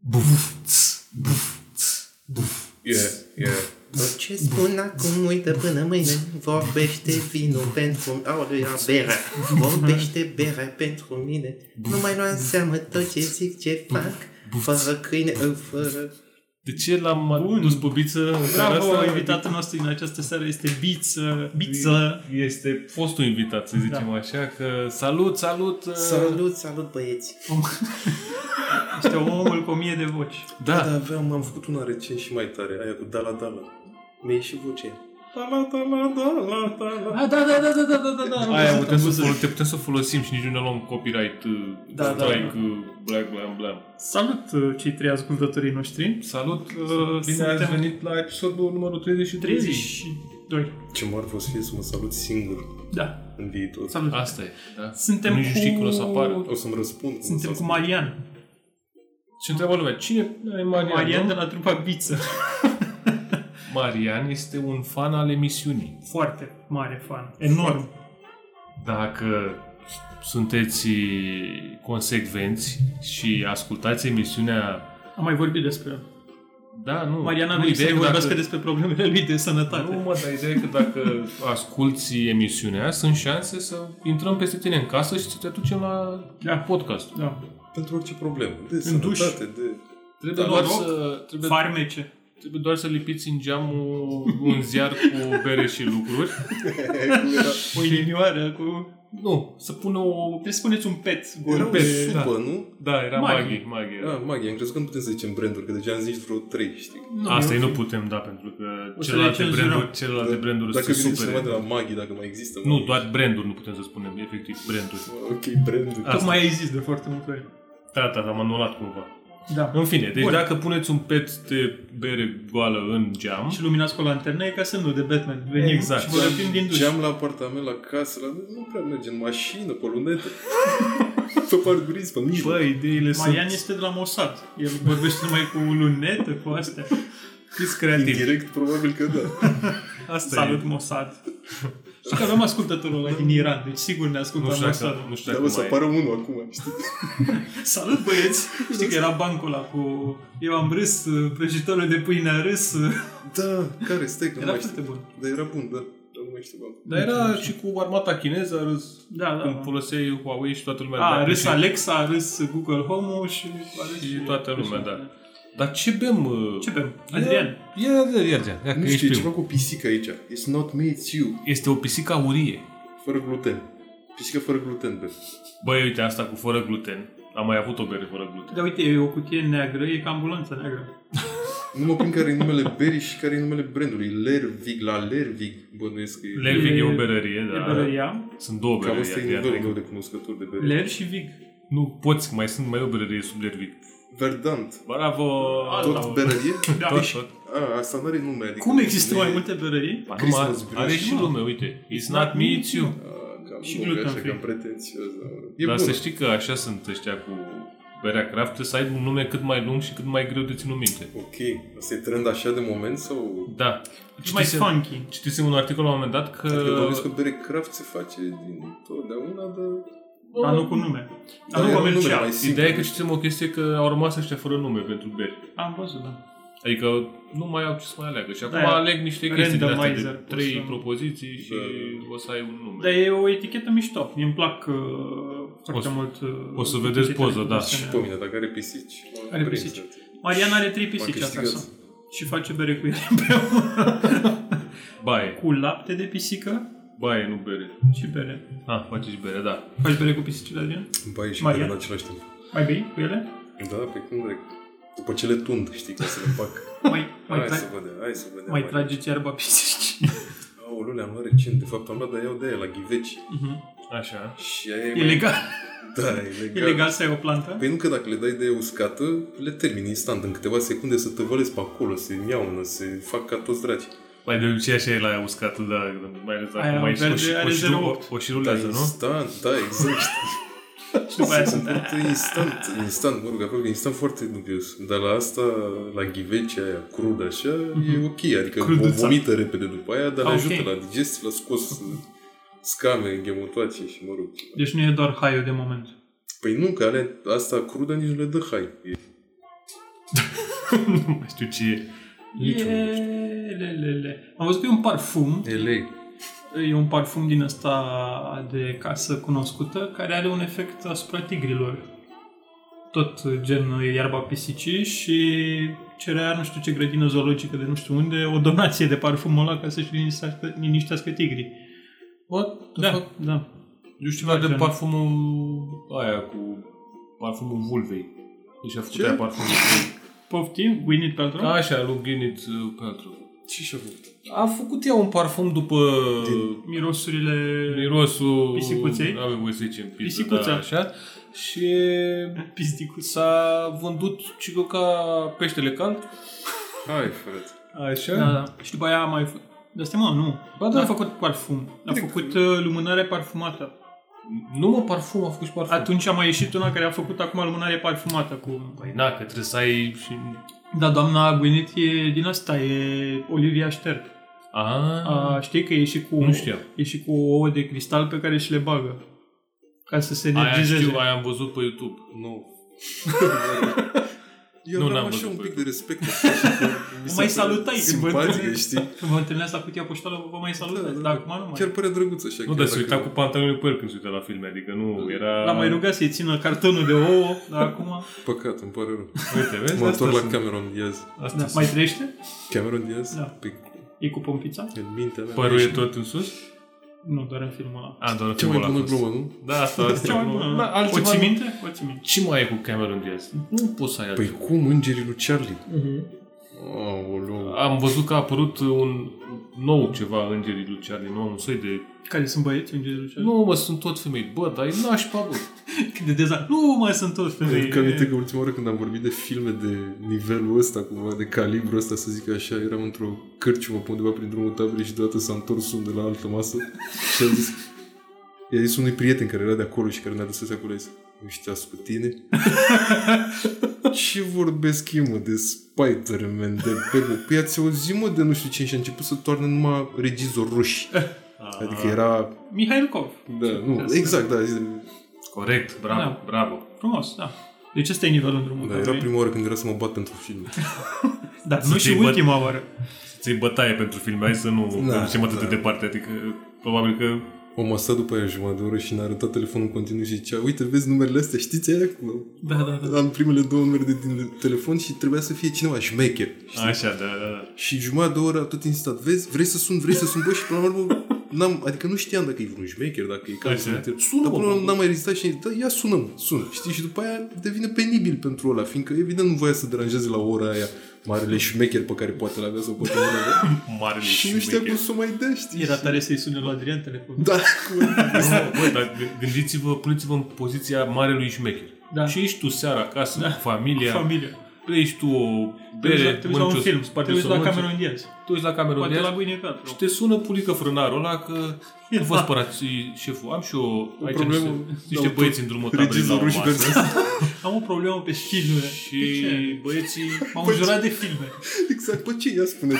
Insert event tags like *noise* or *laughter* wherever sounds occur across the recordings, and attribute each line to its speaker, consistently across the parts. Speaker 1: Buf, ts, buf, ts, buf.
Speaker 2: Yeah, yeah.
Speaker 3: Ce spun acum, uită până mâine Vorbește vinul pentru Aolea, bere Vorbește bere pentru mine Nu mai lua în seamă tot ce zic, ce fac Fără câine, în fără
Speaker 1: De ce l-am adus bobiță în seara
Speaker 4: Bravo,
Speaker 1: asta?
Speaker 4: invitatul nostru din această seară este uh, Biță. Biță.
Speaker 1: Este fostul invitat,
Speaker 4: Da.
Speaker 1: să zicem așa, că salut, salut! uh,
Speaker 3: Salut, salut băieți
Speaker 4: Este omul cu o mie de voci.
Speaker 1: Da,
Speaker 2: Da, aveam, am făcut una recent și mai tare, aia cu Dala Dala. Mi-a ieșit vocea. Dala Dala Dala Dala.
Speaker 4: Ah, da, da, da, da, da, da, da, da. am
Speaker 1: Aia
Speaker 4: văzut,
Speaker 1: putem
Speaker 4: am
Speaker 1: să,
Speaker 4: văzut.
Speaker 1: folo- te putem să folosim și nici nu ne luăm copyright uh,
Speaker 4: Da, da,
Speaker 1: strike,
Speaker 4: da.
Speaker 1: uh, black, blam, blam.
Speaker 4: Salut uh, cei trei ascultătorii noștri.
Speaker 1: Salut, uh, bine
Speaker 4: Suntem-
Speaker 1: ați venit la episodul numărul 33.
Speaker 4: 32.
Speaker 2: Ce mare o să fie să mă salut singur
Speaker 4: Da.
Speaker 2: în viitor.
Speaker 4: Salut.
Speaker 1: Asta e, da.
Speaker 4: Suntem
Speaker 1: Nici nu știi
Speaker 4: cu-
Speaker 1: când o să apară.
Speaker 2: O să-mi răspund.
Speaker 4: Suntem
Speaker 2: o să
Speaker 4: cu Marian.
Speaker 1: Și întreabă lumea, cine e Marian?
Speaker 4: Marian da.
Speaker 1: nu?
Speaker 4: de la trupa Biță.
Speaker 1: Marian este un fan al emisiunii.
Speaker 4: Foarte mare fan. Enorm.
Speaker 1: Dacă sunteți consecvenți și ascultați emisiunea
Speaker 4: Am mai vorbit despre el.
Speaker 1: da, nu.
Speaker 4: Marian a
Speaker 1: nu,
Speaker 4: venit să
Speaker 1: ideea
Speaker 4: ne
Speaker 1: e că
Speaker 4: vorbească
Speaker 1: dacă-
Speaker 4: despre problemele lui de sănătate.
Speaker 1: Nu, mă, dar ideea e că dacă asculti emisiunea, sunt șanse să intrăm peste tine în casă și să te ducem la
Speaker 4: Da.
Speaker 1: podcast.
Speaker 4: Da.
Speaker 2: răspund Pentru orice problemă. De
Speaker 4: În duș.
Speaker 2: sănătate, de...
Speaker 1: Trebuie
Speaker 2: Dar
Speaker 1: doar,
Speaker 2: noroc,
Speaker 1: să, trebuie,
Speaker 4: Farmece.
Speaker 1: trebuie doar să lipiți în geam un- un ziar cu bere și lucruri.
Speaker 4: O inimioară cu...
Speaker 1: Nu, să pună o...
Speaker 4: Trebuie să puneți un pet
Speaker 2: Era
Speaker 4: gol.
Speaker 2: o
Speaker 1: pe-
Speaker 2: supă, nu?
Speaker 1: Da, era
Speaker 4: Maghi. Da.
Speaker 1: Maghi. Maghi era.
Speaker 2: Ah, Maghi, am crezut că nu putem să zicem branduri, că deja am zis vreo trei, știi?
Speaker 1: Asta ei nu putem, da, pentru că
Speaker 4: O să
Speaker 1: celelalte
Speaker 4: le cenzurăm.
Speaker 1: branduri, celelalte branduri
Speaker 2: Da. Dacă
Speaker 1: se
Speaker 2: vine cineva de
Speaker 1: supere.
Speaker 2: la Maghi, dacă mai există.
Speaker 1: Nu,
Speaker 2: Maghi.
Speaker 1: doar branduri nu putem să spunem, efectiv, branduri.
Speaker 2: Ok, branduri.
Speaker 1: Asta.
Speaker 4: Tocmai ai zis de foarte multe ori.
Speaker 1: Da, da, am anulat cumva.
Speaker 4: Da.
Speaker 1: În fine, deci
Speaker 4: Bun.
Speaker 1: dacă puneți un pet de bere goală în geam,
Speaker 4: Și luminați cu o lanternă e ca semnul de Batman. Venim
Speaker 1: Exact.
Speaker 4: și vorbim din duș.
Speaker 2: Geam la apartament, la casă, la... nu prea merge în mașină, pe lunetă. *laughs* pe parbriz, pe mijloc.
Speaker 1: Bă, ideile
Speaker 4: Marian
Speaker 1: sunt...
Speaker 4: este de la Mossad. El vorbește numai cu lunetă, cu astea.
Speaker 1: Fiți creativi.
Speaker 2: Indirect, probabil că da.
Speaker 1: Asta
Speaker 4: Salut
Speaker 1: e.
Speaker 4: Mossad. și că avem ascultătorul ăla din Iran, deci sigur ne ascultă
Speaker 1: Nu știu dacă,
Speaker 4: Mossadul.
Speaker 1: nu știu
Speaker 2: Dar
Speaker 1: dacă
Speaker 2: o să
Speaker 1: mai e.
Speaker 2: apară unul acum, știi?
Speaker 4: Salut băieți! Știi că era bancul ăla cu... Eu am râs, uh, prăjitorul de pâine a râs. uh,
Speaker 2: Da, care stai că nu
Speaker 4: Era
Speaker 2: mai
Speaker 4: foarte
Speaker 2: știu.
Speaker 4: bun.
Speaker 2: Dar era bun, da. Dar nu mai știu bă.
Speaker 1: Dar era și cu armata chineză, a râs.
Speaker 4: Da, da.
Speaker 1: Când foloseai Huawei și toată lumea.
Speaker 4: A, a
Speaker 1: bea
Speaker 4: râs
Speaker 1: și-
Speaker 4: Alexa, a râs Google Home-ul și... a râs
Speaker 1: Și toată lumea, da. Dar ce bem? uh,
Speaker 4: Ce bem? Adrian.
Speaker 1: Ia, ia, ia, ia, ia că
Speaker 2: Nu știu,
Speaker 1: ești
Speaker 2: e
Speaker 1: primul.
Speaker 2: ceva cu pisică aici. It's not me, it's you.
Speaker 1: Este o pisică aurie.
Speaker 2: Fără gluten. Pisică fără gluten, bă.
Speaker 1: Băi, uite, asta cu fără gluten. Am mai avut o bere fără gluten.
Speaker 4: Da, uite, e o cutie neagră, e ca ambulanța neagră.
Speaker 2: Nu mă prind care e numele berii și care e numele brandului. Lervig, la Lervig, bănuiesc că e.
Speaker 1: Lervig e,
Speaker 4: E-
Speaker 1: o berărie,
Speaker 4: Da. E
Speaker 1: da.
Speaker 4: berăria,
Speaker 1: Sunt două
Speaker 2: Cam
Speaker 1: berării.
Speaker 2: ăsta e
Speaker 1: Adrian.
Speaker 2: nivelul meu de cunoscător de bere.
Speaker 4: ler și vig.
Speaker 1: Nu poți, mai sunt mai e o berărie sub Lervig.
Speaker 2: Verdant.
Speaker 1: Bravo!
Speaker 2: Tot berărie? Păi,
Speaker 4: Da.
Speaker 1: Tot, tot.
Speaker 2: A, asta nu are nume, adică...
Speaker 4: Cum există
Speaker 2: nu e-
Speaker 4: mai multe berării?
Speaker 1: Ba, nu,
Speaker 2: Christmas
Speaker 1: are- Are
Speaker 2: brioche,
Speaker 1: și
Speaker 2: mă.
Speaker 1: lume, uite. It's not me, it's you.
Speaker 2: A, Cam
Speaker 4: Și
Speaker 2: și
Speaker 4: gluten
Speaker 2: așa,
Speaker 4: free.
Speaker 2: cam pretențios. dar E
Speaker 1: Dar
Speaker 2: bun.
Speaker 1: Da, să știi că așa sunt ăștia cu berea craft, trebuie să ai un nume cât mai lung și cât mai greu de ținut minte.
Speaker 2: Ok, asta e trend așa de moment sau...
Speaker 1: Da.
Speaker 4: Și mai
Speaker 1: Citisem,
Speaker 4: funky.
Speaker 1: citisem un articol la un moment dat că...
Speaker 4: Uh,
Speaker 2: Adică bănuiesc că bere craft se face din totdeauna, dar...
Speaker 4: Dar nu cu nume. Dar nu
Speaker 2: e un nume
Speaker 4: comercial.
Speaker 2: mai simplu.
Speaker 1: Ideea e că citisem o chestie că au rămas ăștia fără nume pentru beri.
Speaker 4: Am văzut, da.
Speaker 1: Adică nu mai au ce să mai aleagă. Și acum
Speaker 4: Da,
Speaker 1: aleg niște chestii de astea de
Speaker 4: randomizer, poți
Speaker 1: trei
Speaker 4: să- Deci-
Speaker 1: propoziții și
Speaker 2: Da, da.
Speaker 1: o să ai un nume.
Speaker 4: Dar e o etichetă mișto. mi îmi plac uh, foarte
Speaker 1: să-
Speaker 4: mult. uh,
Speaker 1: o să vedeți
Speaker 4: etichetele
Speaker 1: poză,
Speaker 4: cu
Speaker 1: da.
Speaker 4: desenele.
Speaker 2: Pe mine, dacă are pisici... mă
Speaker 4: Are
Speaker 2: prins,
Speaker 4: pisici.
Speaker 2: frate.
Speaker 4: Marian are trei
Speaker 2: M-a
Speaker 4: pisici
Speaker 2: câștigat.
Speaker 4: acasă. Și face bere cu ele împreună. *laughs*
Speaker 1: Baie.
Speaker 4: cu lapte de pisică
Speaker 1: Baie, nu bere.
Speaker 4: și bere.
Speaker 1: Ah, faci și bere, da.
Speaker 4: Faci bere cu pisicile, Adrian?
Speaker 2: Bai Păi, și
Speaker 4: Maria?
Speaker 2: bere în același timp.
Speaker 4: Mai bei cu ele?
Speaker 2: Da, pe cum de... După ce le tund, știi, ca să le fac.
Speaker 4: Mai, *laughs* mai,
Speaker 2: Hai să
Speaker 4: tra-
Speaker 2: vedem, hai să vedem.
Speaker 4: mai trageți iarba pisici.
Speaker 2: Aoleu, le-am luat recent. De fapt, am luat, dar iau de aia la ghiveci.
Speaker 4: Mhm.
Speaker 1: Așa.
Speaker 2: Și aia e...
Speaker 4: E
Speaker 2: mai-
Speaker 4: legal,
Speaker 2: Da, e legal.
Speaker 4: e legal să ai o plantă?
Speaker 2: Păi nu că dacă le dai de uscată, le termini instant, în câteva secunde să te vălesc pe acolo, se iaună, se fac ca toți dragi.
Speaker 1: Mai de obicei așa e la uscat, da, mai ales
Speaker 4: Aia
Speaker 1: acum aici
Speaker 4: verde
Speaker 1: o, și-
Speaker 4: are
Speaker 1: o, și-
Speaker 4: 0,8.
Speaker 1: o, o și
Speaker 2: Da,
Speaker 1: rulează, nu? *laughs*
Speaker 2: instant, da, exact.
Speaker 4: Și după aia sunt...
Speaker 2: Sunt Păi, instant, instant, mă rog, aproape instant foarte dubios. Dar la asta, la ghivecea aia crudă așa,
Speaker 1: Mhm.
Speaker 2: e ok, adică o
Speaker 4: Cruduța.
Speaker 2: vomită repede după aia, dar
Speaker 4: Ah,
Speaker 2: le
Speaker 4: ok.
Speaker 2: ajută la digestie, la scos scame, ghemotoace și mă rog.
Speaker 4: Deci nu e doar haiul de moment.
Speaker 2: Păi nu, că alea, asta crudă nici nu le dă hai. E
Speaker 1: nu mai știu ce e. Nici unul nu știu.
Speaker 4: Elelele. Am văzut că e un parfum,
Speaker 2: Elei.
Speaker 4: e un parfum din ăsta de casă cunoscută, care are un efect asupra tigrilor. Tot gen iarba pisicii și cerea nu știu ce grădină zoologică de nu știu unde o donație de parfumul ăla ca să-și liniștească, liniștească tigrii.
Speaker 1: What the
Speaker 4: Da,
Speaker 1: fuck?
Speaker 4: da.
Speaker 1: Eu știu ceva de
Speaker 4: Facem.
Speaker 1: parfumul aia cu parfumul vulvei. Deci a făcut
Speaker 2: Ce?
Speaker 1: aia parfumul vulvei.
Speaker 4: Poftim, Gwyneth Paltrow?
Speaker 1: Așa, lui Gwyneth uh, Paltrow.
Speaker 2: Ce și-a făcut?
Speaker 1: A făcut ea un parfum după
Speaker 4: Mirosurile...
Speaker 1: mirosul...
Speaker 4: Pisicuței?
Speaker 1: Nu avem voie să zicem pizza,
Speaker 4: Pisicuța.
Speaker 1: Da, așa. Și
Speaker 4: Pizdicul.
Speaker 1: s-a vândut și că ca peștele cald.
Speaker 2: Hai, frate.
Speaker 1: Așa.
Speaker 4: Da, da. Și după aia a mai făcut... Dar stai mă, nu.
Speaker 1: Ba
Speaker 4: N-a
Speaker 1: da,
Speaker 4: făcut parfum. A
Speaker 2: Cred că-
Speaker 4: făcut uh, lumânare parfumată.
Speaker 1: nu mă parfum, a făcut și parfum.
Speaker 4: Atunci a mai ieșit una care a făcut acum lumânare parfumată cu...
Speaker 1: Păi na, că trebuie să ai și...
Speaker 4: Da, doamna Gwyneth e din asta, e Olivia Stern.
Speaker 1: A,
Speaker 4: A, știi că e și cu...
Speaker 1: nu știam.
Speaker 4: E și cu ouă de cristal pe care și le bagă. Ca să se
Speaker 1: Aia
Speaker 4: energizeze.
Speaker 1: știu, aia am văzut pe YouTube.
Speaker 2: Nu.
Speaker 1: *laughs*
Speaker 2: Eu
Speaker 1: Nu,
Speaker 2: nu,
Speaker 1: n-am
Speaker 2: am așa
Speaker 1: văzut
Speaker 2: un
Speaker 1: pe
Speaker 2: pic
Speaker 1: YouTube.
Speaker 2: de respect. așa, că
Speaker 1: *laughs*
Speaker 2: mi se
Speaker 4: mai
Speaker 2: pare
Speaker 4: salutai când vă
Speaker 2: Simpatică,
Speaker 4: întâlnești.
Speaker 2: știi?
Speaker 4: Când vă întâlneați la cutia poștală, vă mai salutați,
Speaker 2: da,
Speaker 4: dar
Speaker 2: da.
Speaker 4: acum nu mai.
Speaker 2: Chiar părea drăguț așa.
Speaker 1: Nu,
Speaker 2: chiar
Speaker 1: dar se
Speaker 2: dacă-
Speaker 1: uita cu pantaloni pe el când se uita la filme, adică nu era...
Speaker 4: L-am mai rugat să-i țină cartonul de ouă, dar acum...
Speaker 2: Păcat, îmi pare rău.
Speaker 1: Uite, vezi?
Speaker 2: Mă întorc la
Speaker 1: sunt-
Speaker 2: Cameron Diaz.
Speaker 1: Astea
Speaker 4: Da,
Speaker 1: sunt.
Speaker 4: mai trăiește?
Speaker 2: Cameron Diaz? Păi,
Speaker 4: Da.
Speaker 2: Pe,
Speaker 4: E cu pompița?
Speaker 2: în mintea mea.
Speaker 1: Părul e
Speaker 2: Ești-
Speaker 1: tot în sus?
Speaker 4: Nu, doar în filmul ăla.
Speaker 1: A, doar
Speaker 2: Cea
Speaker 1: filmul
Speaker 2: mai
Speaker 1: ăla a
Speaker 2: bună
Speaker 1: fost.
Speaker 2: glumă, nu?
Speaker 1: Da, asta
Speaker 4: Cea
Speaker 1: asta.
Speaker 4: mai
Speaker 1: nu-
Speaker 4: bună.
Speaker 1: Na,
Speaker 4: O
Speaker 1: altceva
Speaker 4: ții
Speaker 1: nu-
Speaker 4: minte? O ții
Speaker 1: Păi,
Speaker 4: minte.
Speaker 1: Ce mai e cu Cameron Diaz? Nu poți să ai altceva.
Speaker 2: Păi cum? Îngerii lui Charlie. Aoleu.
Speaker 1: Am văzut că a apărut un nou ceva Îngerii lui Charlie, nu? Un soi de...
Speaker 4: Care sunt băieți în genul ăsta?
Speaker 1: Nu, mă, sunt tot femei. Bă, dar e nașpa, bă.
Speaker 4: Cât de deza... Nu mai sunt toți femei.
Speaker 2: Că aminte că ultima oară când am vorbit de filme de nivelul ăsta, cumva, de calibru ăsta, să zic așa, eram într-o cârciumă pe undeva prin drumul taberei și deodată s-a întors unul de la altă masă și a zis... I-a zis unui prieten care era de acolo și care ne-a dus acolo, a zis, ăștia cu tine? Ce vorbesc eu, mă, de Spider-Man, de Pego? Păi ați auzit, mă, de nu știu ce și a început să toarnă numai regizori roșii. Adică era...
Speaker 4: Mihail Kov.
Speaker 2: Da, nu,
Speaker 4: Asta-
Speaker 2: exact, da, zi-
Speaker 1: Corect,
Speaker 4: Da.
Speaker 1: bravo, bravo.
Speaker 4: Frumos, da. Deci ăsta e nivelul în drumul
Speaker 2: da,
Speaker 4: meu.
Speaker 2: era prima oară când era să mă bat pentru film.
Speaker 4: Dar
Speaker 1: *laughs*
Speaker 4: nu
Speaker 1: Să
Speaker 4: și
Speaker 1: te băt-
Speaker 4: ultima oară.
Speaker 1: Ți-ai bătaie pentru filme, hai să nu
Speaker 2: Da,
Speaker 1: da, ducem atât
Speaker 2: da.
Speaker 1: de departe, adică probabil că
Speaker 2: Om a stat după aia jumătate de oră și ne-a arătat telefonul în continuu și zicea, uite, vezi numerele astea, știți aia?
Speaker 4: Da, da, da.
Speaker 2: Am primele două numere de din telefon și trebuia să fie cineva șmecher.
Speaker 1: așa, da, da, da.
Speaker 2: Și jumătate de oră a tot insistat, vezi, vrei să sun, vrei să sun, bă, și până la urmă, n-am, adică nu știam dacă e vreun șmecher, dacă e ca
Speaker 1: Așa.
Speaker 2: să
Speaker 1: Sună,
Speaker 2: Dar până la
Speaker 1: mă,
Speaker 2: urmă n-am mai rezistat și da, ia sunăm, sun, știi? Și după aia devine penibil pentru ăla, fiindcă evident nu voia să deranjeze la ora aia marele șmecher pe care poate l-avea sau poate nu l-avea.
Speaker 1: *laughs* Marele
Speaker 2: și nu știa
Speaker 1: șmecher.
Speaker 2: cum să o mai dea, știi?
Speaker 4: Era tare să-i sune la Adrian telefon.
Speaker 2: Da,
Speaker 1: Bă, dar gâ- gândiți-vă, puneți-vă în poziția marelui șmecher.
Speaker 4: Da.
Speaker 1: Și ești tu seara acasă, da. cu familia,
Speaker 4: Familia.
Speaker 1: pleci tu o
Speaker 4: Te uiți la-
Speaker 1: bere,
Speaker 4: te uiți la un
Speaker 1: mănânci o-
Speaker 4: film, te
Speaker 1: parcă
Speaker 4: uiți
Speaker 1: să
Speaker 4: la
Speaker 1: mănânci-
Speaker 4: Cameron Diaz.
Speaker 1: te uiți la Cameron
Speaker 4: Poate
Speaker 1: Diaz
Speaker 4: la Gwyneth
Speaker 1: și
Speaker 4: Paltrow.
Speaker 1: te sună pulică frânarul ăla că nu
Speaker 4: Da.
Speaker 1: vă spărați șeful, am și eu aici
Speaker 2: problemă,
Speaker 1: niște,
Speaker 2: da,
Speaker 1: *laughs* niște
Speaker 2: uite,
Speaker 1: băieți în drumul taberei la
Speaker 2: regizorul
Speaker 1: o
Speaker 2: și
Speaker 1: masă.
Speaker 2: de
Speaker 4: Am o problemă pe filme.
Speaker 1: Și băieții...
Speaker 4: M-am jurat de filme.
Speaker 2: *laughs* Exact, pe ce ea spune?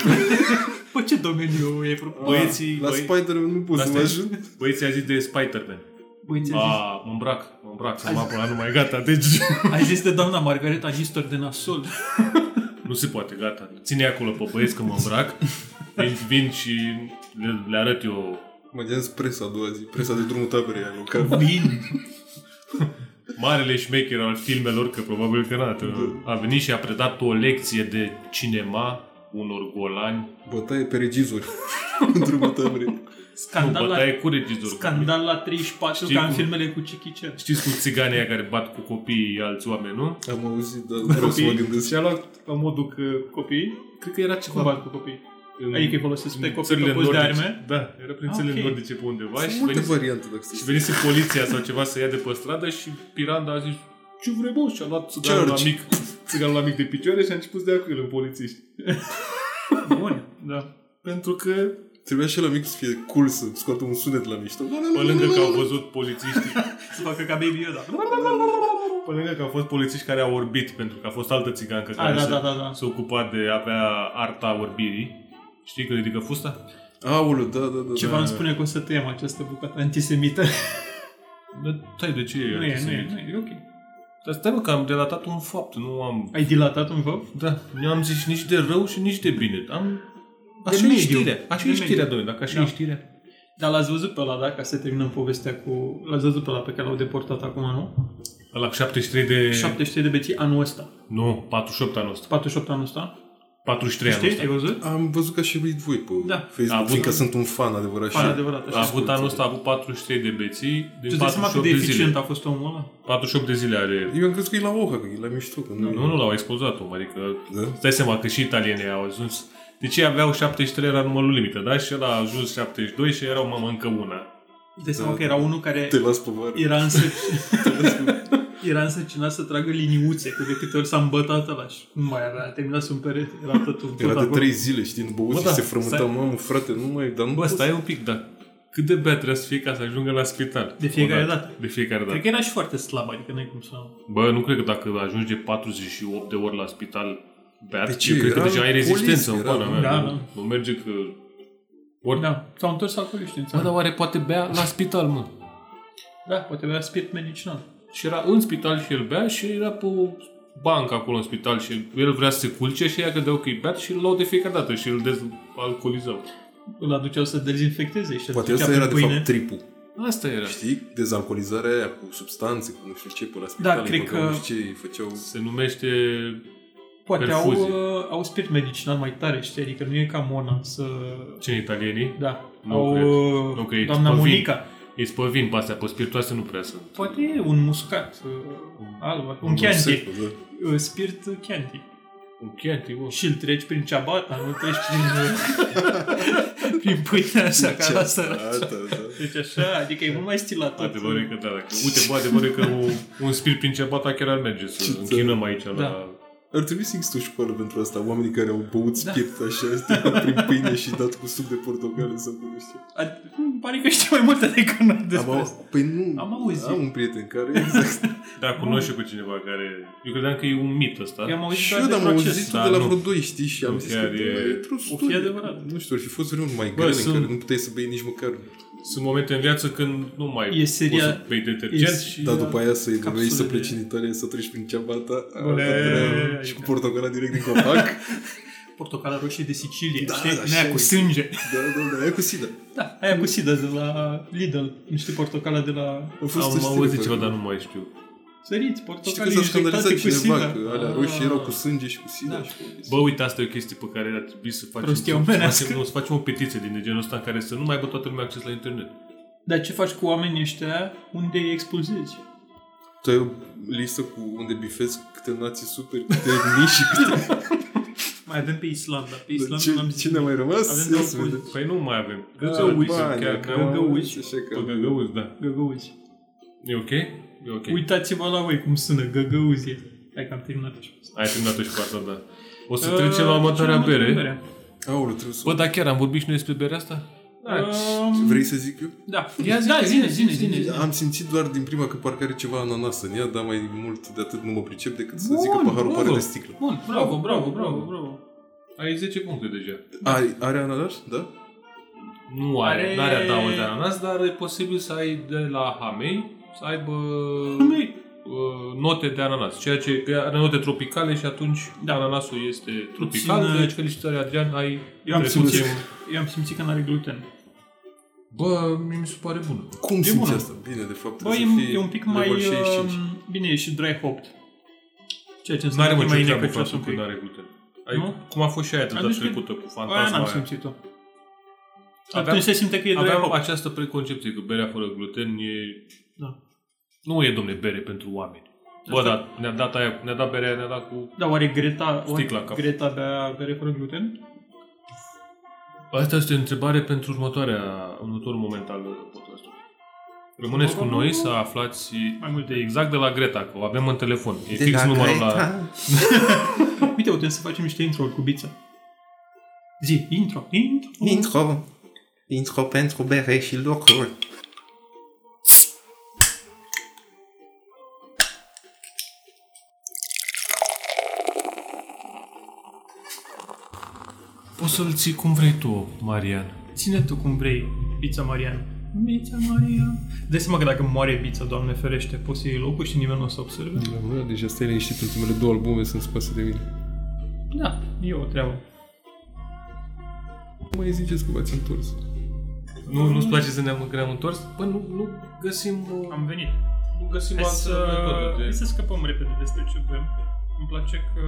Speaker 4: Pe ce domeniu e propus?
Speaker 1: Ah, Băieții...
Speaker 2: La
Speaker 1: băi-
Speaker 2: Spider-Man nu pot
Speaker 1: La
Speaker 2: să mă
Speaker 1: Spider-
Speaker 2: ajut.
Speaker 1: Băieții a zis de Spider-Man.
Speaker 4: Băieții, ai zis-
Speaker 1: A, Ah, mă îmbrac, mă îmbrac, să mă apă la numai gata, deci... *laughs*
Speaker 4: ai zis de doamna Margareta Nistor de Nasol.
Speaker 1: nu se poate, gata. Ține acolo pe băieți că mă îmbrac. Vin, vin și le, le arăt eu
Speaker 2: Mă gândeam spre presa a doua zi, presa de drumul taberei aia, local.
Speaker 4: Bin.
Speaker 1: marele șmecher al filmelor, că probabil că n-a. A venit și a predat o lecție de cinema unor golani.
Speaker 2: Bătaie pe regizori *laughs* în drumul taberei.
Speaker 1: Scandal
Speaker 4: Scandal
Speaker 1: nu,
Speaker 4: la
Speaker 1: bătaie cu regizor.
Speaker 4: Scandal la 34,
Speaker 1: Știi
Speaker 4: ca în
Speaker 1: cum-
Speaker 4: filmele cu Chicky Chan.
Speaker 1: Știți cu țiganii aia care bat cu copiii alți oameni, nu?
Speaker 2: Am auzit, dar nu vreau să mă gândesc.
Speaker 1: Și a luat,
Speaker 4: La modul că copii,
Speaker 1: cred că era
Speaker 4: cum
Speaker 1: ceva
Speaker 4: bat cu copii?
Speaker 1: în,
Speaker 4: Adică îi folosesc pe
Speaker 1: în
Speaker 4: copii
Speaker 1: țările
Speaker 4: pe post de
Speaker 1: nordice.
Speaker 4: arme?
Speaker 1: Da, era prin
Speaker 4: Ah,
Speaker 1: țările
Speaker 4: ok.
Speaker 1: nordice pe undeva
Speaker 2: Sunt
Speaker 1: și
Speaker 2: multe
Speaker 1: venise
Speaker 2: variante, dacă
Speaker 1: Și
Speaker 2: știi.
Speaker 1: venise poliția sau ceva să ia de pe stradă și Piranda a zis ce vrei bă? Și a luat țiganul la
Speaker 2: George.
Speaker 1: mic, *laughs* țiganul la mic de picioare și a început să dea cu el în polițiști.
Speaker 4: Bun, da.
Speaker 1: Pentru că
Speaker 2: Trebuia și la mic să fie cool să scoată un sunet la mișto. Nu, nu,
Speaker 1: pe
Speaker 2: nu,
Speaker 1: lângă
Speaker 2: nu,
Speaker 1: că
Speaker 2: nu.
Speaker 1: au văzut polițiști,
Speaker 4: Să facă ca Baby Yoda.
Speaker 1: *laughs* pe lângă că au fost polițiști care au orbit pentru că a fost altă țigancă
Speaker 4: A,
Speaker 1: care
Speaker 4: da,
Speaker 1: se,
Speaker 4: da, da, da.
Speaker 1: se ocupa de avea arta orbirii. Știi că ridică fusta?
Speaker 2: Aoleu, da, da, da.
Speaker 4: Ceva
Speaker 2: da.
Speaker 4: îmi spune că o să tăiem această bucată antisemită.
Speaker 1: Da, tai de ce
Speaker 4: Nu e, nu e,
Speaker 1: antisemit?
Speaker 4: nu e, e ok.
Speaker 1: Dar stai mă, că am relatat un fapt, nu am...
Speaker 4: Ai dilatat un fapt?
Speaker 1: Da, nu am zis nici de rău și nici de bine. Am... Așa e
Speaker 4: mediu.
Speaker 1: știrea. Așa
Speaker 4: De
Speaker 1: e știrea,
Speaker 4: mediu.
Speaker 1: domnule, dacă așa
Speaker 4: Da.
Speaker 1: e știrea.
Speaker 4: Dar l-ați văzut pe ăla, da? Ca să terminăm povestea cu... L-ați văzut pe ăla pe care l-au deportat acum, nu?
Speaker 1: La 73 de...
Speaker 4: 73 de beții anul ăsta.
Speaker 1: Nu, 48 anul ăsta.
Speaker 4: 48 anul ăsta.
Speaker 1: 43 anul
Speaker 4: Știi? Ai
Speaker 1: ăsta.
Speaker 4: văzut?
Speaker 2: Am văzut că și uit voi pe
Speaker 4: Da.
Speaker 2: Facebook,
Speaker 1: A avut-
Speaker 2: fiindcă sunt un fan adevărat.
Speaker 4: Fan
Speaker 2: și...
Speaker 4: adevărat, așa.
Speaker 1: A avut anul ăsta, a avut 43 de beții din
Speaker 4: Tu îți dai seama cât
Speaker 1: 48
Speaker 4: de
Speaker 1: de zile.
Speaker 4: eficient a fost omul ăla?
Speaker 1: 48 de zile are...
Speaker 2: Eu am crezut că e la Oha, că e la mișto. Că nu,
Speaker 1: Nu, nu l-au expulzat om, adică...
Speaker 2: Da?
Speaker 1: Îți dai seama că și italienii au ajuns... Deci ei aveau 73, era numărul limită, da? Și el a ajuns 72 și erau, mamă, încă una.
Speaker 4: Îți dai seama că era unul care
Speaker 2: Te las pe vară.
Speaker 4: era însă... Era însărcinat să tragă liniuțe, că de câte ori s-a îmbătat ăla și nu mai avea, a terminat sub un perete, era tot, tot
Speaker 2: Era de
Speaker 4: acolo.
Speaker 2: trei zile, știi, în băuți
Speaker 1: Bă,
Speaker 2: și
Speaker 1: da,
Speaker 2: se frământa,
Speaker 1: stai.
Speaker 2: mamă, frate, nu mai, dar nu
Speaker 1: Bă,
Speaker 2: pot
Speaker 1: stai un pic, dar cât de bea trebuie să fie ca să ajungă la spital?
Speaker 4: De fiecare
Speaker 1: Odată.
Speaker 4: dată.
Speaker 1: De fiecare dată.
Speaker 4: Cred că era și foarte slab, adică n-ai cum să...
Speaker 1: Bă, nu cred că dacă ajungi de 48 de ori la spital beat,
Speaker 2: De
Speaker 4: Deci
Speaker 1: de
Speaker 2: ce?
Speaker 1: ce? eu cred că
Speaker 2: Era
Speaker 1: deja ai
Speaker 2: alcoolist,
Speaker 1: rezistență în
Speaker 2: era,
Speaker 1: pana
Speaker 2: nu?
Speaker 1: mea.
Speaker 4: Da,
Speaker 1: nu,
Speaker 4: da.
Speaker 1: nu merge că... Ori...
Speaker 4: Da, s-au întors alcooliști,
Speaker 1: Bă, dar
Speaker 4: înțeleg.
Speaker 1: oare poate bea la spital, mă?
Speaker 4: Da, poate avea spirit medicinal.
Speaker 1: Și era în spital și el bea și era pe o bancă acolo în spital și el vrea să se culce și ea credeau că e beat și îl luau de fiecare dată și îl dezalcoolizau.
Speaker 4: Îl aduceau să dezinfecteze și
Speaker 2: Poate
Speaker 4: aducea
Speaker 2: asta
Speaker 4: pe
Speaker 2: era de
Speaker 4: pâine.
Speaker 2: fapt tripul.
Speaker 1: Asta era.
Speaker 2: Știi? Dezalcoolizarea aia cu substanțe, cu nu știu ce, pe la spital.
Speaker 4: cred
Speaker 2: băgau
Speaker 4: că-
Speaker 2: Nu știu ce, îi făceau...
Speaker 1: Se numește...
Speaker 4: Poate au,
Speaker 1: Perfuzie.
Speaker 4: uh, au spirit medicinal mai tare, știi? Adică nu e ca Mona să...
Speaker 1: Cine italienii?
Speaker 4: Da,
Speaker 1: Nu
Speaker 4: au
Speaker 1: cred.
Speaker 4: uh,
Speaker 1: Nu, că e
Speaker 4: doamna
Speaker 1: spăvin.
Speaker 4: Monica.
Speaker 1: Ei spăvin pe astea, pe spiritoase nu prea sunt.
Speaker 4: Poate e un muscat uh, alb, un chianti,
Speaker 2: Chianti. Da.
Speaker 4: uh, spirit uh, chianti.
Speaker 1: Un chianti, mă.
Speaker 4: Și îl treci prin ceabata, nu treci prin,
Speaker 1: *laughs*
Speaker 4: uh, prin pâinea așa ca la săraci.
Speaker 2: Asta, da.
Speaker 4: Deci așa, adică e mult mai stilat tot.
Speaker 1: Adevărul e că da, dacă... Uite,
Speaker 4: *laughs*
Speaker 1: bă, adevărul e că un, un spirit prin ceabata chiar ar merge
Speaker 2: Ce
Speaker 1: să închinăm aici la...
Speaker 4: Da.
Speaker 2: Ar trebui să există o școală pentru asta. Oamenii care au băut
Speaker 4: Da.
Speaker 2: spirict așa, stricat prin pâine și dat cu suc de portocale sau cu nu știu.
Speaker 4: Ad- îmi pare că știi mai multe decât noi despre
Speaker 2: Am
Speaker 4: asta.
Speaker 2: au... Păi nu,
Speaker 4: Am auzit.
Speaker 2: Am un prieten care, exact.
Speaker 1: Da, cunoști și pe cineva care... Eu credeam că e un mit ăsta.
Speaker 4: Eu am auzit
Speaker 2: și
Speaker 4: doar
Speaker 2: eu
Speaker 4: Păi, de
Speaker 2: am auzit
Speaker 4: proces.
Speaker 1: da,
Speaker 2: de la
Speaker 1: nu.
Speaker 2: vreo doi, știi, și am
Speaker 1: Nu,
Speaker 2: zis că
Speaker 1: chiar e-
Speaker 2: e într-o
Speaker 4: fi
Speaker 2: storie.
Speaker 4: adevărat.
Speaker 2: Nu știu, ar fi fost vreun mai
Speaker 1: Bă,
Speaker 2: greu în
Speaker 1: sunt-
Speaker 2: care nu puteai să bei nici măcar.
Speaker 1: Sunt momente în viață când nu mai
Speaker 4: E
Speaker 1: poți
Speaker 4: seria-
Speaker 1: să bei detergent
Speaker 4: e-
Speaker 1: și...
Speaker 2: Dar după aia să
Speaker 4: Capsule
Speaker 2: evoluezi, să
Speaker 4: de-
Speaker 2: pleci în Italia, să treci prin ceabata,
Speaker 4: Bole,
Speaker 2: altă și cu
Speaker 4: adică-
Speaker 2: portocala direct din
Speaker 4: *laughs*
Speaker 2: copac.
Speaker 4: Portocala roșie de Sicilia,
Speaker 2: Da,
Speaker 4: știi?
Speaker 2: da, așa
Speaker 4: Aia
Speaker 2: e.
Speaker 4: cu sânge.
Speaker 2: da, da, da, aia cu sida.
Speaker 4: Da, aia cu sida de la Lidl. Niște portocala de la...
Speaker 2: A fost o
Speaker 1: Am
Speaker 2: știre,
Speaker 1: auzit
Speaker 2: bă.
Speaker 1: ceva, dar nu mai știu.
Speaker 4: Săriți,
Speaker 2: Știi că
Speaker 4: portocale
Speaker 2: s-a scandalizat
Speaker 4: injectate cu
Speaker 2: cineva
Speaker 4: sida.
Speaker 2: că alea
Speaker 1: Ah.
Speaker 2: roșii erau cu sânge și cu sida
Speaker 4: Da.
Speaker 2: și cu...
Speaker 1: Bă, uite, asta e o chestie pe care ar trebui să facem,
Speaker 4: Prostie
Speaker 1: să,
Speaker 4: omenească.
Speaker 1: facem, nu, să facem o petiție din genul ăsta în care să nu mai aibă toată lumea acces la internet.
Speaker 4: Dar ce faci cu oamenii ăștia? Unde îi expulzezi?
Speaker 2: Tu ai o listă cu unde bifezi câte nații super, câte etnii și
Speaker 4: *laughs*
Speaker 2: câte...
Speaker 4: Mai avem pe Islanda. Pe
Speaker 2: *laughs*
Speaker 4: Islanda
Speaker 2: Ce,
Speaker 4: n-am zis
Speaker 2: ce ne-a mai rămas?
Speaker 4: Avem
Speaker 2: Ia
Speaker 4: două
Speaker 2: să
Speaker 4: pulzi.
Speaker 2: vedem.
Speaker 1: Păi nu mai avem.
Speaker 4: Găgăuzi,
Speaker 2: Bani,
Speaker 1: chiar
Speaker 2: că-
Speaker 4: găgăuzi.
Speaker 2: Așa că...
Speaker 1: Pe găgăuzi, da.
Speaker 4: Găgăuzi.
Speaker 1: E ok? E ok.
Speaker 4: Uitați-vă la voi cum sună găgăuzie. Hai că am terminat așa.
Speaker 1: Ai terminat-o și cu asta, da. O
Speaker 4: Uh,
Speaker 1: să trecem la următoarea bere.
Speaker 2: Aoleu, trebuie să...
Speaker 1: Bă, dar chiar am vorbit și noi despre berea asta?
Speaker 4: Da,
Speaker 2: Vrei să zic eu?
Speaker 4: da.
Speaker 1: Ia zi,
Speaker 4: da,
Speaker 1: că
Speaker 4: zine,
Speaker 1: zi,
Speaker 4: zine,
Speaker 1: zi,
Speaker 4: zine, zine.
Speaker 2: Am simțit doar din prima că parcă are ceva ananas în ea, dar mai mult de atât nu mă pricep decât să zic că
Speaker 1: Bun,
Speaker 2: paharul
Speaker 1: bravo.
Speaker 2: pare de sticlă.
Speaker 4: Bun, bravo, bravo, bravo, bravo.
Speaker 1: Ai 10 puncte deja.
Speaker 2: Ai, are ananas? Da?
Speaker 1: Nu are,
Speaker 4: Are-
Speaker 1: are... n-are adaugă de ananas, dar e posibil să ai de la Hamei, să aibă
Speaker 4: Hamei.
Speaker 1: uh, note de ananas, ceea ce că are note tropicale și atunci da. ananasul este tropical,
Speaker 4: Puțin,
Speaker 1: Puțin,
Speaker 4: uh,
Speaker 1: deci felicitări Adrian, ai
Speaker 4: Eu am,
Speaker 1: trecut
Speaker 4: simțit,
Speaker 1: un-
Speaker 4: eu am simțit că n-are gluten.
Speaker 1: Bă, mie mi se pare bună.
Speaker 2: Cum simți
Speaker 4: bună.
Speaker 2: asta? Bine, de fapt,
Speaker 4: Bă,
Speaker 2: trebuie să
Speaker 4: e,
Speaker 2: fie
Speaker 4: e un pic mai...
Speaker 2: level 65.
Speaker 4: um, bine, e și dry hopped. Ceea
Speaker 1: N-are
Speaker 4: ce înseamnă
Speaker 1: mă
Speaker 4: că e mai
Speaker 1: ce treabă
Speaker 4: inecăcios
Speaker 1: faptul
Speaker 4: un
Speaker 1: că
Speaker 4: pic.
Speaker 1: n-are gluten. Ai,
Speaker 4: Nu?
Speaker 1: Cum a fost și aia data
Speaker 4: Atunci
Speaker 1: trecută cu
Speaker 4: Aia
Speaker 1: fantasma
Speaker 4: n-am
Speaker 1: aia.
Speaker 4: simțit-o.
Speaker 1: Aveam-
Speaker 4: Atunci se simte că e dry
Speaker 1: Aveam
Speaker 4: hopped.
Speaker 1: această preconcepție că berea fără gluten e...
Speaker 4: Da.
Speaker 1: Nu e, domne, bere pentru oameni. Bă,
Speaker 4: Asta-
Speaker 1: dar ne-a dat aia, ne-a dat berea, ne-a dat cu...
Speaker 4: Da, oare Greta,
Speaker 1: Sticla
Speaker 4: oare
Speaker 1: cap.
Speaker 4: Greta bea bere fără gluten?
Speaker 1: Asta este o întrebare pentru următoarea, următorul moment al podcastului. Rămâneți cu noi să aflați
Speaker 4: Mai multe.
Speaker 1: exact de la Greta, că o avem în telefon. E
Speaker 3: De
Speaker 1: fix
Speaker 3: la
Speaker 1: numărul la...
Speaker 3: Creta,
Speaker 4: Uite, putem să facem niște intro cu bița. Zi, intro, intro.
Speaker 3: Intro. Intro pentru bere și locuri.
Speaker 1: Poți să-l ții cum vrei tu, Marian.
Speaker 4: Ține tu cum vrei, pizza Marian. Bița Maria. Dai seama că dacă moare bița, Doamne ferește, poți să iei locul și nimeni nu o să observe?
Speaker 2: Bă, deja stai liniștit, ultimele două albume sunt spase de mine.
Speaker 4: Da, e o treabă.
Speaker 2: Cum mai ziceți că v-ați întors?
Speaker 1: Nu, nu-ți place să ne-am, că ne-am întors? Bă, nu, nu găsim... uh,
Speaker 4: Am venit.
Speaker 1: Nu găsim
Speaker 4: Hai să,
Speaker 1: altă metodă
Speaker 4: hai
Speaker 1: de...
Speaker 4: să scăpăm repede despre ce vrem. Îmi place
Speaker 1: *laughs*
Speaker 4: că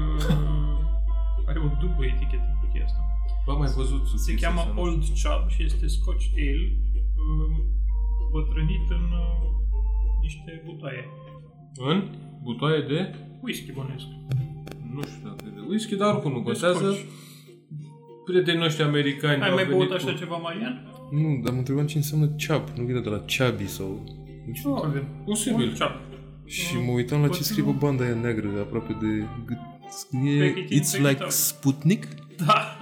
Speaker 4: are o dublă etichetă cutia asta.
Speaker 1: V-am mai văzut
Speaker 4: Se
Speaker 1: subiectul
Speaker 4: cheamă
Speaker 1: ăsta, nu?
Speaker 4: Old Chub și este Scotch Ale uh, bătrânit în uh, niște butaie.
Speaker 1: În butoaie de...
Speaker 4: Whisky bănesc.
Speaker 1: Nu știu dacă e de whisky, dar oricum nu
Speaker 4: De
Speaker 1: contează.
Speaker 4: scotch.
Speaker 1: Prietenii noștri americani
Speaker 4: Ai
Speaker 1: au
Speaker 4: mai
Speaker 1: venit
Speaker 4: băut
Speaker 1: cu...
Speaker 4: așa ceva, Marian?
Speaker 2: Nu, am întrebat ce înseamnă ceap, nu gândea de la ceabi sau... Deci,
Speaker 4: Nu avem.
Speaker 1: Da. Posibil.
Speaker 4: Old Chub.
Speaker 2: și
Speaker 4: oh.
Speaker 2: mă uitam la ce scrie pe banda aia neagră, aproape de gât. Scrie,
Speaker 4: Pe chitin,
Speaker 2: it's
Speaker 4: pe
Speaker 2: like
Speaker 4: chitin.
Speaker 2: Sputnik?
Speaker 4: Da.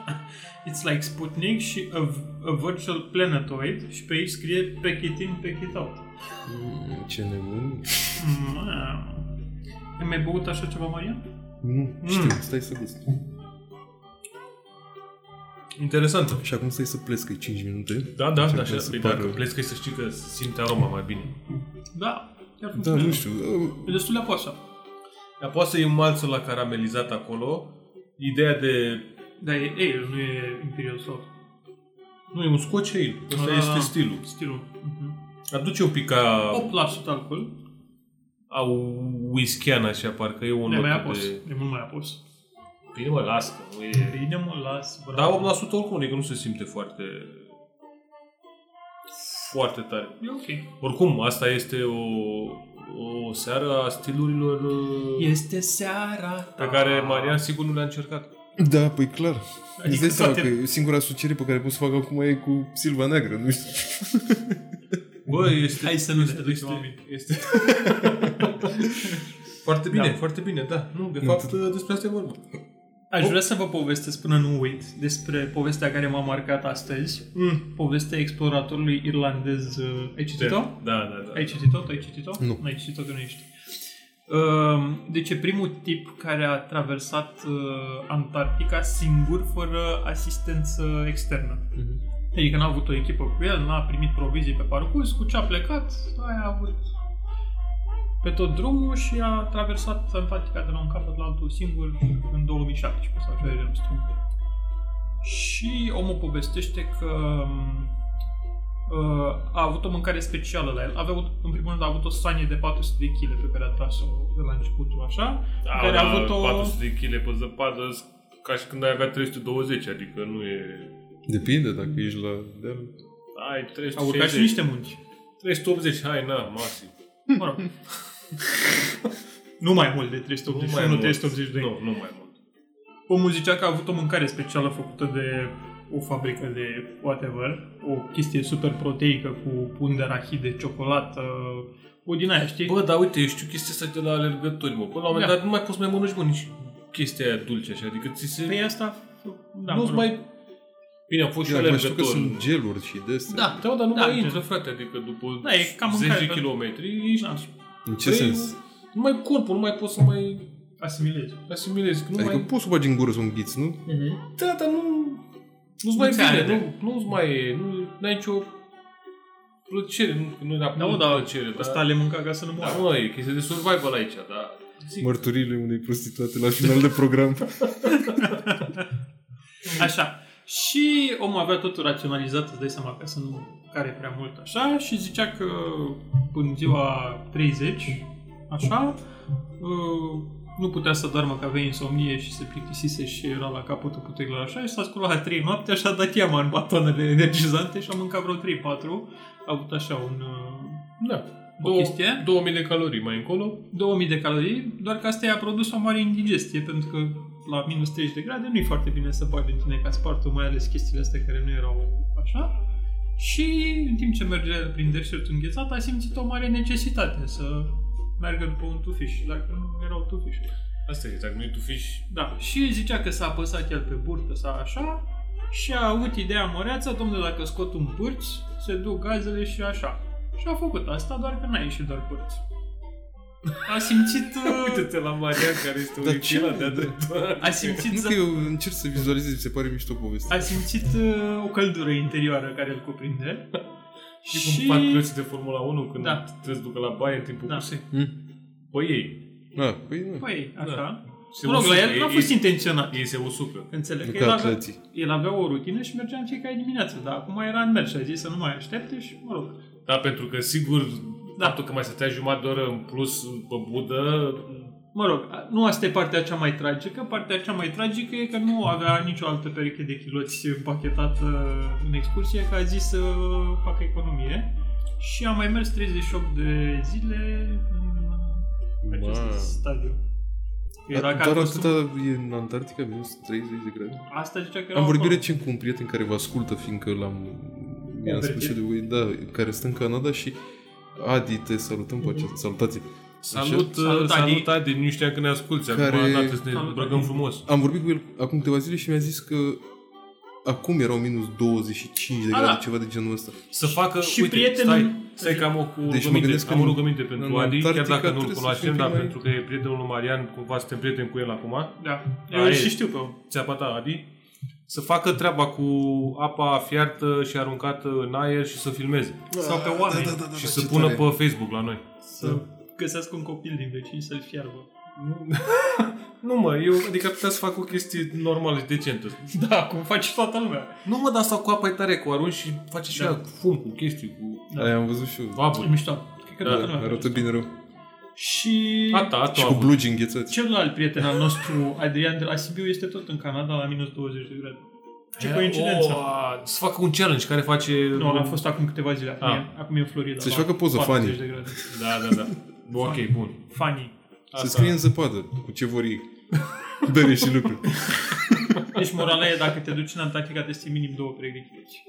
Speaker 4: It's like Sputnik și a, a Virtual Planetoid și pe aici scrie Pack it in, pack it out.
Speaker 2: Mm, ce nebun.
Speaker 4: Mamă. Ai mai băut așa ceva, Marian?
Speaker 2: Nu,
Speaker 4: Hmm.
Speaker 2: știu, stai să gust.
Speaker 1: Interesantă.
Speaker 2: Și acum stai să plec, că 5 minute.
Speaker 1: Da, da,
Speaker 2: Ce
Speaker 1: da, așa.
Speaker 2: vrei să
Speaker 1: Păi
Speaker 2: pară?
Speaker 1: dacă pleci că să știi că simte aroma mai bine.
Speaker 4: Da.
Speaker 2: Da,
Speaker 4: Chiar funcționează.
Speaker 2: nu știu. uh,
Speaker 4: E destul de apoasă.
Speaker 1: Dar poate să iei un malț la caramelizat acolo. Ideea de...
Speaker 4: Da, e ale, nu e Imperial Stout.
Speaker 1: Nu, e un scotch ale. Ăsta
Speaker 4: Da, da,
Speaker 1: este
Speaker 4: da.
Speaker 1: stilul.
Speaker 4: Stilul. Mhm.
Speaker 1: Aduce un pic ca...
Speaker 4: 8% alcool.
Speaker 1: a whisky-an așa, parcă e un
Speaker 4: Ne mai
Speaker 1: loc
Speaker 4: apos.
Speaker 1: de...
Speaker 4: E mult mai apos.
Speaker 1: Bine mă, las că nu e...
Speaker 4: Bine mă las,
Speaker 1: Dar
Speaker 4: bravo.
Speaker 1: 8% oricum, adică nu se simte foarte... Foarte tare.
Speaker 4: E ok.
Speaker 1: Oricum, asta este o, o seară a stilurilor yes.
Speaker 4: Este seara ta.
Speaker 1: pe care Marian sigur nu le-a încercat.
Speaker 2: Da, păi clar.
Speaker 4: Adică
Speaker 2: Îți dai seama
Speaker 4: toate-
Speaker 2: că singura asociere pe care pot să o fac acum e cu Silva Neagră, nu știu.
Speaker 1: Bă, este...
Speaker 4: Hai să nu ne
Speaker 1: este,
Speaker 4: aducem oameni.
Speaker 1: este... foarte bine,
Speaker 4: Da.
Speaker 1: foarte bine, da. Nu, de fapt, despre asta e vorba.
Speaker 4: Aș vrea să vă povestesc până nu uit despre povestea care m-a marcat astăzi.
Speaker 1: Mm.
Speaker 4: Povestea exploratorului irlandez. uh, Ai citit-o?
Speaker 1: Da, da, da.
Speaker 4: Ai citit-o? Tu ai citit-o?
Speaker 2: Nu.
Speaker 4: ai citit-o, că nu ești. Um, Deci e primul tip care a traversat uh, Antarctica singur, fără asistență externă. Adică n-a avut o echipă cu el, n-a primit provizii pe parcurs, cu ce a plecat, aia a avut pe tot drumul și a traversat Antarctica de la un capăt la altul singur în 2017 sau ceva de genul ăsta. Și omul povestește că uh, a avut o mâncare specială la el. Avea, în primul rând a avut o sanie de 400 de kg pe care a tras-o de la începutul așa.
Speaker 1: Da,
Speaker 4: care a avut o-
Speaker 1: 400 de kg pe zăpadă, ca și când ai avea 320, adică nu e...
Speaker 2: Depinde dacă ești la deal.
Speaker 1: Ai 360.
Speaker 4: A urcat și niște munci. *laughs*
Speaker 1: 380, hai, na, maxim.
Speaker 4: Mă rog. nu mai mult de 380, nu, nu
Speaker 1: mult. Deci
Speaker 4: 382.
Speaker 1: Nu, nu mai mult.
Speaker 4: Omul zicea că a avut o mâncare specială făcută de o fabrică de whatever, o chestie super proteică cu pun de arahide, ciocolată, o din aia, știi?
Speaker 1: Bă, dar uite, eu știu chestia asta de la alergători, mă. Până la un moment
Speaker 4: Da.
Speaker 1: dat nu mai poți să mai mănânci, mă, nici chestia aia dulce, așa. Adică ți se...
Speaker 4: pe asta... Da, mă
Speaker 1: nu-ți
Speaker 4: rog.
Speaker 1: mai... Bine, am fost și
Speaker 2: Da, mai știu că
Speaker 1: alergător.
Speaker 2: sunt geluri și de astea.
Speaker 4: Da,
Speaker 1: Da, dar nu
Speaker 4: Da,
Speaker 1: mai
Speaker 4: gen.
Speaker 1: intră, frate, adică după
Speaker 4: Da, e cam
Speaker 1: 10
Speaker 4: mâncare, da.
Speaker 1: km ești...
Speaker 4: Da.
Speaker 2: În ce
Speaker 1: Păi,
Speaker 2: sens?
Speaker 1: Nu mai corpul, nu mai poți să mai
Speaker 4: asimilezi.
Speaker 1: asimilezi. că Nu
Speaker 2: Adică
Speaker 1: mai...
Speaker 2: poți să o bagi în gură să o înghiți, nu?
Speaker 4: Uh-huh.
Speaker 1: Da, dar nu... Nu-ți mai
Speaker 4: ți arde.
Speaker 1: vine, nu, nu-ți mai e, nu, n-ai nicio plăcere, nu, nu e
Speaker 4: Da,
Speaker 1: neapărat
Speaker 4: mă, da,
Speaker 1: plăcere, dar...
Speaker 4: Asta le mânca ca să nu
Speaker 1: Da,
Speaker 4: moară.
Speaker 1: mă, e chestie de survival aici, da. Zic.
Speaker 2: Mărturile unei prostituate la final de program.
Speaker 4: Așa. Și omul avea totul raționalizat, îți dai seama, ca să nu care prea mult așa, și zicea că în ziua 30, așa, uh, nu putea să doarmă că avea insomnie și se plictisise și era la capătul puterilor așa și s-a sculat la 3 noapte, așa a dat iama în batonele *laughs* energizante și a mâncat vreo 3-4, a avut așa un... uh,
Speaker 1: Da.
Speaker 4: O chestie?
Speaker 1: 2000 de calorii mai încolo.
Speaker 4: 2000 de calorii, doar că asta i-a produs o mare indigestie, pentru că la minus 30 de grade nu-i foarte bine să bagi în tine ca spartul, mai ales chestiile astea care nu erau așa. Și în timp ce merge prin deșertul înghețat, a simțit o mare necesitate să meargă după un tufiș, dacă nu erau tufișuri.
Speaker 1: Asta e, dacă nu-i tu fiși.
Speaker 4: Da, și zicea că s-a apăsat el pe burtă sau așa și a avut ideea măreață, domnule, dacă scot un pârți, se duc gazele și așa. Și a făcut asta, doar că n-a ieșit doar pârți. A simțit... uh,
Speaker 1: la Marian care este
Speaker 2: Dar ce-
Speaker 1: echilon de-a
Speaker 4: A simțit,
Speaker 2: nu că
Speaker 4: ză-
Speaker 2: eu încerc să vizualizez, mi se pare mișto povestea.
Speaker 4: a simțit uh, o căldură interioară care îl cuprinde
Speaker 1: Și cum fac piloții de Formula 1 când
Speaker 4: Da.
Speaker 1: da. trebuie să ducă la baie în timpul da.
Speaker 4: Da.
Speaker 1: cursei?
Speaker 2: Mm.
Speaker 1: Păi ei.
Speaker 2: Da, păi nu.
Speaker 4: Păi, așa.
Speaker 1: Da. Se
Speaker 4: Mă rog, la el
Speaker 1: ei-
Speaker 4: nu a fost
Speaker 1: ei,
Speaker 4: intenționat.
Speaker 1: ei se usucă.
Speaker 4: Înțeleg.
Speaker 2: Nu
Speaker 4: Că
Speaker 2: ca
Speaker 4: el, avea,
Speaker 2: atleții.
Speaker 4: el avea o rutină și mergea în fiecare dimineață, dar acum era în mers și a zis să nu mai aștepte și, mă rog,
Speaker 1: Da, pentru că sigur,
Speaker 4: Da.
Speaker 1: da. faptul că mai stătea jumătate de oră în plus pe budă,
Speaker 4: Mă rog, nu asta e partea cea mai tragică. Partea cea mai tragică e că nu avea nicio altă pereche de chiloți împachetată în excursie, că a zis să facă economie. Și a mai mers 38 de zile în acest
Speaker 2: Ba.
Speaker 4: stadiu. Era
Speaker 2: Dar
Speaker 4: ca costum...
Speaker 2: atâta e în Antarctica, minus 30 de grade.
Speaker 4: Asta zicea că era
Speaker 2: Am vorbit
Speaker 4: acolo.
Speaker 2: recent cu un prieten care vă ascultă, fiindcă l-am... Mi-a spus
Speaker 4: Convertit.
Speaker 2: și lui, da, care stă în Canada și... Adi, te salutăm pe acest... Salutați!
Speaker 1: salut,
Speaker 4: Salut,
Speaker 1: salut,
Speaker 4: Adi.
Speaker 1: salut Adi, nu știa că ne asculti,
Speaker 2: Care-
Speaker 1: acum da, trebuie să ne
Speaker 4: Salut,
Speaker 1: îmbrăcăm
Speaker 4: Adi.
Speaker 1: frumos.
Speaker 2: Am vorbit cu el acum câteva zile și mi-a zis că acum erau minus 25 de
Speaker 4: A,
Speaker 2: grade,
Speaker 4: da.
Speaker 2: ceva de genul ăsta.
Speaker 1: Să facă,
Speaker 4: și
Speaker 1: uite,
Speaker 4: prietenul-
Speaker 1: stai, stai că am o cu
Speaker 2: Deci mă
Speaker 1: rugăminte,
Speaker 2: gândesc că
Speaker 1: am o
Speaker 2: în-
Speaker 1: rugăminte
Speaker 2: în
Speaker 1: pentru Adi, chiar
Speaker 2: Antarctica
Speaker 1: dacă nu-l
Speaker 2: trebuie să
Speaker 1: cunoaștem,
Speaker 2: fim
Speaker 1: dar
Speaker 2: mai-
Speaker 1: pentru că e prietenul lui Marian, cumva suntem prieteni cu el acum,
Speaker 4: Da.
Speaker 1: Da,
Speaker 4: Eu
Speaker 1: e.
Speaker 4: și știu pe om.
Speaker 1: țeapa ta, Adi, să facă treaba cu apa fiartă și aruncată în aer și să filmeze.
Speaker 4: Sau pe oameni.
Speaker 2: Da, da, da, da,
Speaker 1: și
Speaker 2: da,
Speaker 1: să
Speaker 2: ce
Speaker 1: pună
Speaker 2: tare.
Speaker 1: pe Facebook la noi.
Speaker 4: Să găsească un copil din vecin să-l fiarbă.
Speaker 2: *laughs*
Speaker 1: Nu mă, eu, adică ar putea să fac o chestie normală și decentă.
Speaker 4: Da, cum face toată lumea.
Speaker 1: Nu mă, dar asta cu apa e tare, cu arunci și face și
Speaker 4: Da.
Speaker 1: da. fum cu chestii, cu
Speaker 4: Da.
Speaker 2: Aia am văzut și eu.
Speaker 4: E
Speaker 1: aburi.
Speaker 4: mișto. Cred că
Speaker 1: Da,
Speaker 4: toată
Speaker 2: Da,
Speaker 4: lumea.
Speaker 2: arată bine rău.
Speaker 4: Și...
Speaker 1: Ata, ata,
Speaker 2: Și cu blugi înghețați.
Speaker 4: Celălalt prieten al nostru, Adrian de la Sibiu, este tot în Canada la minus 20 de grade. Ce coincidență.
Speaker 2: oh.
Speaker 1: O, să facă un challenge care face...
Speaker 4: Nu, a fost acum câteva zile. Acum,
Speaker 1: Ah.
Speaker 4: e, acum e în Florida.
Speaker 2: Să-și
Speaker 4: la
Speaker 2: facă poză,
Speaker 4: 40
Speaker 2: fanii.
Speaker 4: de grade.
Speaker 1: Da, *laughs* da, da. ok, bun.
Speaker 4: Fanii.
Speaker 2: Se scrie în zăpadă cu ce vor
Speaker 4: *laughs*
Speaker 2: ei. Bere și lucruri.
Speaker 4: Deci morala e dacă te duci în Antarctica te ții minim două perechi de chiloți.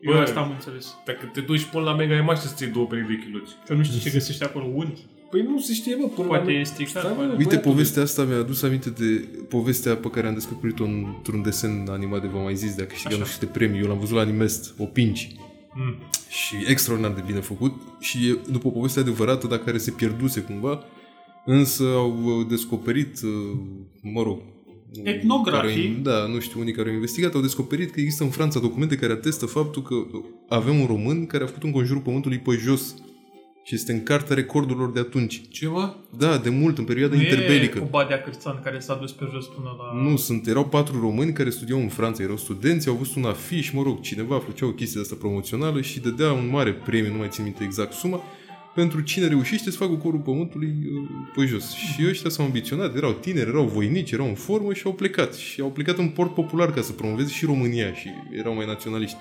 Speaker 4: Eu
Speaker 1: Bă.
Speaker 4: asta am înțeles.
Speaker 1: Dacă te duci până la Mega Image să-ți iei două perechi de chiloți.
Speaker 4: Că nu știi ce găsești acolo. Unchi.
Speaker 1: Păi nu se știe, mă, până
Speaker 4: Poate
Speaker 1: la...
Speaker 4: e stricat.
Speaker 1: Stai, mă,
Speaker 4: poate-
Speaker 2: Uite,
Speaker 1: băiatul,
Speaker 2: povestea asta mi-a adus aminte de povestea pe care am descoperit-o într-un desen animat de v-am mai zis, dacă câștigat nu
Speaker 4: Așa.
Speaker 2: știu câte premii. Eu l-am văzut la Animest, o pinci.
Speaker 1: Mm.
Speaker 2: Și extraordinar de bine făcut și e după o poveste adevărată, dar care se pierduse cumva, însă au uh, descoperit, uh, mă rog, unii
Speaker 4: Etnografii.
Speaker 2: care au- da, nu știu, unii care au investigat, au descoperit că există în Franța documente care atestă faptul că avem un român care a făcut un conjurul pământului pe jos și este în cartea recordurilor de atunci.
Speaker 1: Ce, mă?
Speaker 2: Da, de mult, în perioada
Speaker 4: Nu
Speaker 2: interbelică.
Speaker 4: E cu Badea Cârțan care s-a dus pe jos până la...
Speaker 2: Nu, sunt, erau patru români care studiau în Franța, erau studenți, au văzut un afiș, mă rog, cineva făcea o chestie de asta promoțională și dădea un mare premiu, nu mai țin minte exact suma, pentru cine reușește să facă corul pământului uh, pe jos. Și ăștia s-au ambiționat, erau tineri, erau voinici, erau în formă și au plecat. Și au plecat în port popular ca să promoveze și România și erau mai naționaliști.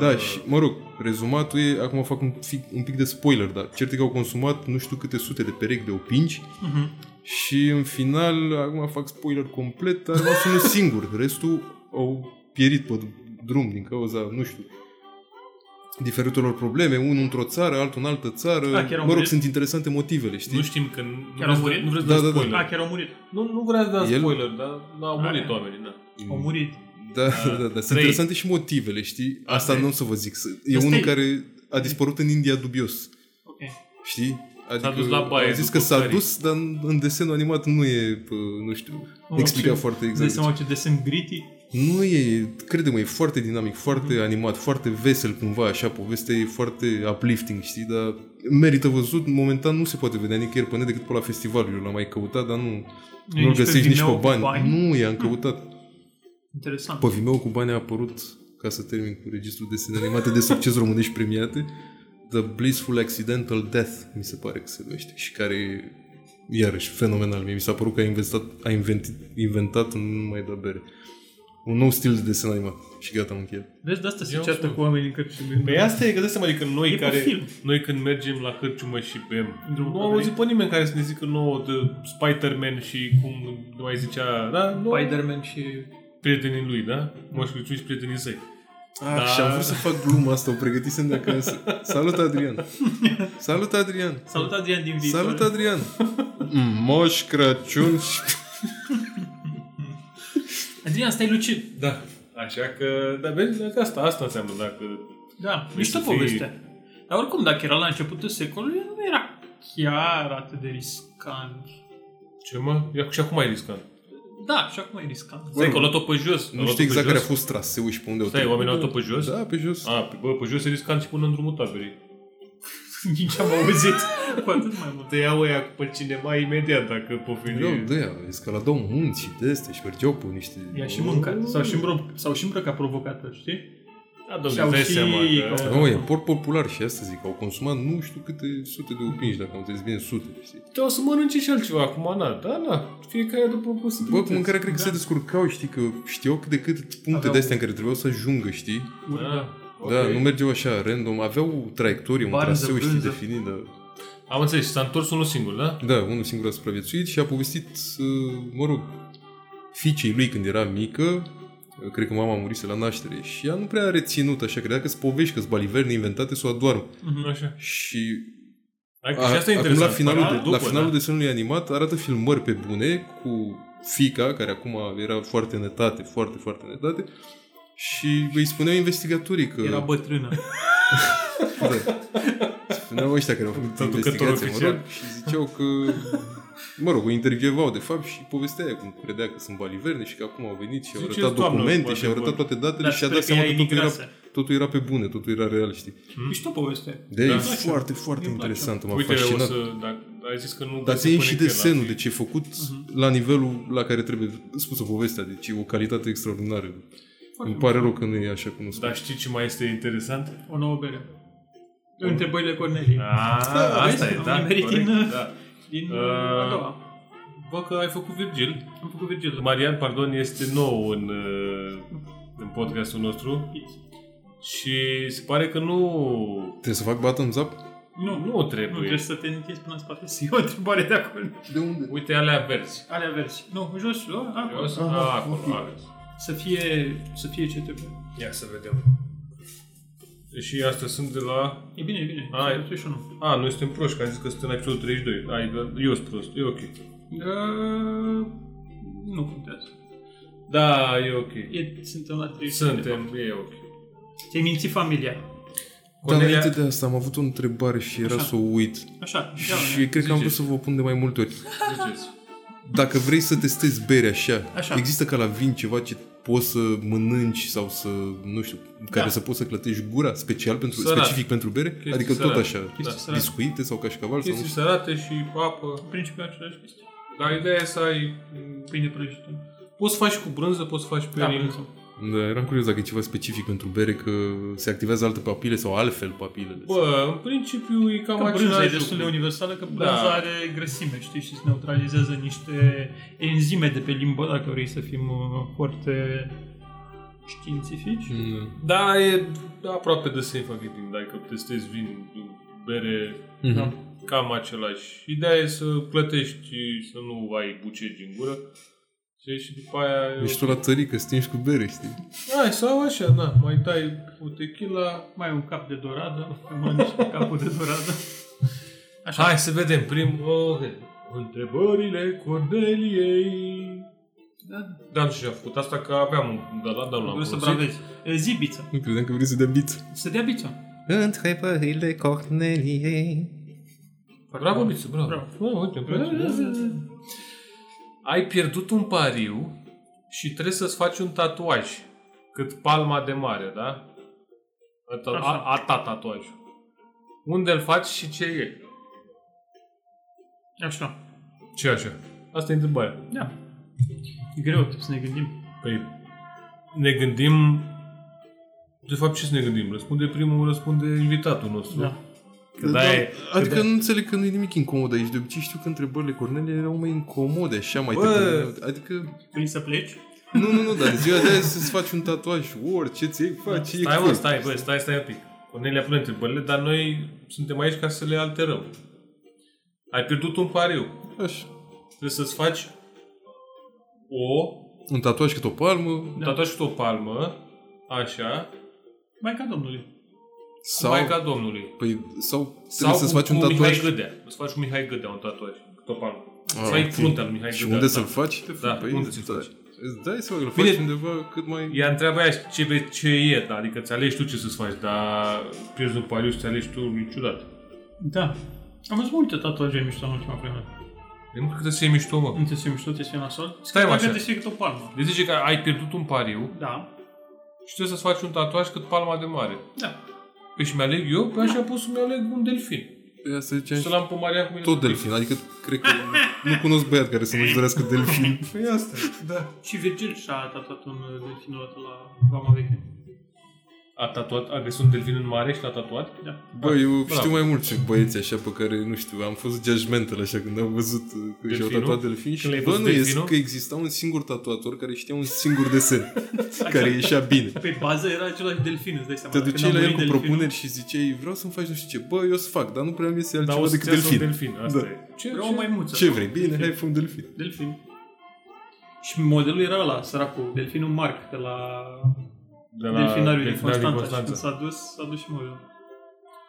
Speaker 2: Da, și mă rog, rezumatul e, acum fac un, fi, un pic de spoiler, dar cert e că au consumat nu știu câte sute de perechi de opinci
Speaker 4: Mhm.
Speaker 2: și în final, acum fac spoiler complet, a rămas unul singur. Restul au pierit pe drum din cauza, nu știu, diferitelor probleme. Unul într-o țară, altul în altă țară.
Speaker 4: Ah, chiar au
Speaker 2: mă rog,
Speaker 4: murit?
Speaker 2: sunt interesante motivele, știi?
Speaker 1: Nu știm că nu
Speaker 4: Chiar
Speaker 1: vreți
Speaker 4: au murit?
Speaker 1: să- nu vreți să
Speaker 2: Da,
Speaker 1: dați
Speaker 2: da, da.
Speaker 1: spoiler.
Speaker 4: A, chiar au murit.
Speaker 1: Nu, nu vreau să dau
Speaker 2: El-
Speaker 1: spoiler, dar dar au murit
Speaker 4: Aia.
Speaker 1: oamenii, da.
Speaker 4: Au murit.
Speaker 2: Da, da, da, da.
Speaker 1: Ah, Trei.
Speaker 2: Sunt
Speaker 1: Deci
Speaker 2: interesante și motivele, știi? Asta
Speaker 1: Asta e.
Speaker 2: nu o să vă zic. să- E
Speaker 4: Asta
Speaker 2: unul
Speaker 4: e.
Speaker 2: care a dispărut în India dubios,
Speaker 4: Ok.
Speaker 2: știi? Adică
Speaker 1: dus la baie
Speaker 2: au zis
Speaker 1: după
Speaker 2: că s-a
Speaker 1: sărit.
Speaker 2: dus, dar în, în desenul animat nu e, pă, nu știu,
Speaker 4: Mamă,
Speaker 2: explicat
Speaker 4: ce-
Speaker 2: foarte
Speaker 4: Îți
Speaker 1: Deci
Speaker 2: exact.
Speaker 4: dai
Speaker 2: de ce.
Speaker 4: seama ce desen gritty?
Speaker 2: Nu e, crede-mă, e foarte dinamic, foarte
Speaker 4: Mhm.
Speaker 2: mm. animat, foarte vesel cumva, așa, povestea e foarte uplifting, știi, dar merită văzut, momentan nu se poate vedea nicăieri pe net decât pe la festival, eu l-am mai căutat, dar nu,
Speaker 4: Nu e
Speaker 2: nu-l
Speaker 4: nici pe
Speaker 2: găsești nici
Speaker 4: Vimeo
Speaker 2: pe
Speaker 4: cu
Speaker 2: bani.
Speaker 4: bani?
Speaker 2: Nu, i-am căutat.
Speaker 4: Interesant.
Speaker 2: Pe Vimeo cu bani a apărut, ca să termin cu registrul desene animate de succes românești premiate, The Blissful Accidental Death, mi se pare că se numește, și care e iarăși fenomenal. Mie mi s-a părut că a, inventat, a inventit, inventat în mai da bere. Un nou stil de desen animat. Și gata, am încheiat.
Speaker 4: Vezi, de asta se
Speaker 1: Eu
Speaker 4: ceartă
Speaker 1: sunt.
Speaker 4: cu oamenii în cărțile.
Speaker 1: Păi asta e, că dai seama, adică noi
Speaker 4: E pe
Speaker 1: care...
Speaker 4: film.
Speaker 1: Noi când mergem la hârciumă și bem,
Speaker 4: Drumul
Speaker 1: nu
Speaker 4: pe
Speaker 1: am auzit pe nimeni care să ne zică nouă de Spider-Man și cum nu mai zicea, da, nu,
Speaker 4: Spider-Man și...
Speaker 1: prietenii lui, da? Moș Crăciun și prietenii săi.
Speaker 2: Ah,
Speaker 1: Da.
Speaker 2: și am vrut să fac gluma asta, o pregătisem de acasă. Salut, Adrian! Salut, Adrian!
Speaker 4: Salut Adrian din viitor.
Speaker 2: Salut, Adrian! Mm, Moș Crăciun și...
Speaker 4: Adrian, stai lucid.
Speaker 1: Da. Așa că, da, vezi, că asta, asta înseamnă dacă...
Speaker 4: Da,
Speaker 1: Vrei
Speaker 4: mișto
Speaker 1: să fii-
Speaker 4: povestea. Dar oricum, dacă era la începutul secolului, nu era chiar atât de riscant.
Speaker 1: Ce mă? Ia- Și acum e riscant.
Speaker 4: Da, și acum e riscant. *laughs*
Speaker 1: Stai că o luat pe jos.
Speaker 2: Nu știu exact care a fost traseul și pe unde au
Speaker 1: Stai, oamenii au luat-o pe jos?
Speaker 2: Da, pe jos.
Speaker 1: A, pe, bă, pe jos e riscant și până în drumul taberei.
Speaker 4: Nici am auzit. Cu atât mai mult.
Speaker 1: Te iau ăia pe cinema imediat dacă pofini.
Speaker 2: Erau Păi da, de aia, escaladau munți și de astea și mergeau pe niște...
Speaker 4: Ea și mâncat. Sau și, îmbră, sau și îmbrăca provocată, știi?
Speaker 1: Da, domnule,
Speaker 4: Și-au
Speaker 1: dai
Speaker 4: și-
Speaker 1: seama. că-
Speaker 4: că-
Speaker 2: Nu, e port popular și asta zic, au consumat nu știu câte sute de opinji, dacă am înțeles bine, sute, știi?
Speaker 1: Te o să mănânce și altceva acum, na, da, na, fiecare după
Speaker 2: Bă,
Speaker 1: posibilități.
Speaker 2: cu mâncarea cred că
Speaker 4: Da.
Speaker 2: se descurcau, știi, că știau cât de cât puncte
Speaker 4: Aveau-
Speaker 2: de astea în care trebuiau să ajungă, știi?
Speaker 1: Da, ok.
Speaker 2: Da, nu mergeau așa, random, aveau traiectorie, un
Speaker 4: Varză,
Speaker 2: traseu, știi,
Speaker 4: brânză.
Speaker 2: definit, dar...
Speaker 1: Am înțeles, și s-a întors unul singur, da?
Speaker 2: Da, unul singur a supraviețuit și a povestit, uh, mă rog, fiicei lui când era mică, uh, cred că mama murise la naștere și ea nu prea a reținut așa, credea că-s povești, că-s baliverne inventate, să o adoarmă.
Speaker 1: Așa.
Speaker 2: Și
Speaker 1: Hai că
Speaker 2: a,
Speaker 1: și asta e
Speaker 2: acum la
Speaker 1: interesant. Da, Păi,
Speaker 2: finalul,
Speaker 1: Până
Speaker 2: de, la finalul desenului animat arată filmări pe bune cu fica, care acum era foarte în etate, foarte, foarte în etate, și îi spuneau investigatorii că...
Speaker 4: Era bătrână.
Speaker 2: Da. Spuneau ăștia care au făcut
Speaker 1: Traducător
Speaker 2: investigație, mă
Speaker 1: oficial.
Speaker 2: rog, și ziceau că... Mă rog, o intervievau de fapt și povestea aia cum credea că sunt baliverne și că acum au venit și au
Speaker 1: Ziceți,
Speaker 2: arătat
Speaker 1: doamnă, Da,
Speaker 2: documente
Speaker 1: cu
Speaker 2: și au arătat
Speaker 1: adevăr.
Speaker 2: toate datele
Speaker 4: Dar
Speaker 2: și a
Speaker 4: Da, sper
Speaker 2: dat
Speaker 4: că
Speaker 2: Deci seama că totul
Speaker 4: ea
Speaker 2: era, Hmm?
Speaker 4: emigrase.
Speaker 2: totul era pe bune, totul era real, știi?
Speaker 4: Mișto povestea.
Speaker 2: De e
Speaker 1: Da.
Speaker 2: foarte, foarte
Speaker 4: Îmi place.
Speaker 2: interesant, m-a
Speaker 1: Uite, o
Speaker 2: fascinat.
Speaker 1: să, dacă, ai zis că nu...
Speaker 2: Dar
Speaker 1: se
Speaker 2: ține
Speaker 1: pune
Speaker 2: și
Speaker 1: chiar la
Speaker 2: desenul,
Speaker 1: fi. Mhm.
Speaker 2: deci e făcut la nivelul la care trebuie spusă povestea, deci e o calitate extraordinară. Îmi pare rău că nu e așa cunoscut.
Speaker 1: Dar știi ce mai este interesant?
Speaker 4: O nouă bere. Întrebările Cornelie.
Speaker 2: Da.
Speaker 1: Ah, asta
Speaker 4: vezi,
Speaker 1: e,
Speaker 4: am
Speaker 1: da,
Speaker 4: nimerit
Speaker 1: corect,
Speaker 4: din-
Speaker 1: da.
Speaker 4: Din
Speaker 1: Uh,
Speaker 4: a doua.
Speaker 1: Bă, că ai făcut Virgil.
Speaker 4: Am făcut Virgil.
Speaker 1: Marian, pardon, este nou în, uh, în podcastul nostru și se pare că nu...
Speaker 2: Trebuie să fac bottoms up?
Speaker 4: Nu, nu.
Speaker 1: Nu
Speaker 4: Nu
Speaker 1: trebuie.
Speaker 4: trebuie să te închizi până în spate. *laughs* Să iei o întrebare de acolo.
Speaker 1: Da.
Speaker 2: De unde?
Speaker 1: Uite, alea verzi.
Speaker 4: Alea verzi. Nu, jos, o,
Speaker 1: Eu o
Speaker 4: acolo.
Speaker 1: să...
Speaker 3: Aha,
Speaker 1: Ah, acolo,
Speaker 3: ok.
Speaker 1: aveți.
Speaker 4: Să fie, să fie ce trebuie.
Speaker 1: Ia să vedem. Și astea sunt de la...
Speaker 4: E bine, e bine.
Speaker 1: Hai.
Speaker 4: Să și unul.
Speaker 1: A, noi suntem proști, că am zis că suntem la episodul 32. Ai, da, eu sunt prost, e ok.
Speaker 4: Uh, Nu contează.
Speaker 1: Da, e ok.
Speaker 4: E, suntem la 30.
Speaker 1: Suntem, e ok.
Speaker 4: Te-ai mințit familia.
Speaker 2: Dar
Speaker 1: Cornelia- Da,
Speaker 2: înainte de asta am avut o întrebare și era
Speaker 4: Așa.
Speaker 2: să o uit.
Speaker 4: Așa,
Speaker 2: Și
Speaker 4: și...
Speaker 2: cred că am vrut
Speaker 1: Ziceți.
Speaker 2: să vă pun de mai multe ori.
Speaker 4: *laughs*
Speaker 1: Ziceți.
Speaker 2: Dacă vrei să testezi bere așa,
Speaker 4: Așa.
Speaker 2: există ca la vin ceva ce poți să mănânci sau să, nu știu, care
Speaker 4: Da.
Speaker 2: să poți să clătești gura special pentru,
Speaker 1: Sărat.
Speaker 2: specific pentru bere?
Speaker 1: Chestii
Speaker 2: adică tot
Speaker 1: sărate.
Speaker 2: așa,
Speaker 1: Chestii
Speaker 2: da.
Speaker 1: sărate.
Speaker 2: biscuite sau cașcaval sau nu
Speaker 1: Chestii
Speaker 2: știu.
Speaker 1: sărate și apă.
Speaker 4: în principiu același chestie.
Speaker 1: Dar ideea e să ai... m,
Speaker 4: Pâine prăjită.
Speaker 1: Poți să faci cu brânză, poți să faci pe
Speaker 4: Da,
Speaker 1: el.
Speaker 4: prânzul.
Speaker 2: Da, eram curios dacă e ceva specific pentru bere, că se activează alte papile sau altfel papilele.
Speaker 1: Bă, în principiu e cam
Speaker 4: Că brânza e
Speaker 1: același
Speaker 4: destul de
Speaker 1: lucru.
Speaker 4: universală, că brânza
Speaker 1: Da.
Speaker 4: are grăsime, știi, și se neutralizează niște enzime de pe limbă, dacă vrei să fim uh, foarte științifici.
Speaker 2: Mm.
Speaker 1: Da, e aproape de safe marketing. Dacă testezi vin, bere,
Speaker 2: Mhm.
Speaker 4: Da.
Speaker 1: cam același. Ideea e să plătești, să nu ai bucegi în gură. Și, și după aia... e
Speaker 2: Ești
Speaker 1: ok.
Speaker 2: tu la tărică, stingi cu bere, știi?
Speaker 1: Hai, sau așa, da, mai dai o tequila.
Speaker 4: Mai un cap de doradă, *laughs* mai niște capul de *laughs* doradă. Așa.
Speaker 1: Hai să vedem prim... Oh, întrebările Corneliei.
Speaker 4: Da,
Speaker 1: Da, nu știu ce a făcut asta, că aveam un de la, dar nu l-am
Speaker 4: vreau să
Speaker 1: folosit.
Speaker 4: bravezi. E, Zi biță.
Speaker 2: Nu credeam că vrei să dea biță.
Speaker 4: Să dea biță.
Speaker 2: Întrebările Corneliei.
Speaker 1: Bravo, Bițu, bravo.
Speaker 4: Bravo.
Speaker 1: Bravo, uite, îmi place. Ai pierdut un pariu și trebuie să-ți faci un tatuaj. Cât palma de mare, da? A, ta-
Speaker 4: Așa.
Speaker 1: a, a ta tatuajul. Unde îl faci și ce e?
Speaker 4: Așa.
Speaker 1: Ce așa? Asta e întrebarea.
Speaker 4: Da. E greu, trebuie să ne gândim.
Speaker 1: Păi, ne gândim... De fapt, ce să ne gândim? Răspunde primul, răspunde invitatul nostru.
Speaker 4: Da.
Speaker 1: Că da, e,
Speaker 2: adică
Speaker 1: că da.
Speaker 2: nu înțeleg că nu e nimic incomod aici. De obicei știu că întrebările Cornelia erau mai incomode, așa mai
Speaker 1: Bă!
Speaker 2: tăpădate. Adică,
Speaker 4: Vrei să pleci?
Speaker 2: nu, nu, nu, dar de ziua de azi să-ți faci un tatuaj, orice ți-ai face, e
Speaker 1: Stai, mă,
Speaker 2: cool.
Speaker 1: stai, bă, stai, stai un pic. Cornelia pune întrebările, dar noi suntem aici ca să le alterăm. Ai pierdut un pariu.
Speaker 2: Așa.
Speaker 1: Trebuie să-ți faci o...
Speaker 2: Un tatuaj cât o palmă,
Speaker 1: Da. Tatuaj cu o palmă, așa,
Speaker 4: Mai ca domnului.
Speaker 1: sau...
Speaker 2: sau...
Speaker 1: Maica Domnului.
Speaker 2: Păi, sau trebuie
Speaker 1: Sau
Speaker 2: să-ți
Speaker 1: cu,
Speaker 2: faci un
Speaker 1: cu
Speaker 2: tatuaj.
Speaker 1: Mihai Gâdea. Să faci cu Mihai Gâdea un tatuaj. Cu o palmă.
Speaker 2: Ah,
Speaker 1: Să ai
Speaker 2: ok.
Speaker 1: fruntea lui Mihai
Speaker 2: Și
Speaker 1: Gâdea.
Speaker 2: unde
Speaker 1: da.
Speaker 2: să-l faci?
Speaker 1: Da, unde ți-l
Speaker 2: da.
Speaker 1: faci?
Speaker 2: Îți dai seama că îl
Speaker 1: Bine.
Speaker 2: faci undeva cât mai...
Speaker 1: Ea întreabă aia ce, vezi- ce e, da, adică ți alegi tu ce să-ți faci, dar pierzi un pariu și ți alegi tu niciodată.
Speaker 4: Da. Am văzut multe tatuaje mișto în ultima vreme.
Speaker 1: Eu nu cred că ți-e mișto, mă.
Speaker 2: Mm.
Speaker 4: Nu te simți tot, te simți nasol.
Speaker 1: Stai, mă, așa.
Speaker 4: Te simți o palmă.
Speaker 1: Le zice că ai pierdut un pariu
Speaker 4: Da,
Speaker 1: și trebuie să-ți faci un tatuaj cât palma de mare.
Speaker 4: da.
Speaker 1: Păi și mi-aleg eu, pe așa pot să-mi aleg un delfin.
Speaker 2: Păi asta ziceam
Speaker 1: Și să
Speaker 2: și
Speaker 1: l am pe Maria cu mine.
Speaker 2: tot delfin, adică cred că nu cunosc băiat care să nu-și dorească delfin. Păi asta, da.
Speaker 4: Și Virgil și-a tatuat un uh, delfin odată la Vama Veche.
Speaker 1: A tatuat, a găsit un delfin în mare și l-a tatuat?
Speaker 4: Da.
Speaker 2: Bă, eu
Speaker 1: Bravo.
Speaker 2: știu mai mulți băieți așa pe care, nu știu, am fost judgmental așa când am văzut uh, că și-au
Speaker 1: Delfinul?
Speaker 2: tatuat delfin
Speaker 1: Când
Speaker 2: și
Speaker 1: le-ai
Speaker 2: bă,
Speaker 1: văzut
Speaker 2: nu este
Speaker 1: delfinul?
Speaker 2: că exista un singur tatuator care știa un singur
Speaker 1: *laughs*
Speaker 2: desen, care ieșea bine.
Speaker 4: Pe bază era același delfin, îți dai seama.
Speaker 2: Te
Speaker 4: Când
Speaker 2: duceai
Speaker 4: a
Speaker 2: la el
Speaker 4: murit
Speaker 2: cu
Speaker 4: delfinul-
Speaker 2: propuneri și ziceai, vreau să-mi faci nu știu ce. Bă, eu o să fac, dar nu prea mi se
Speaker 1: Dar
Speaker 2: altceva
Speaker 1: o să
Speaker 2: decât
Speaker 1: ți iasă un
Speaker 2: delfin.
Speaker 1: delfin, asta
Speaker 2: Da.
Speaker 1: e. Ce,
Speaker 4: Vreau o maimuță.
Speaker 2: Ce vrei? Bine, hai, fă un delfin.
Speaker 4: Delfin. Și modelul era la săracul, delfinul Marc, de la,
Speaker 1: De
Speaker 4: la
Speaker 1: la
Speaker 4: delfinariul din
Speaker 1: delfinariul
Speaker 4: Constanța.
Speaker 1: din
Speaker 4: Și când s-a dus, s-a dus și modelul.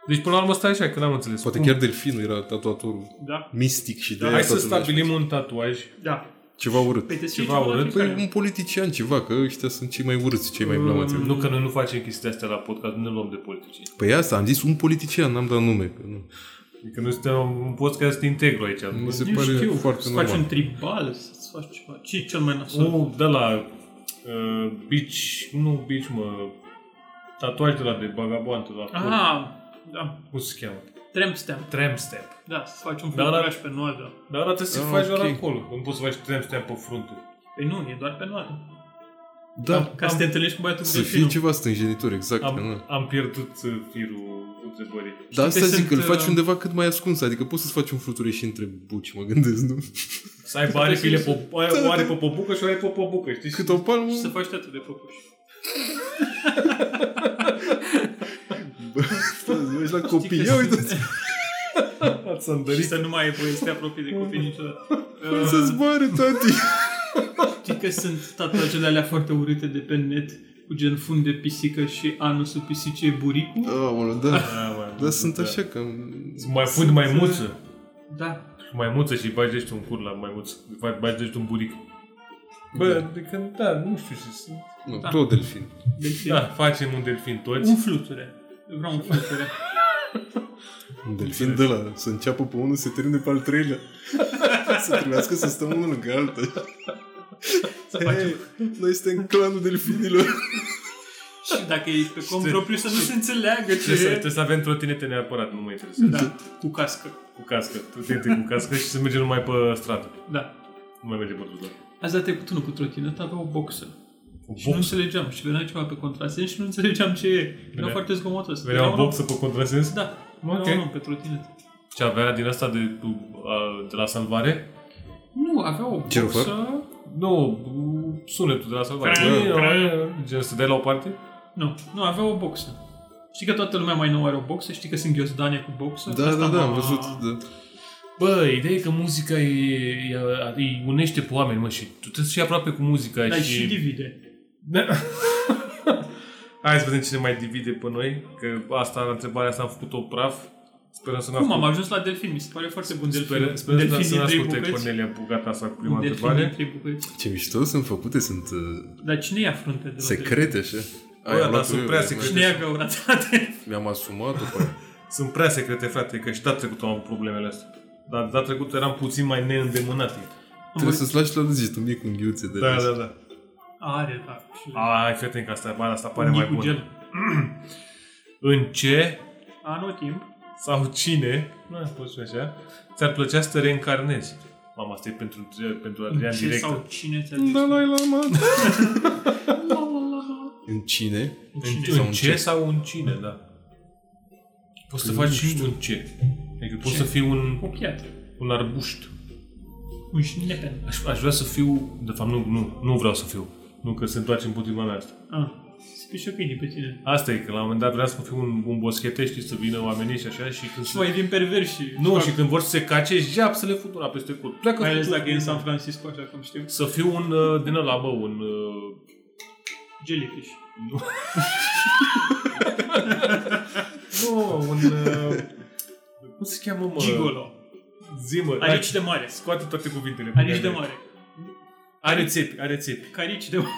Speaker 1: Deci până la urmă stai așa, că n-am înțeles.
Speaker 2: Poate
Speaker 1: Cum?
Speaker 2: chiar delfinul era tatuatorul
Speaker 4: Da?
Speaker 2: mistic și de
Speaker 1: Hai
Speaker 2: aia
Speaker 1: să
Speaker 2: toată lumea
Speaker 1: stabilim
Speaker 2: așa.
Speaker 1: un tatuaj.
Speaker 4: Da.
Speaker 2: Ceva urât.
Speaker 4: Păi te
Speaker 1: Ceva urât,
Speaker 2: Păi un politician ceva, că ăștia sunt cei mai urâți, cei mai
Speaker 4: Mm.
Speaker 2: blamați.
Speaker 1: Nu că noi nu facem chestia asta la podcast, nu ne luăm de politici.
Speaker 2: Păi asta, am zis un politician, n-am dat nume. Că nu.
Speaker 1: Adică noi suntem un podcast integru aici.
Speaker 2: Mi se
Speaker 4: Nu
Speaker 2: pare
Speaker 4: știu,
Speaker 2: foarte
Speaker 4: să faci
Speaker 2: normal. Oh,
Speaker 4: un tribal, să faci ceva. Ce e cel mai nasol?
Speaker 1: O, de la uh, beach, nu beach, mă, tatuaj de la de vagabond, de la
Speaker 4: Ah, da.
Speaker 1: cum se cheamă?
Speaker 4: Tramp stamp.
Speaker 1: Tramp stamp.
Speaker 4: Da, să faci un
Speaker 1: Da,
Speaker 4: da,
Speaker 1: da.
Speaker 4: da. pe noadă.
Speaker 1: Dar ăla trebuie să-l
Speaker 2: Ah,
Speaker 1: faci doar
Speaker 2: ok.
Speaker 1: acolo. Nu poți să faci tramp stamp pe frunte.
Speaker 4: Păi nu, e doar pe noadă.
Speaker 2: Da,
Speaker 4: Ca să te întâlnești cu băiatul cu
Speaker 2: să fie
Speaker 4: delfinul.
Speaker 2: ceva stângenitor, exact. că
Speaker 1: Am,
Speaker 2: nu.
Speaker 1: am pierdut uh, firul întrebării.
Speaker 2: Dar
Speaker 4: Știi
Speaker 2: asta
Speaker 4: că
Speaker 2: zic,
Speaker 4: sunt,
Speaker 2: îl faci
Speaker 4: uh,
Speaker 2: undeva cât mai ascuns, adică poți să-ți faci un fluture și între buci, mă gândesc, nu? *laughs*
Speaker 1: Să aibă aripile
Speaker 4: să-
Speaker 1: pe, o are pe popobucă și o are pe popobucă, știi?
Speaker 2: Cât o palmă,
Speaker 4: Și să faci atât de făcuși.
Speaker 2: bă, stai, ești la copii,
Speaker 4: că
Speaker 2: ia
Speaker 4: sunt-
Speaker 2: uitați,
Speaker 1: ați
Speaker 4: *laughs* Și
Speaker 1: îndărit?
Speaker 4: să nu mai ai voie să te apropii
Speaker 1: *laughs*
Speaker 4: de copii niciodată.
Speaker 2: cum se
Speaker 4: Uh,
Speaker 2: zboare, tati.
Speaker 4: *laughs* Știi că sunt tatuajele alea foarte urâte de pe net cu gen fund de pisică și anusul pisicii e buricul?
Speaker 2: Aoleu, da.
Speaker 1: Ah, mai
Speaker 2: Dar
Speaker 1: mult,
Speaker 2: sunt
Speaker 1: da.
Speaker 2: așa că...
Speaker 1: Îți Mai pun mai muță.
Speaker 4: Da.
Speaker 1: maimuță și bagi ești un cur la maimuță. De fapt, bagi ești un buric. Bă,
Speaker 2: Da.
Speaker 1: adică, da, nu știu ce sunt.
Speaker 2: Nu,
Speaker 4: Da.
Speaker 2: tot delfin.
Speaker 4: Deci
Speaker 1: Da, facem un delfin toți.
Speaker 4: un fluture. Vreau un
Speaker 1: *laughs*
Speaker 4: fluture.
Speaker 2: Un delfin de la să înceapă pe unul, se termine pe al treilea. *laughs* să trebuiască să stăm unul lângă altul. Hei, noi suntem clanul delfinilor.
Speaker 4: și dacă e pe cont
Speaker 1: Știi.
Speaker 4: propriu să nu se înțeleagă ce
Speaker 1: Trebuie să,
Speaker 4: e.
Speaker 1: trebuie să avem trotinete neapărat, nu mă interesează.
Speaker 4: Da, cu cască.
Speaker 1: Cu cască, trotinete cu cască și să mergem numai pe stradă.
Speaker 4: Da.
Speaker 1: Nu mai mergem pe trotuar.
Speaker 4: Azi a trecut unul cu trotineta, avea o boxă.
Speaker 1: O
Speaker 4: Și nu
Speaker 1: box.
Speaker 4: înțelegeam. Și venea ceva pe contrasens și nu înțelegeam ce e. Era
Speaker 1: Venea-
Speaker 4: foarte zgomotos.
Speaker 1: Venea
Speaker 4: Era
Speaker 1: o
Speaker 4: un om-
Speaker 1: boxă pe contrasens?
Speaker 4: Da.
Speaker 1: Ok.
Speaker 4: Era un om pe trotinetă.
Speaker 1: Ce avea din asta de, cu- a, de la salvare?
Speaker 4: Nu, avea o
Speaker 2: Ce rufă?
Speaker 4: boxă.
Speaker 1: Nu, sunetul de la salvare.
Speaker 4: Cra-
Speaker 1: Gen, să dai la o parte?
Speaker 4: Nu, nu, avea o boxă. Știi că toată lumea mai nouă are o boxă? Știi că sunt ghiozdane cu boxă?
Speaker 2: Da, da, da,
Speaker 4: m-a-
Speaker 2: am văzut. Da.
Speaker 1: Bă, ideea e că muzica îi, îi unește pe oameni, mă, și tu trebuie să fii aproape cu muzica
Speaker 4: Dar
Speaker 1: și...
Speaker 4: Da, și divide.
Speaker 1: *laughs* Hai să vedem cine mai divide pe noi, că asta, la întrebarea asta am făcut-o praf. Sperăm să ne
Speaker 4: Cum am
Speaker 1: asculte.
Speaker 4: ajuns la delfin? Mi se pare foarte bun delfin.
Speaker 1: Sperăm, sperăm să
Speaker 4: din
Speaker 1: ne
Speaker 4: trei
Speaker 1: asculte
Speaker 4: bucăți.
Speaker 1: Cornelia Bugata asta cu prima
Speaker 4: Un delfin din
Speaker 1: întrebare.
Speaker 4: trei bucăți.
Speaker 2: Ce mișto sunt făcute, sunt uh,
Speaker 4: Dar cine ia fruntea de la delfin?
Speaker 2: secrete așa.
Speaker 1: Bă,
Speaker 2: Ai, am
Speaker 1: dar
Speaker 2: luat-o
Speaker 1: sunt
Speaker 2: eu,
Speaker 1: prea
Speaker 2: mi-am-
Speaker 1: secrete.
Speaker 4: Cine ia găura ta de...
Speaker 2: Mi-am asumat-o pe aia.
Speaker 1: Sunt prea secrete, frate, că și data trecută am avut problemele astea. Dar data trecută eram puțin mai neîndemânate.
Speaker 2: Trebuie să-ți lași la deget un mic unghiuțe de
Speaker 1: Da, da, da.
Speaker 4: Are, da. Și le-
Speaker 1: Ai, fii atent că asta, bă, asta pare
Speaker 4: unghii
Speaker 1: mai
Speaker 4: cu
Speaker 1: bună.
Speaker 4: gel.
Speaker 1: În ce
Speaker 4: Anul timp.
Speaker 1: sau cine, nu am spus și așa, ți-ar plăcea să te reîncarnezi? Mama, asta e pentru, pentru Adrian
Speaker 4: ce
Speaker 1: direct.
Speaker 4: sau cine ți-a zis?
Speaker 2: Da, la la la.
Speaker 4: La, la, la, la.
Speaker 2: În cine?
Speaker 1: În,
Speaker 4: Cine?
Speaker 1: în,
Speaker 2: sau
Speaker 1: în
Speaker 2: în
Speaker 1: ce
Speaker 2: ce?
Speaker 1: sau în cine, da. Poți să
Speaker 2: Nu
Speaker 1: faci și
Speaker 2: știu.
Speaker 1: un ce. Adică poți
Speaker 4: Ce?
Speaker 1: să fii un,
Speaker 4: O piatră.
Speaker 1: un arbușt.
Speaker 4: Un șnepen.
Speaker 1: Aș, aș vrea să fiu... De fapt, nu, nu, nu vreau să fiu. Nu, că se întoarce împotriva mea asta.
Speaker 4: Ah. Se pișă câinii pe tine.
Speaker 1: Asta e, că la un moment dat vreau să fiu un, un boschete, știi, să vină oamenii și așa și când
Speaker 4: Și
Speaker 1: se...
Speaker 4: mai vin perversi și...
Speaker 1: Nu, și când vor să se cace, jap să le fut una peste cur. Pleacă
Speaker 4: Mai ales
Speaker 1: tu.
Speaker 4: dacă e în San Francisco, așa cum știu.
Speaker 1: Să fiu un uh, din ăla, bă, un... uh,
Speaker 4: Jellyfish.
Speaker 1: Nu, un... uh, Cum se cheamă, mă?
Speaker 4: Gigolo.
Speaker 1: Zi, mă.
Speaker 4: Arici de mare.
Speaker 1: Scoate toate cuvintele. pe
Speaker 4: Arici
Speaker 1: care
Speaker 4: de
Speaker 1: le-
Speaker 4: mare.
Speaker 1: Are țepi, are țepi.
Speaker 4: Carici de mare.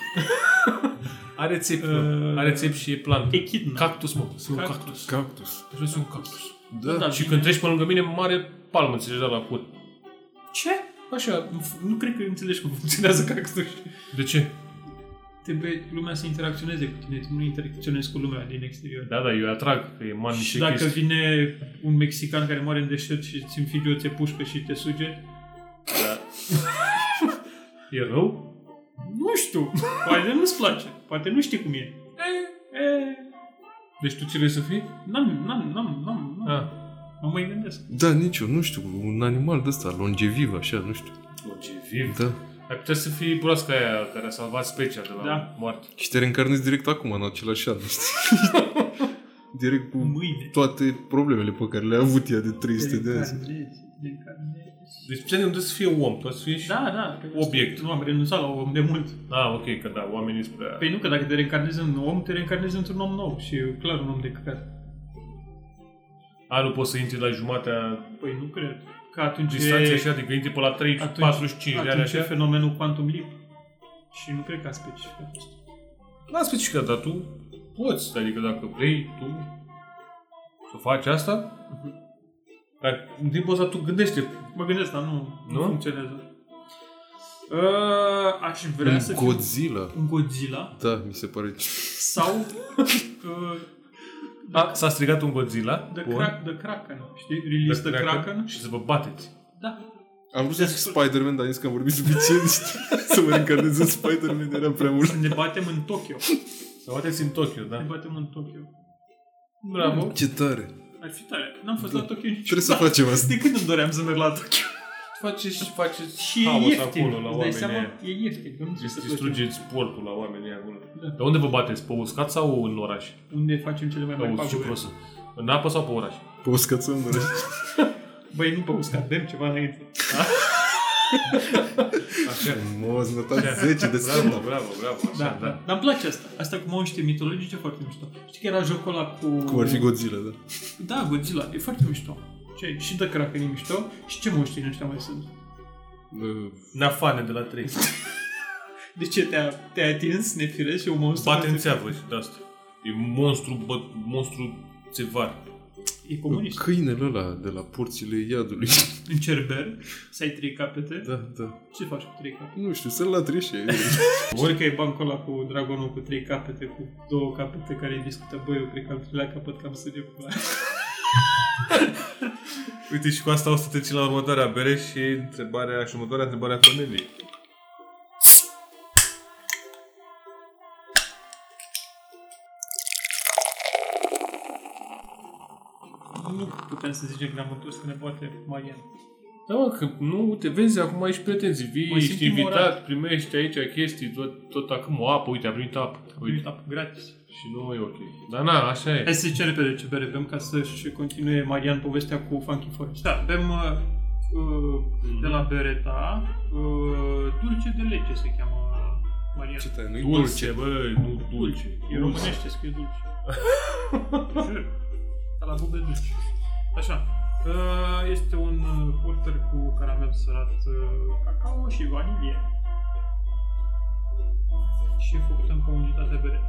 Speaker 1: Are țepi,
Speaker 4: Uh,
Speaker 1: uh, Are țepi și e plantă.
Speaker 4: Echidna.
Speaker 1: Cactus, mă. Sunt un
Speaker 4: Cactus.
Speaker 1: cactus.
Speaker 2: Cactus.
Speaker 1: Vreau să fiu un cactus.
Speaker 2: Da.
Speaker 4: Da.
Speaker 1: Și când treci pe lângă mine, mare palmă, înțelegi, de la cur.
Speaker 4: Ce? Așa, nu f- nu cred că înțelegi cum funcționează cactus.
Speaker 1: De ce?
Speaker 4: Trebuie lumea să interacționeze cu tine, tu nu interacționezi cu lumea din exterior.
Speaker 1: Da, da, eu îi atrag, că e man
Speaker 4: și
Speaker 1: niște
Speaker 4: dacă
Speaker 1: chestii.
Speaker 4: vine un mexican care moare în deșert și îți înfige o țepușcă și te suge,
Speaker 1: E rău?
Speaker 4: nu știu, poate nu-ți place, poate nu știi cum e. E, e,
Speaker 1: Deci tu ce vrei să fii?
Speaker 4: n-am, n-am, n-am, n-am, n-am.
Speaker 1: Ah.
Speaker 4: Nu mă mai gândesc.
Speaker 2: Da, nici eu, nu știu, un animal de ăsta, longeviv, așa, nu știu.
Speaker 1: O, ce viv.
Speaker 2: Da.
Speaker 1: Ai putea să fii broasca aia care a salvat specia de la
Speaker 4: Da.
Speaker 1: moarte.
Speaker 2: Și te reîncarnezi direct acum, în același an, știi?
Speaker 1: *laughs*
Speaker 2: direct cu
Speaker 4: Mâine.
Speaker 2: toate problemele pe care le-a avut ea de 300 de ani.
Speaker 4: Reîncarnezi, reîncarnezi.
Speaker 1: Deci pe unde să fie om, poți să fie și...
Speaker 4: Da, da. că-
Speaker 1: Obiect.
Speaker 4: Nu am renunțat la om de mult.
Speaker 1: Ah, ok, că da, oamenii spre aia.
Speaker 4: Păi nu, că dacă te reîncarnezi în om, te reîncarnezi într-un om nou și e clar un om de căcat.
Speaker 1: A, nu poți să intri la jumatea
Speaker 4: Păi nu cred. Că atunci
Speaker 1: distanței
Speaker 4: e,
Speaker 1: așa, adică intri pe la 3,
Speaker 4: Atunci-
Speaker 1: 45 de ani
Speaker 4: atunci e
Speaker 1: așa.
Speaker 4: fenomenul quantum leap. Și nu cred că a specificat asta.
Speaker 1: N-am specificat, dar tu poți, adică dacă vrei tu să faci asta,
Speaker 4: Mhm.
Speaker 1: dar în timpul ăsta tu gândește.
Speaker 4: Mă gândesc, dar nu, nu,
Speaker 1: Nu?
Speaker 4: funcționează. Uh, aș vrea să
Speaker 2: Un
Speaker 4: fiu
Speaker 2: Godzilla.
Speaker 4: un Godzilla
Speaker 2: Da, mi se pare.
Speaker 4: sau uh, Da.
Speaker 1: A, s-a strigat un Godzilla
Speaker 4: The,
Speaker 1: Bun.
Speaker 4: Crack, the Kraken, știi? Release The,
Speaker 1: The
Speaker 4: Kraken.
Speaker 1: și să vă bateți.
Speaker 4: Da.
Speaker 2: Am vrut să zic Spider-Man, dar am zis că am vorbit suficient *laughs* să mă reîncarnez în Spider-Man, era prea mult.
Speaker 4: Să ne batem în Tokyo.
Speaker 1: Să bateți în Tokyo,
Speaker 4: Ne
Speaker 1: da?
Speaker 4: batem în Tokyo.
Speaker 1: Bravo.
Speaker 2: Ce tare!
Speaker 4: Ar fi tare. N-am fost la Tokyo niciodată. Da.
Speaker 2: Trebuie să facem asta.
Speaker 4: De când îmi doream să merg la Tokyo?
Speaker 1: Faceți, faceți
Speaker 4: Și e
Speaker 1: haos
Speaker 4: ieftin.
Speaker 1: acolo la
Speaker 4: Îți dai
Speaker 1: oamenii
Speaker 4: seama?
Speaker 1: aia.
Speaker 4: E ieftin. Că nu trebuie
Speaker 1: Deci
Speaker 4: să distruge.
Speaker 1: distrugeți portul la oamenii aia acolo.
Speaker 4: Da.
Speaker 1: Dar unde vă bateți? Pe uscat sau în oraș?
Speaker 4: Unde facem cele mai
Speaker 1: Pe
Speaker 4: mari
Speaker 1: uscat ce
Speaker 4: pagube?
Speaker 1: prostă. În apă sau pe oraș?
Speaker 2: Pe da. uscățăm, mă
Speaker 4: Băi, nu pe uscat. Dăm ceva înainte.
Speaker 1: Așa.
Speaker 2: Frumos, notat 10 de
Speaker 1: Bravo,
Speaker 2: stand
Speaker 1: bravo, bravo. Așa,
Speaker 4: Da, da. Dar îmi place asta. Asta cu monștri mitologice e foarte mișto. Știi că era jocul ăla cu...
Speaker 2: Cum ar fi Godzilla, da.
Speaker 4: Da, Godzilla. E foarte mișto. Ce? Și The Kraken e mișto. Și ce monștri în ăștia mai sunt?
Speaker 2: Uh,
Speaker 1: Nafane de la 3.
Speaker 4: De ce te-a, te-a atins nefiresc și un monstru?
Speaker 1: Bate în țeavă și de asta. E monstru, bă, monstru țevar.
Speaker 4: E comunist.
Speaker 2: Câinele ăla de la porțile *laughs* iadului.
Speaker 4: În cerber, să ai trei capete.
Speaker 2: Da, da.
Speaker 4: Ce faci cu trei capete?
Speaker 2: Nu știu, să-l latri și
Speaker 4: *laughs*
Speaker 2: el.
Speaker 4: Ori că e bancul ăla cu dragonul cu trei capete, cu două capete care îi discută, băi, eu cred că al treilea capăt cam să de pula.
Speaker 1: Uite și cu asta o să trecem la următoarea bere și întrebarea și următoarea întrebarea Corneliei.
Speaker 4: *laughs* Nu putem să zicem că ne-am întors, că ne poate mai ia.
Speaker 1: Da, mă, că nu te vezi, acum ești pretenții. Vii,
Speaker 4: Mă simt
Speaker 1: ești invitat,
Speaker 4: imorat.
Speaker 1: primești aici chestii, tot, tot acum o apă, uite, a primit apă. Uite.
Speaker 4: Uite, gratis.
Speaker 1: Și nu e ok. Dar na, așa e.
Speaker 4: Hai să zicem repede ce bere bem ca să-și continue Marian povestea cu Funky Forest. Da, bem uh, uh, de la Bereta, uh, dulce de lege se cheamă Marian.
Speaker 2: Ce tare, nu-i
Speaker 1: Dulce, bă, nu dulce.
Speaker 4: E românește scrie
Speaker 1: *laughs*
Speaker 4: dulce. Jur. Ca la bube dulce. Așa. Uh, Este un uh, porter cu caramel sărat uh, cacao și vanilie. Și e făcut în comunitatea bere.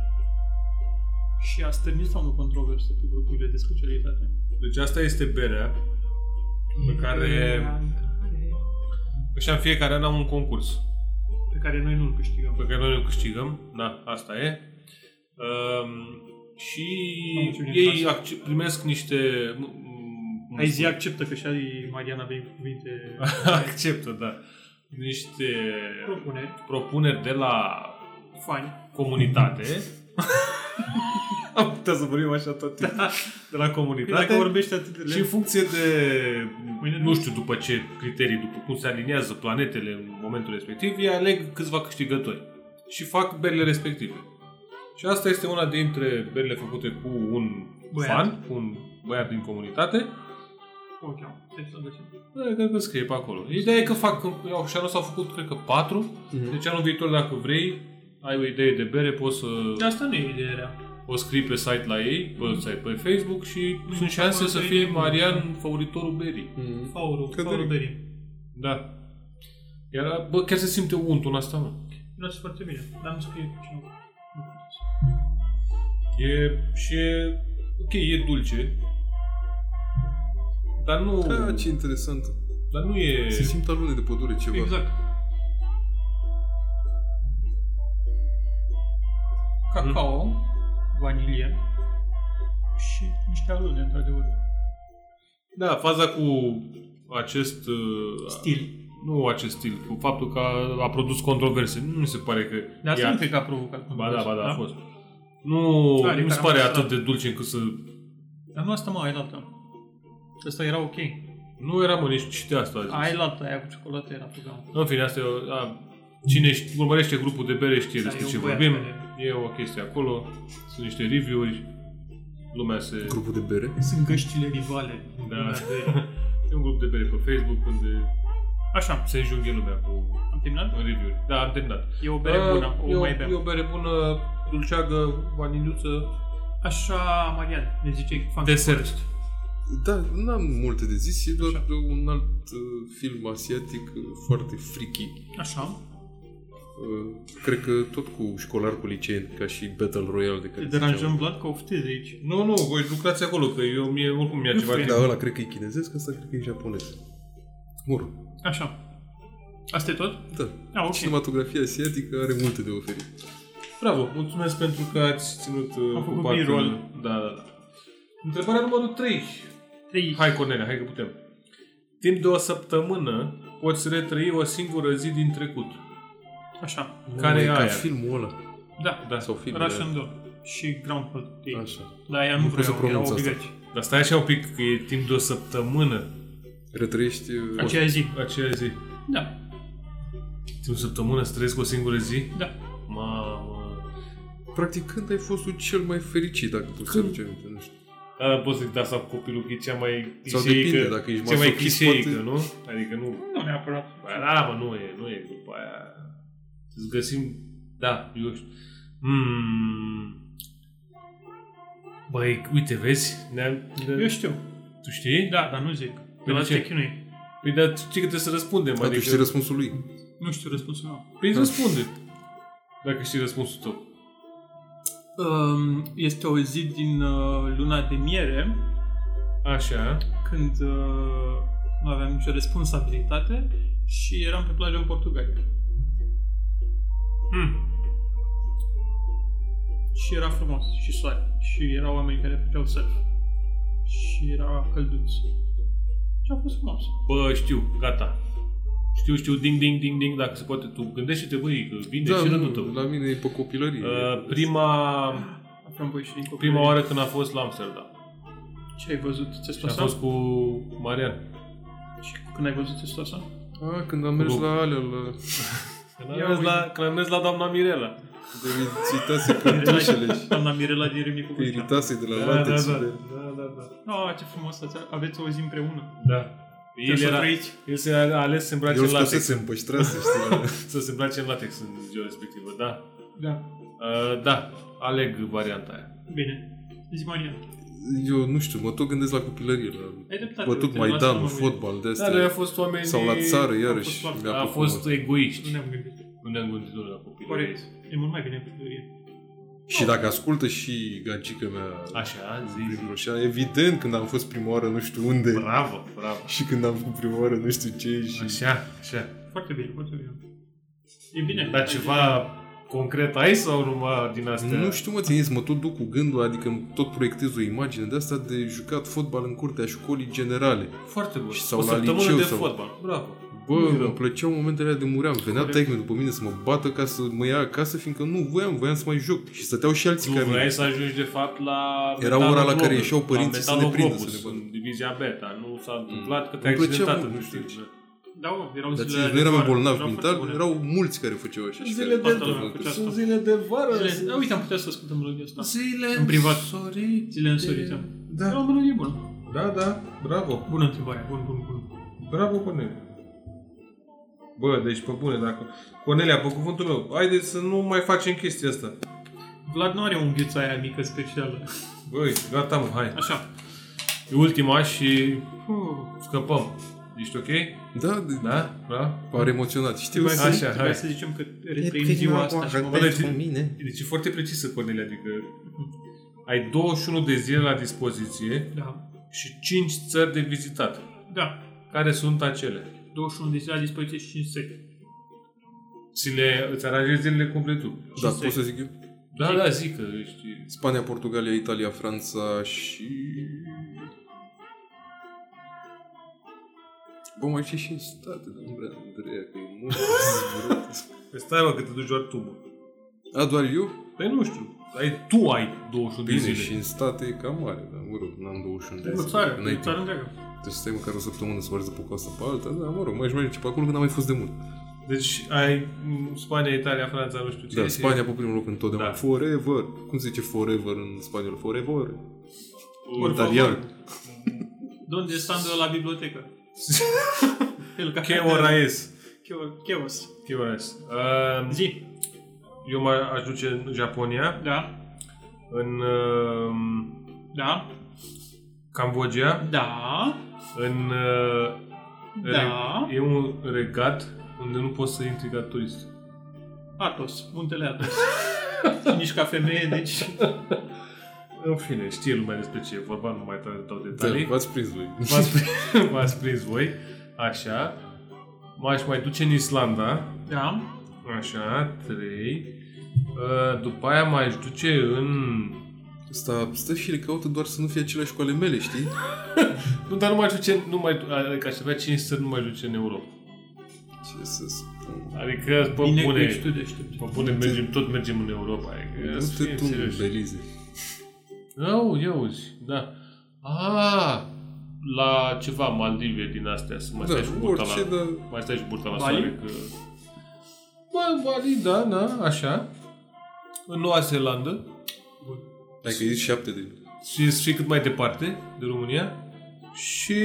Speaker 4: Și a stârnit sau nu controverse pe grupurile de specialitate.
Speaker 1: Deci asta este berea pe care își am fiecare an am un concurs.
Speaker 4: pe care noi nu-l câștigăm.
Speaker 1: pe care noi le câștigăm, da, asta e. Um, și
Speaker 4: Am mulțumit,
Speaker 1: ei
Speaker 4: Vlad.
Speaker 1: acce- primesc niște... m- m- cum
Speaker 4: Hai zi
Speaker 1: spun?
Speaker 4: acceptă că și ai Mariana venit cu cuvinte
Speaker 1: *laughs* Acceptă, da. Niște
Speaker 4: propuneri,
Speaker 1: propuneri de la
Speaker 4: fani.
Speaker 1: comunitate. Am putea să vorbim așa tot
Speaker 3: Da,
Speaker 1: timpul. De la
Speaker 4: Păi Dacă
Speaker 1: comunitate.
Speaker 4: vorbești atât de
Speaker 1: Și în
Speaker 4: lent,
Speaker 1: funcție de,
Speaker 4: Mâine
Speaker 1: Păi, nu
Speaker 4: nu.
Speaker 1: știu după ce criterii, după cum se aliniază planetele în momentul respectiv, ei aleg câțiva câștigători și fac berile respective. Și asta este una dintre berile făcute cu un
Speaker 4: Băiat.
Speaker 1: fan, cu un băiat din comunitate.
Speaker 4: o cheamă. Deci, să vedem.
Speaker 1: Da, Cred că scrie pe acolo. Ideea e că fac, au- și anul s-au făcut, cred că, patru. Deci anul viitor, dacă vrei, ai o idee de bere, poți să
Speaker 4: De asta nu e ideea rea.
Speaker 1: o scrii pe site la ei, pe, site, pe Facebook și
Speaker 4: Mm,
Speaker 1: sunt șanse
Speaker 4: acolo
Speaker 1: să
Speaker 4: să
Speaker 1: fie
Speaker 4: iei-
Speaker 1: Marian favoritorul berii.
Speaker 2: Mhm.
Speaker 4: Faurul,
Speaker 2: Că
Speaker 4: faurul
Speaker 2: de-
Speaker 4: berie.
Speaker 1: Da. Iar, bă, chiar se simte untul în asta, mă.
Speaker 4: Miroase foarte bine, dar nu scrie cu cine.
Speaker 1: E, și e, ok, e dulce. Dar nu...
Speaker 4: Da,
Speaker 2: Ah, ce Da, interesant.
Speaker 1: Dar nu e...
Speaker 2: Se simt alune de pădure ceva.
Speaker 4: Exact. Cacao, vanilie și niște alune, într-adevăr.
Speaker 1: Da, faza cu acest... uh,
Speaker 4: Stil.
Speaker 1: Nu acest stil, cu faptul că a, a produs controverse. Nu mi se pare că... e
Speaker 4: Dar asta
Speaker 1: a-
Speaker 4: nu cred că a provocat.
Speaker 1: Ba da, ba da, a fost. Nu,
Speaker 4: Are
Speaker 1: nu mi se
Speaker 4: caramel
Speaker 1: pare
Speaker 4: salat.
Speaker 1: atât de dulce încât să...
Speaker 4: Dar nu asta mă, ai lată. Asta era ok.
Speaker 1: Nu era mă nici și de asta. a zis.
Speaker 4: Ai lată, aia cu ciocolată era program.
Speaker 1: În fine, asta e o, a, Cine ști- urmărește grupul de bere știe
Speaker 4: Da,
Speaker 1: despre
Speaker 4: e
Speaker 1: ce
Speaker 4: un băiat
Speaker 1: vorbim.
Speaker 4: care-
Speaker 1: E o chestie acolo. Sunt niște review-uri. Lumea se...
Speaker 2: Grupul de bere.
Speaker 4: Sunt găștile rivale.
Speaker 1: Da. *laughs* E un grup de bere pe Facebook unde
Speaker 4: Așa,
Speaker 1: se înjunghe lumea cu
Speaker 4: am terminat?
Speaker 1: review Da, am terminat.
Speaker 4: E o bere
Speaker 1: Da,
Speaker 4: bună,
Speaker 1: e
Speaker 4: o mai
Speaker 1: E
Speaker 4: bem.
Speaker 1: o bere bună, dulceagă, vaniliuță.
Speaker 4: Așa, Marian, ne ziceai fan.
Speaker 1: Desert.
Speaker 2: Da, n-am multe de zis, e doar un alt uh, film asiatic uh, foarte friki.
Speaker 4: Așa,
Speaker 2: Uh, cred că tot cu școlar cu liceen, ca și Battle Royale de care
Speaker 4: te
Speaker 2: ziceam.
Speaker 4: deranjăm Vlad că oftezi aici.
Speaker 1: Nu, nu, voi lucrați acolo, că eu mie, oricum mi-a ceva
Speaker 4: știu.
Speaker 1: timp.
Speaker 2: Dar Da, ăla cred că e chinezesc, ăsta cred că e japonez. Mă rog,
Speaker 4: Așa. Asta e tot?
Speaker 2: da.
Speaker 4: A, ok.
Speaker 2: Cinematografia asiatică are multe de oferit.
Speaker 1: Bravo, mulțumesc pentru că ați ținut uh,
Speaker 4: Am
Speaker 1: cu
Speaker 4: făcut
Speaker 1: partea-
Speaker 4: B-roll.
Speaker 1: Da, da, da. Întrebarea numărul 3.
Speaker 4: Trei.
Speaker 1: Hai, Cornelia, hai că putem. Timp de o săptămână poți retrăi o singură zi din trecut.
Speaker 4: Așa.
Speaker 1: Care
Speaker 2: Mă,
Speaker 1: e
Speaker 2: ca
Speaker 1: aia?
Speaker 2: filmul ăla.
Speaker 4: Da,
Speaker 1: Da.
Speaker 2: Sau filmul
Speaker 4: Russian Doll și Groundhog Day.
Speaker 2: Așa.
Speaker 4: Da, ea
Speaker 2: Nu
Speaker 4: nu
Speaker 2: pot să
Speaker 4: vreau, erau
Speaker 2: pronunț asta.
Speaker 4: obligați.
Speaker 1: Dar stai așa un pic, că e timp de o săptămână
Speaker 2: Retrăiești... uh,
Speaker 4: Aceea zi.
Speaker 1: aceea zi.
Speaker 4: Da,
Speaker 1: Timp de o săptămână să trăiesc o singură zi?
Speaker 4: da.
Speaker 1: Mamă.
Speaker 2: Practic, când ai fost tu cel mai fericit, dacă poți să
Speaker 1: Când?
Speaker 2: aduci aminte, nu știu.
Speaker 1: Da, poți să zic asta cu copilul, că e cea mai
Speaker 2: Sau
Speaker 1: clișeică,
Speaker 2: depinde, dacă ești
Speaker 1: cea mai
Speaker 2: masochist,
Speaker 1: clișeică,
Speaker 2: poate-
Speaker 1: nu? Adică nu,
Speaker 4: Nu neapărat.
Speaker 1: Ba da, mă, nu e, nu e după aia. Îți găsim, da, eu știu. Mm. Băi, uite, vezi, ne-am, ne
Speaker 4: Eu știu.
Speaker 1: tu știi?
Speaker 4: Da, dar nu zic. Pe la
Speaker 1: ce?
Speaker 4: te chinui.
Speaker 1: Păi, dar tu știi că trebuie să răspundem,
Speaker 2: Da, tu știi Da.
Speaker 1: adică,
Speaker 2: răspunsul lui.
Speaker 4: Nu știu răspunsul meu.
Speaker 1: păi răspunde, dacă știi răspunsul tău.
Speaker 4: Um, Este o zi din uh, luna de miere,
Speaker 1: Așa,
Speaker 4: când uh, nu aveam nicio responsabilitate și eram pe plajă în Portugalia.
Speaker 1: hm.
Speaker 4: Și era frumos și soare. Și erau oameni care făceau surf. Și era călduț. Și a fost frumos.
Speaker 1: bă, știu, gata. Știu, știu, ding, ding, ding, ding, dacă se poate. Tu gândește-te, băi, că vine
Speaker 2: Da,
Speaker 1: și
Speaker 2: nu,
Speaker 1: rândul tău.
Speaker 2: la mine e pe copilărie.
Speaker 1: Uh, prima,
Speaker 4: Aveam voi și din copii.
Speaker 1: prima oară când a fost la Amsterdam.
Speaker 4: Ce ai văzut? Ți-a
Speaker 1: Și a
Speaker 4: spus
Speaker 1: fost cu Marian.
Speaker 4: Și când ai văzut ți-a spus
Speaker 2: Ah, când am mers
Speaker 1: Club.
Speaker 2: la alea, la...
Speaker 1: Când am
Speaker 4: Ia
Speaker 1: mers
Speaker 4: uite.
Speaker 1: la, când am mers la doamna Mirela.
Speaker 2: De iritase cărtușele și
Speaker 4: Doamna Mirela din Râmnicu
Speaker 2: că
Speaker 4: Vâlcea.
Speaker 2: iritase de la
Speaker 1: da, da,
Speaker 2: latex.
Speaker 1: da, da, da, da.
Speaker 4: Ah, ce frumos, ați- aveți o zi împreună.
Speaker 1: da. El,
Speaker 4: Trebuie să
Speaker 1: era,
Speaker 4: trăiți.
Speaker 1: el se a ales să se îmbrace
Speaker 2: Eu
Speaker 1: în
Speaker 2: îl
Speaker 1: latex.
Speaker 2: scosese în păștrase, știi?
Speaker 1: Să se îmbrace în latex în ziua respectivă, da.
Speaker 4: Da.
Speaker 1: Uh, da, aleg varianta aia.
Speaker 4: Bine. Zi, Maria.
Speaker 2: Eu nu știu, mă tot gândesc la copilărie, la
Speaker 4: Ai dreptate,
Speaker 2: bătut
Speaker 4: uite, la asta
Speaker 2: Maidanul,
Speaker 4: m-am
Speaker 2: fotbal, de
Speaker 1: Da, noi a
Speaker 2: astea.
Speaker 1: fost oameni...
Speaker 2: Sau la țară, iarăși.
Speaker 4: fost la-
Speaker 2: mi-a
Speaker 1: A
Speaker 2: plăcut
Speaker 1: fost
Speaker 2: mult.
Speaker 4: Nu
Speaker 1: egoiști.
Speaker 4: ne-am gândit.
Speaker 1: Nu ne-am gândit doar la copilărie.
Speaker 4: Corect. E mult mai bine în copilărie.
Speaker 2: Și dacă ascultă și gagica mea
Speaker 1: Așa, zi,
Speaker 2: prin
Speaker 1: zi.
Speaker 2: Roșia, evident când am fost prima oară nu știu unde
Speaker 1: Bravo, bravo.
Speaker 2: și când am fost prima oară nu știu ce și...
Speaker 1: Așa, așa.
Speaker 4: Foarte bine, foarte bine. E bine.
Speaker 2: Da,
Speaker 1: Dar ceva concret ai sau numai din astea?
Speaker 2: Nu știu, mă, țineți, mă tot duc cu gândul, adică îmi tot proiectez o imagine de asta de jucat fotbal în curtea școlii generale.
Speaker 1: Foarte bun.
Speaker 2: Și sau
Speaker 1: o
Speaker 2: la
Speaker 1: săptămână
Speaker 2: liceu
Speaker 1: de
Speaker 2: sau-
Speaker 1: fotbal. Bravo.
Speaker 2: Bă,
Speaker 1: Nu-i rău.
Speaker 2: îmi plăceau momentele alea de muream. Venea
Speaker 4: Corect.
Speaker 2: taică după mine să mă bată ca să mă ia acasă, fiindcă nu voiam, voiam să mai joc. Și stăteau și alții
Speaker 1: Tu
Speaker 2: ca
Speaker 1: vrei
Speaker 2: mine.
Speaker 1: să ajungi de fapt la
Speaker 2: Era ora la
Speaker 1: Metaloglobus,
Speaker 2: care ieșeau părinții
Speaker 1: la
Speaker 2: să ne prindă,
Speaker 1: Metaloglobus,
Speaker 2: să ne bată. Mm.
Speaker 1: în divizia beta. Nu s-a întâmplat că te-ai
Speaker 2: Îmi plăcea
Speaker 1: accidentat
Speaker 2: mult,
Speaker 1: în
Speaker 2: nu știu de
Speaker 1: știu.
Speaker 4: Da, mă, erau
Speaker 2: Dar ți-
Speaker 4: zilele
Speaker 2: nu eram
Speaker 4: vară,
Speaker 2: bolnav
Speaker 4: erau foarte
Speaker 2: mental,
Speaker 4: bune.
Speaker 2: erau mulți care făceau așa. și
Speaker 1: Zile
Speaker 2: care-
Speaker 1: de
Speaker 4: Toată lumea făcea asta.
Speaker 1: zile de vară.
Speaker 4: Zile- Da, uite, am putea să ascultăm melodia
Speaker 1: Da.
Speaker 4: asta.
Speaker 1: Zile
Speaker 4: În privat.
Speaker 1: Sorite.
Speaker 4: Zile însorite.
Speaker 1: Da.
Speaker 4: Era o melodie bună.
Speaker 1: Da, da, bravo.
Speaker 4: Bună întrebare, bun, bun, bun.
Speaker 1: Bravo, Cornelia. Bă, deci pe bune, dacă... Cornelia, pe cuvântul meu, haideți să nu mai facem chestia asta.
Speaker 4: Vlad nu are o unghiuță aia mică specială.
Speaker 1: Băi, gata, mă, hai.
Speaker 4: Așa.
Speaker 1: E ultima și
Speaker 4: Puh,
Speaker 1: scăpăm. Ești ok?
Speaker 2: Da, de-
Speaker 1: Da? Da?
Speaker 2: pare emoționat. Știu,
Speaker 4: Trebuia să-
Speaker 1: Așa, hai.
Speaker 4: Trebuia să zicem că retrăim ziua asta și mă
Speaker 1: oară.
Speaker 4: văd.
Speaker 1: pentru
Speaker 3: mine.
Speaker 1: Deci e foarte precisă, Cornelia, adică ai 21 de zile la dispoziție
Speaker 4: Da.
Speaker 1: și 5 țări de vizitat.
Speaker 4: Da.
Speaker 1: Care sunt acele?
Speaker 4: 21 de zile la dispoziție și 5 sete.
Speaker 1: Ți le, îți aranjezi zilele complet tu.
Speaker 2: Da,
Speaker 4: Și
Speaker 2: pot să zic eu?
Speaker 1: Da, da, zic că știi.
Speaker 2: Spania, Portugalia, Italia, Franța și... Bă, mai fi și în state, dar nu vrea Andreea, că e mult zburat.
Speaker 1: Păi Stai mă că te duci doar tu, mă.
Speaker 2: A, doar eu?
Speaker 1: Păi nu știu. Ai, tu ai 21 de
Speaker 2: Bine,
Speaker 1: zile.
Speaker 2: și în state e cam mare, dar mă rog, n-am 21 de
Speaker 4: O
Speaker 2: ani.
Speaker 4: țară,
Speaker 2: N-ai
Speaker 4: o țară
Speaker 2: timp.
Speaker 4: întreagă.
Speaker 2: Trebuie să stai măcar o săptămână să mergi de pe o coastă pe alta, dar mă rog, mai merge pe acolo când am mai fost de mult.
Speaker 1: Deci ai m, Spania, Italia, Franța, nu știu ce.
Speaker 2: Da,
Speaker 1: e-
Speaker 2: Spania pe primul loc întotdeauna.
Speaker 1: Da.
Speaker 2: Da. Forever. Cum se zice forever în spaniol? Forever.
Speaker 1: Por
Speaker 2: În italian.
Speaker 4: Donde stando la *laughs* bibliotecă? El ca
Speaker 1: Ce ora es?
Speaker 4: Cheo- Cheos.
Speaker 1: Ce ora es? Uh,
Speaker 4: Zi.
Speaker 1: Eu mă aș duce în Japonia,
Speaker 4: Da.
Speaker 1: în uh,
Speaker 4: Da.
Speaker 1: Cambodgia,
Speaker 4: Da.
Speaker 1: în... Uh,
Speaker 4: Da.
Speaker 1: Re- e un regat unde nu poți să intri ca turist.
Speaker 4: Atos. Muntele *laughs* Atos. Și nici ca femeie, deci...
Speaker 1: În fine, știe lumea despre ce e vorba, nu mai trebuie să dau
Speaker 2: Da,
Speaker 1: detalii.
Speaker 2: v-ați prins voi.
Speaker 1: V-ați *laughs* prins, v-ați prins voi, așa. M-aș mai duce în Islanda,
Speaker 4: Da.
Speaker 1: așa, trei. Uh, După aia m-aș duce în
Speaker 2: Asta stă și le caută doar să nu fie aceleași cu ale mele, știi?
Speaker 1: Nu, dar nu mai duce, nu mai, adică aș avea 5 să nu mai duce în Europa.
Speaker 2: Ce să spun.
Speaker 1: Adică, pe
Speaker 4: Bine că
Speaker 1: bune,
Speaker 4: ești tu deștept.
Speaker 1: pe bune, mergem, tot mergem în Europa. Adică,
Speaker 2: deci Nu
Speaker 1: să
Speaker 2: te deci.
Speaker 1: fim
Speaker 2: tu,
Speaker 1: serioși.
Speaker 2: Belize.
Speaker 1: Au, ia uzi, da. A, la ceva Maldive din astea, să mai
Speaker 2: Da,
Speaker 1: stai și burta
Speaker 2: orice,
Speaker 1: la,
Speaker 2: dar...
Speaker 1: mai stai și burta la
Speaker 4: Bali?
Speaker 1: soare, că... Bă, Bali, da, da, așa. În Noua Zeelandă.
Speaker 2: Hai că e șapte de...
Speaker 1: Și, și cât mai departe de România. Și...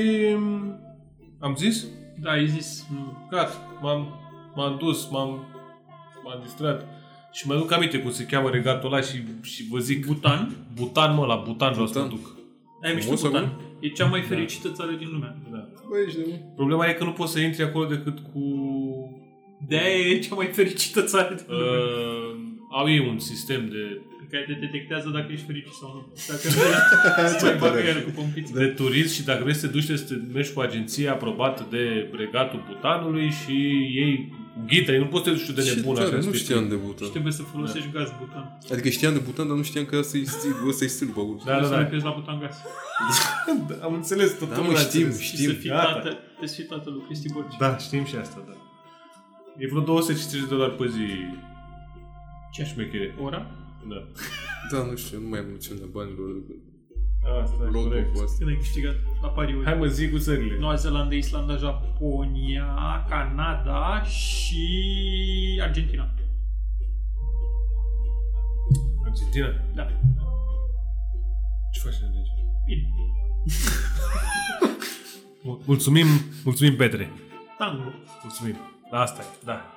Speaker 1: Am zis?
Speaker 4: Da, ai zis. Nu.
Speaker 1: Gata, m-am, m-am dus, m-am, m-am distrat. Și mă duc aminte cum se cheamă regatul ăla și, și vă zic...
Speaker 4: Butan.
Speaker 1: Butan, mă, la Butan vreau să mă
Speaker 2: Butan.
Speaker 1: duc.
Speaker 4: Ai mișto
Speaker 2: Frumos
Speaker 4: Butan.
Speaker 2: acolo?
Speaker 4: E cea mai
Speaker 1: Da.
Speaker 4: fericită țară din lume.
Speaker 1: Da.
Speaker 2: Bă, Păi, ești de mult.
Speaker 1: Problema e că nu poți să intri acolo decât cu...
Speaker 4: de e cea mai fericită țară din lume.
Speaker 1: Uh, au ei un sistem de,
Speaker 4: În care te detectează dacă ești fericit sau nu.
Speaker 1: *laughs*
Speaker 4: Dacă
Speaker 1: Da,
Speaker 4: nu, îți mai bagă
Speaker 2: tare.
Speaker 4: el cu pompiți.
Speaker 2: Da.
Speaker 1: de turism și dacă vrei să te duci, trebuie să te mergi cu agenția aprobată de regatul Butanului și ei cu ghidă, ei nu poți să te duci tu de
Speaker 2: Ce
Speaker 1: nebun așa.
Speaker 2: tare, nu
Speaker 1: spui,
Speaker 2: știam de
Speaker 4: Și
Speaker 2: Butan.
Speaker 4: trebuie să folosești gaz butan.
Speaker 2: Adică știam de Butan, dar nu știam că ăsta e stilul, ăsta e stilul pe acolo.
Speaker 1: Da, da,
Speaker 4: Trebuie să
Speaker 1: da.
Speaker 4: nu pierzi la butan gaz.
Speaker 1: Am înțeles, totul
Speaker 2: Da, mă,
Speaker 1: l-a
Speaker 2: știm,
Speaker 1: înțeles.
Speaker 4: Și să
Speaker 2: știm.
Speaker 4: fii
Speaker 1: gata.
Speaker 4: tată, trebuie să fii tatăl lui Cristi Borci.
Speaker 1: Da, știm și asta, da. E vreo 250 de dolari pe zi. Ce șmechere?
Speaker 4: Ora?
Speaker 1: Da.
Speaker 2: Da, nu știu, nu mai am noțiunea banilor decât
Speaker 1: Asta e
Speaker 2: locul cu
Speaker 1: corect.
Speaker 2: asta.
Speaker 4: Când ai câștigat la pariuri.
Speaker 1: Hai mă, zi cu țările.
Speaker 4: Noua Zeelandă, Islanda, Japonia, Canada și Argentina.
Speaker 1: Argentina.
Speaker 4: Da.
Speaker 1: Ce faci în Argentina?
Speaker 4: Bine.
Speaker 1: Mulțumim, mulțumim Petre.
Speaker 4: Tango.
Speaker 1: Mulțumim. Asta e, da.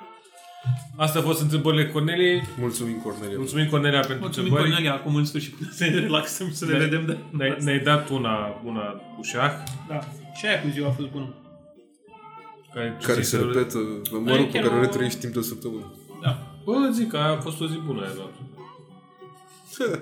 Speaker 1: Asta a fost întrebările Cornelie.
Speaker 2: Mulțumim, Cornelia.
Speaker 1: Mulțumim Cornelia pentru
Speaker 4: Mulțumim,
Speaker 1: întrebări.
Speaker 4: Cornelia, acum în sfârșit putem să ne relaxăm și să ne
Speaker 1: Ne-
Speaker 4: vedem de
Speaker 1: Ne-ai, ne-ai dat una, una cu șah,
Speaker 4: Da. Și aia cu ziua a fost bună.
Speaker 1: care,
Speaker 2: Care
Speaker 1: ți
Speaker 2: se repetă, mă
Speaker 4: Ai
Speaker 2: rog, pe
Speaker 4: chiar
Speaker 2: care
Speaker 4: o-
Speaker 2: o retrăiești timp de o săptămână.
Speaker 4: Da.
Speaker 1: Bă, zic că a fost o zi bună aia,
Speaker 2: *laughs*
Speaker 1: da.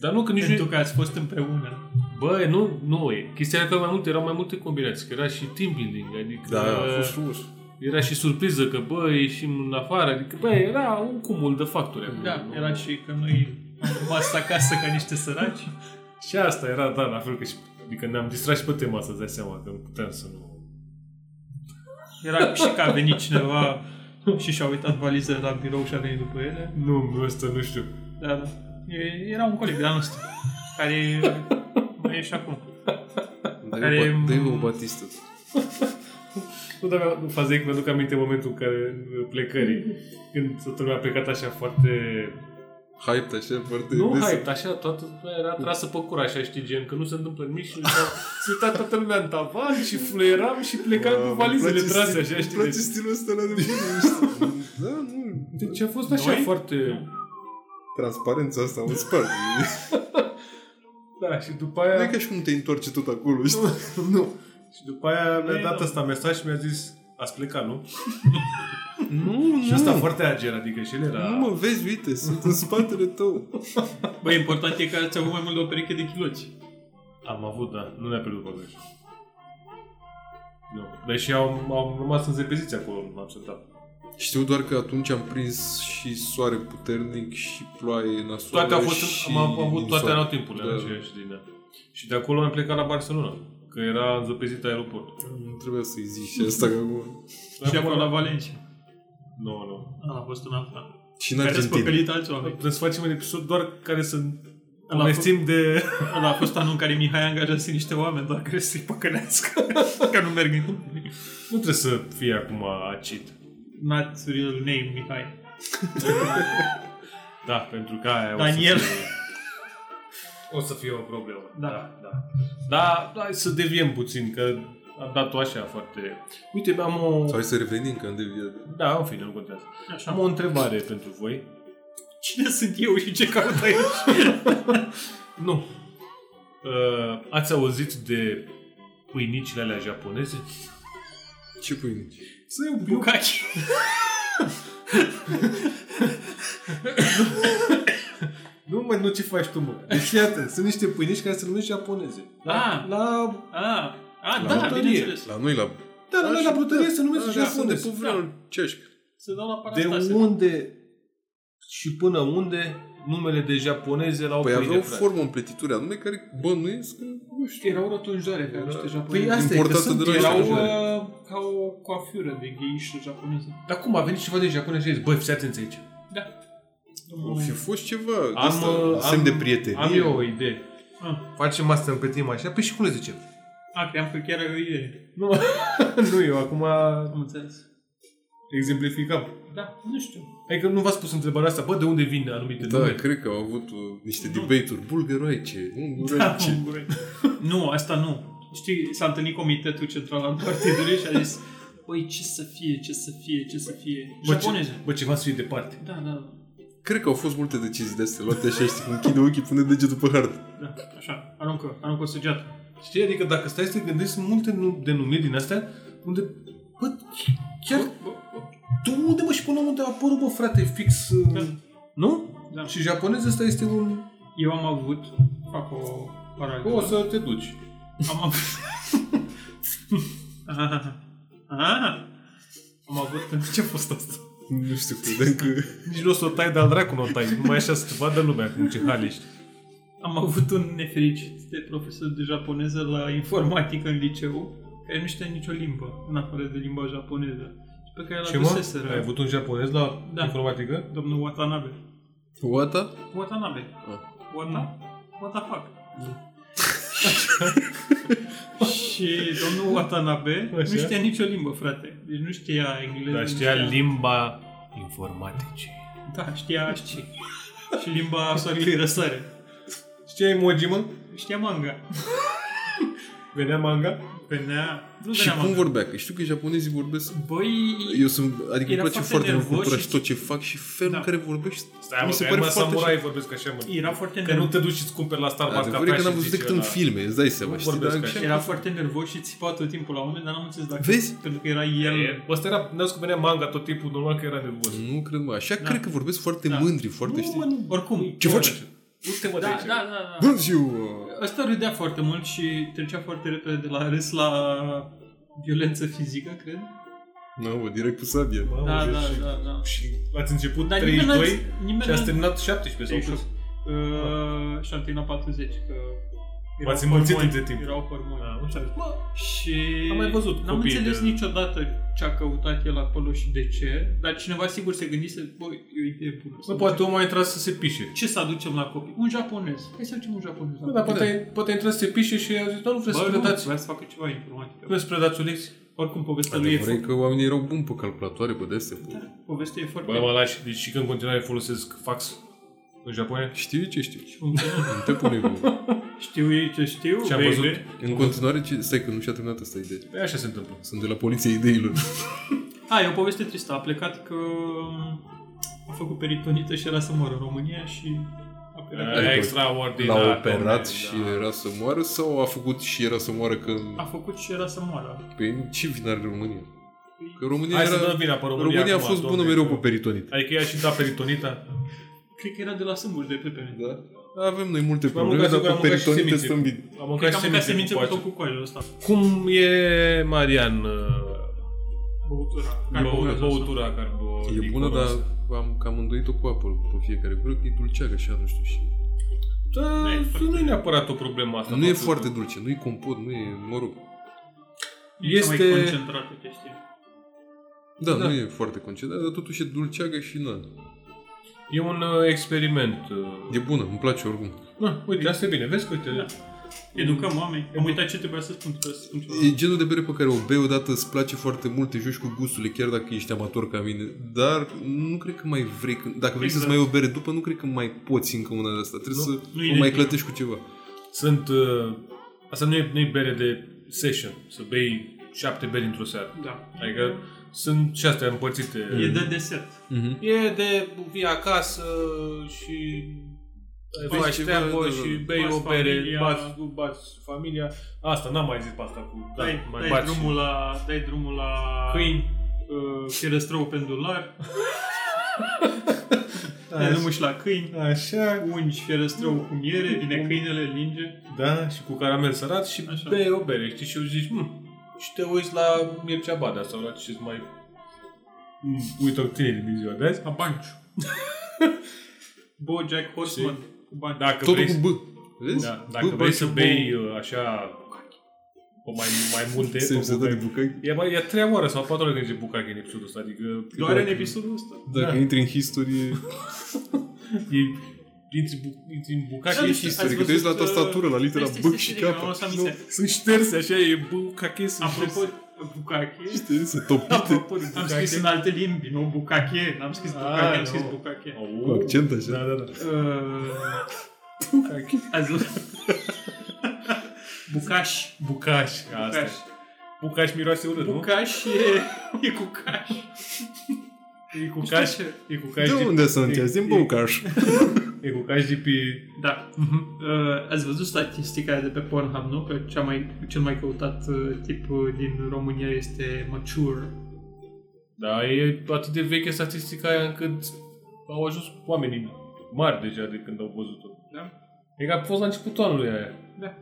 Speaker 1: Dar nu, că nici nu e-
Speaker 4: Pentru că ați fost împreună.
Speaker 1: Bă, nu, nu e. Chestia era că mai multe, erau mai multe combinații, că era și team building, adică
Speaker 2: Da, a fost frumos.
Speaker 1: era și surpriză că, bă, ieșim în afară, adică, bă, era un cumul de factori acolo.
Speaker 4: Da,
Speaker 1: nu?
Speaker 4: era și că noi am rămas acasă ca niște săraci.
Speaker 1: Și asta era, da, la fel că și, adică ne-am distrat și pe tema asta, îți dai seama că nu puteam să nu...
Speaker 4: Era și că a venit cineva și și-a uitat valizele la birou și a venit după ele.
Speaker 1: Nu, ăsta nu știu.
Speaker 4: Da, da. E- Era un coleg de al nostru care mai e și acum.
Speaker 1: Adică
Speaker 4: Care-
Speaker 2: Dai-o, dai-o, Batista.
Speaker 1: Nu, dar nu faza e că mi-aduc aminte momentul în care plecării, când toată lumea a plecat așa foarte...
Speaker 2: Hype, așa, foarte
Speaker 1: Nu
Speaker 2: des.
Speaker 1: hype, așa, toată lumea era trasă pe cur, așa, știi, gen, că nu se întâmplă nimic și se uita toată lumea în tavan și fluieram și plecam
Speaker 2: Mamă,
Speaker 1: cu valizele
Speaker 2: Da, îmi place
Speaker 1: trase, așa,
Speaker 2: stil- Îmi
Speaker 1: știi.
Speaker 2: place
Speaker 1: Deci,
Speaker 2: stilul ăsta la de bun. Da, nu.
Speaker 1: deci a fost așa
Speaker 4: Noi?
Speaker 1: foarte...
Speaker 2: Transparența asta mă spart.
Speaker 1: Da, și după
Speaker 2: Nu e
Speaker 1: aia...
Speaker 2: ca și cum te întorci tot
Speaker 1: Da.
Speaker 2: acolo, știi?
Speaker 1: nu. Și după aia mi-a
Speaker 4: Ei,
Speaker 1: dat
Speaker 4: da.
Speaker 1: ăsta mesaj și mi-a zis, ați plecat, *laughs* nu?
Speaker 2: Nu,
Speaker 1: Și ăsta foarte ager, adică și el era...
Speaker 2: Nu mă vezi, uite, sunt în spatele tău.
Speaker 4: Băi, important e că ați avut mai mult de o pereche de chiloți.
Speaker 1: Am avut, da, nu ne-a pierdut bagaj. Nu. Deși au, au rămas în zepeziți acolo, în absentat.
Speaker 2: Știu doar că atunci am prins și soare puternic și ploaie nasoală
Speaker 1: Toate au fost,
Speaker 2: și
Speaker 1: am, am avut toate
Speaker 2: ninsoare.
Speaker 1: anotimpurile
Speaker 2: Da.
Speaker 1: da. și din ea. Și de acolo am plecat la Barcelona, că era înzăpezit aeroport.
Speaker 2: Nu trebuia să-i zici și asta că acum...
Speaker 4: Și acolo la Valencia.
Speaker 1: Nu, nu.
Speaker 4: A, a fost în alta.
Speaker 2: Și în
Speaker 4: Care ați
Speaker 2: Argentina.
Speaker 4: păcălit alți oameni.
Speaker 1: Păi, Trebuie să facem un episod doar care să
Speaker 4: Ăla a, fost,
Speaker 1: povestim de...
Speaker 4: ăla a fost anul în care Mihai angajase niște oameni, dar care să-i păcălească. *laughs* că nu merg nimic.
Speaker 1: *laughs* Nu trebuie să fie acum acid.
Speaker 4: Not real name, Mihai.
Speaker 1: Da, pentru că aia o
Speaker 4: Daniel.
Speaker 1: să fie... *laughs* O să fie o problemă.
Speaker 4: Da.
Speaker 1: da. da. Dar hai să deviem puțin, că am dat-o așa foarte... Uite, am o...
Speaker 2: Sau hai să revenim că am deviat.
Speaker 1: Da, în fine, nu contează.
Speaker 4: Așa.
Speaker 1: Am o întrebare pentru voi.
Speaker 4: Cine sunt eu și ce caut aici?
Speaker 1: Nu. Uh, ați auzit de pâinicile alea japoneze?
Speaker 2: Ce pâini?
Speaker 1: Să eu
Speaker 4: Bucaci.
Speaker 1: Nu, mă, nu ce faci tu, mă. Deci, iată, sunt niște pâinici care se numesc japoneze.
Speaker 4: Ah.
Speaker 1: La...
Speaker 4: Ah, ah
Speaker 2: La
Speaker 4: da,
Speaker 2: bucătărie.
Speaker 4: bineînțeles.
Speaker 2: La noi, la...
Speaker 1: Da, la, la, la bucătărie se numesc
Speaker 2: Așa, Da, de
Speaker 1: japoneze.
Speaker 2: pe vreunul ceașcă.
Speaker 4: Se dau la
Speaker 1: De
Speaker 4: parastase.
Speaker 1: unde și până unde numele de japoneze la o
Speaker 2: Păi
Speaker 1: pâine,
Speaker 2: aveau
Speaker 1: frate?
Speaker 2: formă împlitituri anume care bănuiesc că, nu știu,
Speaker 4: Erau rotunjoare pe niște japonezi.
Speaker 1: Păi asta e, că
Speaker 2: Importată
Speaker 1: sunt,
Speaker 2: de la
Speaker 1: erau...
Speaker 4: Erau
Speaker 2: rotunjoare.
Speaker 1: uh,
Speaker 4: uh, ca o coafiură de ghiș japoneză.
Speaker 1: Dar cum, a venit ceva de japonez și a zis, băi, fiți atenți aici.
Speaker 4: Da.
Speaker 2: o fi fost ceva. de
Speaker 1: Am,
Speaker 2: asta,
Speaker 1: uh,
Speaker 2: semn
Speaker 1: am-
Speaker 2: de prietenie. Da,
Speaker 1: Am eu o idee.
Speaker 4: Ah.
Speaker 1: Facem asta pe timp așa, păi și cum le zicem?
Speaker 4: A, cream că chiar era o idee.
Speaker 1: Nu, *laughs* nu eu, acum
Speaker 4: Am înțeles.
Speaker 1: exemplificam.
Speaker 4: Da, nu știu.
Speaker 1: Adică nu v-ați pus întrebarea asta, bă, de unde vin anumite
Speaker 2: Da,
Speaker 1: nume?
Speaker 2: cred că au avut uh, niște
Speaker 4: Nu.
Speaker 2: debate-uri bulgăroice,
Speaker 4: Da,
Speaker 2: unguroice.
Speaker 4: ungureni. nu, asta nu. Știi, s-a întâlnit comitetul central al partidului și a zis Păi, ce să fie, ce să fie, ce să fie.
Speaker 1: Bă,
Speaker 4: Japoneze.
Speaker 1: ce, bă, ceva să fie departe.
Speaker 4: Da, da,
Speaker 2: Cred că au fost multe decizii de astea luate așa, știi, cum închide ochii, pune degetul pe hartă.
Speaker 4: da, așa. Aruncă, aruncă o săgeată.
Speaker 1: Știi, adică dacă stai să te gândești, sunt multe nu- denumiri din astea unde, bă, chiar, tu unde mă și până unde a apărut, bă, frate, fix, uh,
Speaker 4: Da.
Speaker 1: nu?
Speaker 4: Da.
Speaker 1: Și japonez ăsta este un...
Speaker 4: Eu am avut, fac o paralelă.
Speaker 1: O să te duci.
Speaker 4: Am
Speaker 1: *laughs*
Speaker 4: avut... Ah, ah. Am avut...
Speaker 1: Ce a fost asta?
Speaker 2: Nu știu, credeam că...
Speaker 1: Nici nu o să o tai de-al dracu, nu o tai. Numai așa să te vadă lumea cum ce hal ești.
Speaker 4: Am avut un nefericit de profesor de japoneză la informatică în liceu, care nu știa nicio limbă, în afară de limba japoneză. Și pe care
Speaker 1: Ce
Speaker 4: l-a
Speaker 1: mă? Ai
Speaker 4: duseseră
Speaker 1: avut un japonez la
Speaker 4: Da.
Speaker 1: informatică?
Speaker 4: domnul Watanabe.
Speaker 1: Da,
Speaker 2: Oata?
Speaker 4: Watanabe.
Speaker 2: Ah.
Speaker 4: Wata? What the fuck?
Speaker 1: *laughs*
Speaker 4: și domnul Watanabe
Speaker 1: Așa.
Speaker 4: nu știa nicio limbă, frate. Deci nu știa engleză.
Speaker 1: Dar
Speaker 4: nu
Speaker 1: Da, știa limba informaticii.
Speaker 4: Da,
Speaker 1: *laughs*
Speaker 4: știa asci. și limba soarelui răsare.
Speaker 1: Știa emoji, mă?
Speaker 4: Știa manga.
Speaker 1: Venea manga?
Speaker 4: Venea... Nu
Speaker 2: Și
Speaker 4: venea
Speaker 2: cum
Speaker 4: manga.
Speaker 2: vorbea? Că știu că japonezii vorbesc...
Speaker 4: Băi...
Speaker 2: Eu sunt, adică îmi
Speaker 4: Era
Speaker 2: place
Speaker 4: foarte
Speaker 2: foarte mult
Speaker 4: nervos
Speaker 2: cultura
Speaker 4: și-
Speaker 2: și tot ce fac și felul
Speaker 4: Da.
Speaker 2: în care vorbești.
Speaker 1: Stai,
Speaker 2: mi
Speaker 1: mă,
Speaker 2: se
Speaker 1: că
Speaker 2: pare
Speaker 1: ai, mă,
Speaker 2: foarte...
Speaker 1: samurai vorbesc așa, mă.
Speaker 4: Era foarte
Speaker 1: Că nu
Speaker 4: nervos.
Speaker 1: te duci și-ți cumperi la Starbucks
Speaker 2: Adevărul e
Speaker 1: cafea
Speaker 2: că n-am
Speaker 1: și
Speaker 2: văzut
Speaker 1: zici
Speaker 2: decât în
Speaker 1: ăla-
Speaker 2: filme, îți dai seama,
Speaker 1: Nu
Speaker 2: știi?
Speaker 1: vorbesc
Speaker 2: Dar
Speaker 1: ca
Speaker 2: așa-
Speaker 4: Era foarte nervos și țipa tot timpul la oameni, dar n-am înțeles dacă...
Speaker 2: Vezi?
Speaker 4: Pentru că era el...
Speaker 1: E, Ăsta era, n-am zis că venea manga tot timpul, normal că era nervos.
Speaker 2: Nu cred, mă. Așa
Speaker 4: Da.
Speaker 2: cred că vorbesc foarte
Speaker 4: Da.
Speaker 2: mândri, foarte, știi?
Speaker 4: nu. Oricum.
Speaker 2: Ce faci?
Speaker 1: Nu te mă de
Speaker 4: Da,
Speaker 1: aici.
Speaker 4: da, da, da.
Speaker 2: Bună ziua!
Speaker 4: Asta râdea foarte mult și trecea foarte repede de la râs la violență fizică, cred.
Speaker 2: Nu, mă, direct cu sabia.
Speaker 1: Mamă,
Speaker 4: Da, da,
Speaker 1: și-
Speaker 4: da, da.
Speaker 1: Și ați început
Speaker 4: Dar nimeni n-a...
Speaker 1: 32
Speaker 4: Nimeni
Speaker 1: și ați
Speaker 4: n-a...
Speaker 1: terminat 17 sau 8.
Speaker 4: Uh, și am terminat 40, că... erau
Speaker 1: V-ați înmulțit
Speaker 4: hormoni,
Speaker 1: între timp.
Speaker 4: Erau hormoni.
Speaker 1: Da, nu știu. Mă,
Speaker 4: Și
Speaker 1: Am mai văzut
Speaker 4: N-am
Speaker 1: copii
Speaker 4: înțeles
Speaker 1: de-
Speaker 4: niciodată ce a căutat el acolo și de ce, dar cineva sigur se gândise, băi, e o idee bună.
Speaker 1: Bă,
Speaker 4: Să
Speaker 1: poate
Speaker 4: ducem-
Speaker 1: omul a intrat să se pișe.
Speaker 4: Ce să aducem la copii? Un japonez. Hai să aducem un japonez.
Speaker 1: Bă, dar poate,
Speaker 2: Da.
Speaker 1: ai- poate a intrat să se pișe și a zis, nu, nu vreți să
Speaker 4: Bă, nu,
Speaker 1: predați.
Speaker 4: vrea să facă ceva informatică.
Speaker 1: Nu vreți să predați o lecție?
Speaker 4: Oricum, povestea lui e
Speaker 2: Adevărul e
Speaker 4: foarte...
Speaker 2: că oamenii erau buni pe calculatoare, pe de-astea. pe-
Speaker 1: Da.
Speaker 4: Povestea e foarte...
Speaker 1: Bă, mă lași, deci și că în continuare folosesc fax în Japonia.
Speaker 2: Știu ce știu.
Speaker 4: Și funcționează.
Speaker 2: Nu te pune
Speaker 1: *laughs*
Speaker 2: cu...
Speaker 4: *laughs* știu ei ce știu,
Speaker 1: Ce am
Speaker 4: baby.
Speaker 1: văzut?
Speaker 2: În continuare, ce... stai că nu și-a terminat asta idee.
Speaker 1: Păi așa se întâmplă.
Speaker 2: Sunt de la poliția ideilor.
Speaker 4: A, e o poveste tristă. A plecat că a făcut peritonită și era să moară în România și a plecat.
Speaker 2: Adică
Speaker 1: Extraordinar.
Speaker 2: L-a
Speaker 1: domnule, da.
Speaker 2: operat și era să moară sau a făcut și era să moară că...
Speaker 1: Da.
Speaker 4: A făcut și era să moară.
Speaker 2: Pe ce vină are România? Că România,
Speaker 1: Hai să
Speaker 2: era...
Speaker 1: dăm vina pe România.
Speaker 2: România a
Speaker 1: acum,
Speaker 2: fost bună
Speaker 1: domnule.
Speaker 2: mereu pe peritonit.
Speaker 1: Adică ea și da peritonita.
Speaker 4: Cred că era de la sâmburi de pepene.
Speaker 2: Da? Avem noi multe
Speaker 1: M-am
Speaker 2: probleme,
Speaker 1: mâncat
Speaker 2: dar
Speaker 1: sigur, am
Speaker 2: pe
Speaker 1: mâncat și
Speaker 2: peritonite
Speaker 1: semințe.
Speaker 2: stăm bine.
Speaker 1: Am
Speaker 4: Cred că am mâncat
Speaker 1: semințe
Speaker 4: semințe cu
Speaker 1: coace.
Speaker 4: tot cu coajul ăsta.
Speaker 1: Cum e, Marian, uh,
Speaker 4: Băutura.
Speaker 1: bău-
Speaker 4: Carbohidratul
Speaker 1: băutura carbo?
Speaker 2: E bună, dar am cam îndoit-o cu apă pe fiecare gură, că e dulceagă așa, nu știu. Și...
Speaker 1: Da,
Speaker 4: Da, e foarte-
Speaker 1: nu e neapărat o problemă asta.
Speaker 2: Nu e
Speaker 1: faptul
Speaker 2: foarte
Speaker 1: că-
Speaker 2: dulce, nu e compot, nu e, mă rog.
Speaker 4: Este...
Speaker 1: Este-
Speaker 4: mai concentrată chestie.
Speaker 2: Da,
Speaker 1: Da.
Speaker 2: nu e foarte concentrat, dar totuși e dulceagă și na.
Speaker 1: E un uh, experiment. uh.
Speaker 2: E bună, îmi place oricum.
Speaker 1: Na, uite, asta e bine. Vezi că uite,
Speaker 4: Da. Educăm oameni. Am uitat ce trebuia să spun. Trebuia să spun ceva.
Speaker 2: E genul de bere pe care o bei odată, îți place foarte mult, te joci cu gusturile, chiar dacă ești amator ca mine. Dar nu cred că mai vrei, când- dacă vrei
Speaker 4: Exact.
Speaker 2: să-ți mai iei o bere după, nu cred că mai poți încă una de asta. Trebuie
Speaker 1: Nu,
Speaker 2: să
Speaker 4: nu
Speaker 2: o
Speaker 4: e
Speaker 2: mai
Speaker 4: de-
Speaker 2: clătești cu ceva.
Speaker 1: sunt... uh, Asta nu e, nu e bere de session, să bei șapte beri într-o seară.
Speaker 4: Da.
Speaker 1: Adică sunt și astea împărțite.
Speaker 4: E de desert.
Speaker 2: Mm-hmm.
Speaker 1: E de vii acasă și
Speaker 2: Faci
Speaker 1: faci
Speaker 2: ceva,
Speaker 1: treabă
Speaker 2: da,
Speaker 1: și
Speaker 2: da.
Speaker 1: bei
Speaker 4: Bați
Speaker 1: o bere,
Speaker 4: familia.
Speaker 1: bați, bați familia. Asta, n-am mai zis pe asta cu... Da,
Speaker 4: dai,
Speaker 1: mai
Speaker 4: dai,
Speaker 1: bați
Speaker 4: drumul la, dai drumul la
Speaker 1: câini.
Speaker 4: uh, Fierăstrău pendular. dai drumul și la câini.
Speaker 1: Da, Așa.
Speaker 4: Ungi fierăstrău cu miere, vine câinele, linge.
Speaker 1: Da, și cu caramel sărat și
Speaker 4: Așa.
Speaker 1: bei o bere, știi? Și zici, hm, și te uiți la Mircea Badea sau la ce mai... Mm, Uită tine din ziua de azi.
Speaker 4: A banci. Bojack Horseman. Cu bani.
Speaker 1: Dacă
Speaker 2: Totul
Speaker 1: vrei,
Speaker 2: cu
Speaker 1: să-
Speaker 2: B. Vezi?
Speaker 1: da, dacă
Speaker 2: B,
Speaker 1: vrei
Speaker 2: bani
Speaker 1: să
Speaker 2: și
Speaker 1: bei uh, așa pe mai, mai multe
Speaker 2: Se
Speaker 1: pe
Speaker 2: se dă de
Speaker 1: bucăi.
Speaker 2: bucai.
Speaker 1: E, mai, e a treia oară sau a patra oară când zice bucache în episodul ăsta, adică...
Speaker 4: Doar în episodul ăsta.
Speaker 2: Dacă
Speaker 1: Da.
Speaker 2: intri în istorie,
Speaker 1: E, intri, bu, intri în
Speaker 4: Da,
Speaker 1: bucache
Speaker 4: nu
Speaker 1: și...
Speaker 4: știu,
Speaker 2: istorie,
Speaker 4: ați
Speaker 2: că te uiți la
Speaker 4: văzut, uh,
Speaker 2: tastatură, la litera
Speaker 4: stai, stai,
Speaker 2: B
Speaker 4: stai,
Speaker 2: și
Speaker 4: stai, că am
Speaker 2: K.
Speaker 4: lăsat
Speaker 1: Nu,
Speaker 4: mintea.
Speaker 1: sunt șterse, așa e bucache, sunt
Speaker 4: Apropo,
Speaker 1: șterse.
Speaker 4: bucache.
Speaker 2: Știi, se topite
Speaker 1: Apropo de
Speaker 4: Am
Speaker 1: bucache.
Speaker 4: scris în alte limbi, nu bucache. N-am scris
Speaker 1: Ah,
Speaker 4: bucache, am
Speaker 1: nu.
Speaker 4: scris bucache.
Speaker 1: Au.
Speaker 2: cu accent așa.
Speaker 1: Da, da, da.
Speaker 4: Uh,
Speaker 1: Bucache.
Speaker 4: ați văzut?
Speaker 2: *laughs*
Speaker 4: Bucaș.
Speaker 1: Bucaș, asta.
Speaker 4: Bucaș.
Speaker 1: e. Bucaș miroase urât, nu?
Speaker 4: Bucaș e, e cu caș.
Speaker 1: E cu
Speaker 4: Bucaș.
Speaker 1: caș, e cu caș
Speaker 2: De unde să
Speaker 1: e-
Speaker 2: înțelegi? Din
Speaker 1: da.
Speaker 2: Păi,
Speaker 1: e-
Speaker 2: Băucaș.
Speaker 1: E cu caș de pe...
Speaker 4: Da. Uh, ați văzut statistica de pe Pornhub, nu? Că cea mai, cel mai căutat uh, tip uh, din România este mature.
Speaker 1: Da, e atât de veche statistica aia încât au ajuns oamenii mari deja de când au văzut-o.
Speaker 4: Da?
Speaker 1: E că a fost la începutul anului aia.
Speaker 4: Da.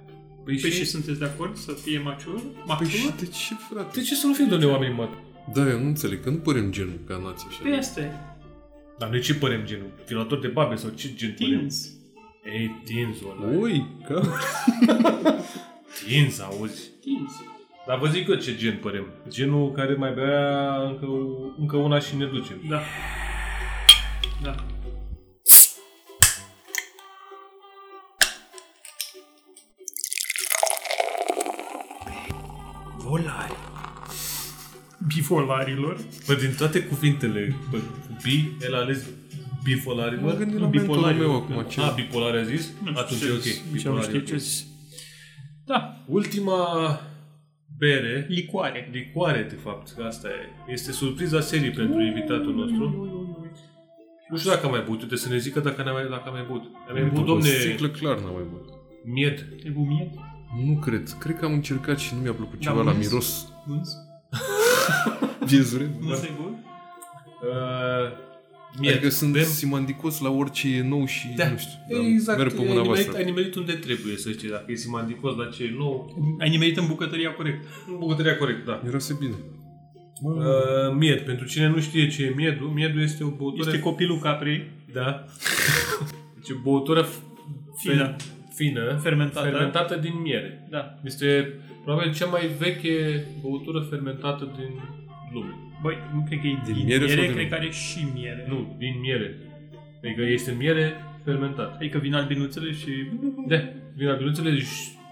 Speaker 1: Păi,
Speaker 4: Păi și
Speaker 1: și...
Speaker 4: sunteți de acord să fie mature?
Speaker 2: Păi și
Speaker 4: Mature?
Speaker 2: de ce, frate? Deci,
Speaker 1: De ce să nu fim doamne oameni mari?
Speaker 2: Da, eu nu înțeleg, că nu părem genul ca nație așa.
Speaker 4: Păi asta e.
Speaker 1: Dar noi ce părem genul? Filator de babe sau ce gen părem?
Speaker 4: Teens.
Speaker 1: Ei, tinz, ăla.
Speaker 2: Ui, ca...
Speaker 1: Tinz, auzi?
Speaker 4: Teens.
Speaker 1: Dar vă zic eu ce gen părem. Genul care mai bea încă, încă una și ne ducem.
Speaker 4: Da. Da.
Speaker 3: Volare.
Speaker 4: Bifolarilor.
Speaker 1: Bă, din toate cuvintele, bă, cu bi, el a ales bipolarilor.
Speaker 2: Mă gândeam la
Speaker 1: bipolarilor.
Speaker 2: mentorul meu acum, ce-
Speaker 1: A, bipolar a zis?
Speaker 4: Nu știu
Speaker 1: Atunci
Speaker 4: ce
Speaker 1: e
Speaker 4: zis, nici
Speaker 1: ok. Bipolar e ok.
Speaker 4: Da.
Speaker 1: Ultima bere,
Speaker 4: Licoare.
Speaker 1: licoare de fapt, că asta e. Este surpriza serii pentru invitatul nostru. Nu știu dacă am mai băut, uite să ne zică dacă am mai, dacă am mai băut. Am mai băut,
Speaker 2: O
Speaker 1: Păi, domne,
Speaker 2: sticlă clar n-am mai băut.
Speaker 1: mied.
Speaker 4: E bumie?
Speaker 2: Nu cred. Cred că am încercat și nu mi-a
Speaker 1: Da,
Speaker 2: plăcut
Speaker 4: Dar
Speaker 2: ceva la
Speaker 4: mânzi?
Speaker 2: miros.
Speaker 4: Bunz?
Speaker 2: Viezure.
Speaker 4: Nu e bun?
Speaker 1: Uh, mied.
Speaker 2: Adică sunt
Speaker 1: Bem-
Speaker 2: simandicos la orice e nou și
Speaker 1: Da.
Speaker 2: nu știu. dar
Speaker 1: Exact,
Speaker 2: Merg pe
Speaker 1: ai
Speaker 2: mâna
Speaker 1: nimerit,
Speaker 2: voastră.
Speaker 1: ai nimerit unde trebuie să știi, dacă e simandicos, la ce e nou,
Speaker 4: Ai nimerit în bucătăria corect.
Speaker 1: în bucătăria corectă, da.
Speaker 2: Miroase bine.
Speaker 1: Uh, mied. Pentru cine nu știe ce e miedul, miedul este o băutură...
Speaker 4: Este copilul caprei.
Speaker 1: Da. *laughs* Deci o băutură f- fer-
Speaker 4: Fină.
Speaker 1: fină
Speaker 4: Fermentată.
Speaker 1: fermentată din miere.
Speaker 4: Da.
Speaker 1: Este probabil cea mai veche băutură fermentată din lume.
Speaker 4: Băi, nu cred că e din,
Speaker 2: miere
Speaker 4: miere,
Speaker 2: sau din-
Speaker 4: cred că are și miere.
Speaker 1: Nu, din miere. Adică este miere fermentată.
Speaker 4: Adică vin albinuțele și...
Speaker 1: Da. Vin albinuțele, deci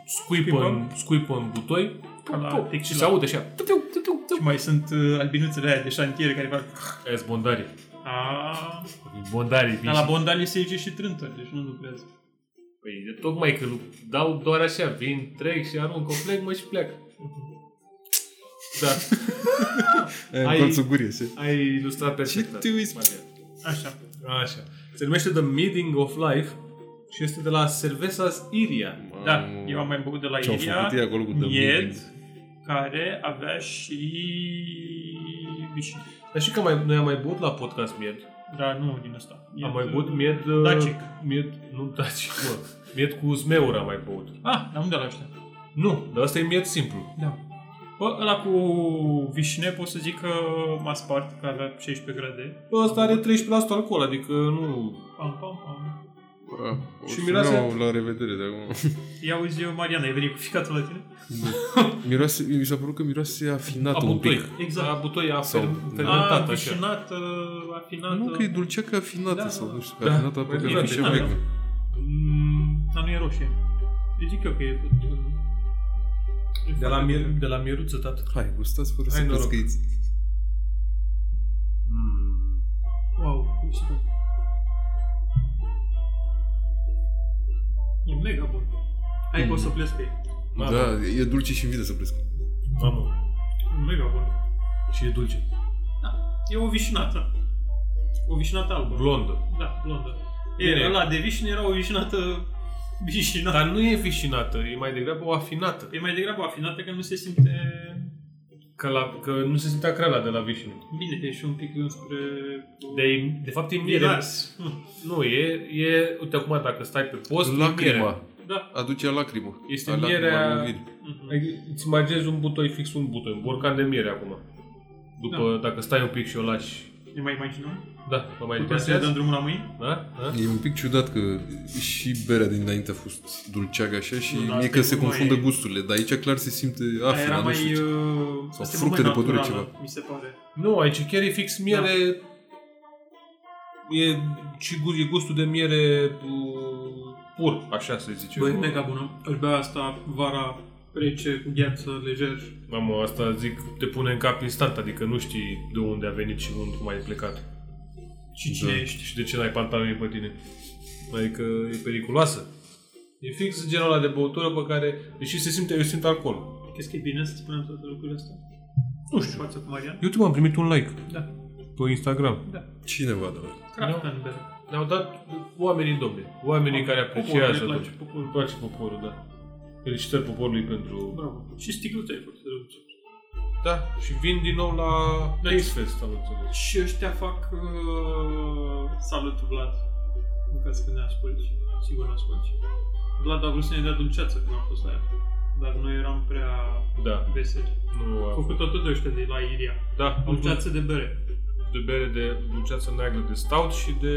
Speaker 1: scuipă exact. în, scuipă în butoi
Speaker 4: Ca la
Speaker 1: Pup, pup, și
Speaker 4: tequila.
Speaker 1: se aude așa. Tu, tu, tu, tu, tu.
Speaker 4: Și mai sunt uh, albinuțele aia de șantiere care fac...
Speaker 1: Aia sunt bondarii.
Speaker 4: Aaaa.
Speaker 1: Bondarii. vin
Speaker 4: Dar la
Speaker 1: și-
Speaker 4: Bondali se zice și trântă, deci nu lucrează.
Speaker 1: Păi, de tocmai că lu- dau doar așa, vin, trec și arunc o flegmă și pleacă. Da,
Speaker 2: Ai în
Speaker 1: Ai-
Speaker 2: colțul gurii, așa.
Speaker 1: ai ilustrat perfect.
Speaker 2: te uiți?
Speaker 1: Marian.
Speaker 4: Așa.
Speaker 1: Așa. Se numește The Meeting of Life și este de la Cervezas Iria.
Speaker 4: Da,
Speaker 2: Mamă,
Speaker 4: eu am mai băut de la
Speaker 2: Ce-au
Speaker 4: Iria,
Speaker 2: făcut ei acolo cu The
Speaker 4: mied,
Speaker 2: Meeting?
Speaker 4: care avea și vișini.
Speaker 1: Dar și că mai, noi am mai băut la podcast mied.
Speaker 4: Dar nu din ăsta. E
Speaker 1: Am mai
Speaker 4: de-
Speaker 1: băut mied... uh,
Speaker 4: Dacic.
Speaker 1: Mied, nu dacic, mă. Mied cu zmeură am mai băut.
Speaker 4: Ah, dar unde la ăștia?
Speaker 1: Nu, dar ăsta e mied simplu.
Speaker 4: Da. Bă, ăla cu vișine pot să zic că m-a spart, că avea 16 grade.
Speaker 1: Bă, Ăsta are 13% alcool, adică nu...
Speaker 4: Pam, pam, pam.
Speaker 1: Și miroase-
Speaker 2: La revedere de acum.
Speaker 4: Ia uzi, Mariana, ai venit cu ficatul la tine?
Speaker 2: miroase, mi s-a părut că miroase afinat
Speaker 1: A
Speaker 2: un pic.
Speaker 1: butoi.
Speaker 4: Exact.
Speaker 1: A butoi a
Speaker 2: Sau- păi
Speaker 1: fer-
Speaker 4: A,
Speaker 1: fermentat așa.
Speaker 4: vișinat, uh, afinat.
Speaker 2: Nu, că e dulceacă afinată
Speaker 4: Da,
Speaker 2: sau
Speaker 4: da.
Speaker 2: nu știu,
Speaker 1: Da,
Speaker 2: afinată apă
Speaker 1: mai
Speaker 2: care
Speaker 1: bine,
Speaker 2: fișe
Speaker 1: da,
Speaker 2: mai
Speaker 1: da.
Speaker 4: Mm, dar nu e roșie. Eu zic eu că e tot... uh, e
Speaker 1: De la,
Speaker 4: foarte
Speaker 1: mier,
Speaker 4: bine.
Speaker 1: de la mieruță, tată.
Speaker 2: Hai, gustați fără
Speaker 1: Hai,
Speaker 2: să
Speaker 1: noroc.
Speaker 2: pescuiți.
Speaker 4: Wow, cum se dă? E mega bun. Hai
Speaker 2: Mm.
Speaker 4: mm. că o să plec pe ei.
Speaker 1: Mamă.
Speaker 2: Da, e dulce și vine să plesc.
Speaker 1: Mamă,
Speaker 4: E mega bun.
Speaker 1: și e dulce.
Speaker 4: E o vișinată. O vișinată albă.
Speaker 1: Blondă.
Speaker 4: Da, blondă.
Speaker 1: Bine.
Speaker 4: E, ăla de vișine era o vișinată vișinată.
Speaker 1: Dar nu e vișinată, e mai degrabă o afinată.
Speaker 4: E mai degrabă afinată că nu se simte
Speaker 1: Că, la, că nu se simte acrala de la vișină.
Speaker 4: bine, e și un pic înspre...
Speaker 1: De, de fapt e miere.
Speaker 4: Miras. Mm.
Speaker 1: Nu, e, e... Uite acum, dacă stai pe post, e miere.
Speaker 2: Lacrima.
Speaker 4: Da.
Speaker 2: Aduce lacrima.
Speaker 1: Este
Speaker 2: A lacrima
Speaker 1: mierea-
Speaker 2: lui Vin.
Speaker 4: Mhm.
Speaker 1: Adică Îți imaginezi un butoi fix un butoi, un borcan de miere acum. După, dacă stai un pic și o lași...
Speaker 4: Ne mai imaginăm?
Speaker 1: Da, vă mai
Speaker 4: Putem să le dăm
Speaker 1: interesează?
Speaker 4: drumul la mâini?
Speaker 1: Da? da?
Speaker 2: E un pic ciudat că și berea dinainte a fost dulceagă așa și
Speaker 4: Nu, dar
Speaker 2: e
Speaker 4: asta
Speaker 2: că
Speaker 4: e
Speaker 2: se
Speaker 4: mult
Speaker 2: confundă
Speaker 4: mai-
Speaker 2: gusturile, dar aici clar se simte
Speaker 4: Aia era
Speaker 2: afina, nu
Speaker 4: mai...
Speaker 2: Da, știu.
Speaker 4: Uh,
Speaker 2: Sau
Speaker 4: asta e
Speaker 2: fructe
Speaker 4: mult
Speaker 2: de
Speaker 4: mai
Speaker 2: pădure,
Speaker 4: naturală, Mi se pare.
Speaker 1: Nu, aici chiar e fix miere...
Speaker 4: Da.
Speaker 1: E, și gu- e gustul de miere uh, pur, așa să zicem.
Speaker 4: Băi, mega bună. Aș bea asta vara rece, cu gheață, lejer.
Speaker 1: Mamă, asta zic, te pune în cap instant, adică nu știi de unde a venit și unde cum ai plecat.
Speaker 4: Și cine
Speaker 2: Da.
Speaker 4: ești?
Speaker 1: Și de ce n-ai pantaloni pe tine. Adică e periculoasă. E fix genul ăla de băutură pe care, deși se simte, eu simt alcool.
Speaker 4: Crezi că e bine să spunem toate lucrurile astea? Nu știu. Față cu Marian?
Speaker 1: Eu am primit un like
Speaker 4: Da.
Speaker 1: pe Instagram.
Speaker 2: Cineva, da.
Speaker 4: Kraftenberg.
Speaker 1: Ne-au dat oamenii domne, oamenii care apreciază.
Speaker 4: Poporul, ne place
Speaker 1: domne. Îmi
Speaker 4: poporul.
Speaker 1: Ah, place poporul, da. Felicitări poporului pentru...
Speaker 4: Bravo. Și sticluța e foarte drăguță.
Speaker 1: Da, și vin din nou la
Speaker 4: Da.
Speaker 1: Ace Fest, am înțeles.
Speaker 4: Și ăștia fac... Uh... Salut, Vlad. În caz că ne asculti. Sigur ne asculti. Vlad a vrut să ne dea dulceață când am fost la ea. Dar noi eram prea
Speaker 1: Da,
Speaker 4: veseli.
Speaker 1: nu
Speaker 4: Au
Speaker 1: a
Speaker 4: făcut
Speaker 1: fost.
Speaker 4: tot ăștia de la Iria.
Speaker 1: Da, am fost
Speaker 4: Dulceață de bere.
Speaker 1: de bere de dulceață neagră de stout și de...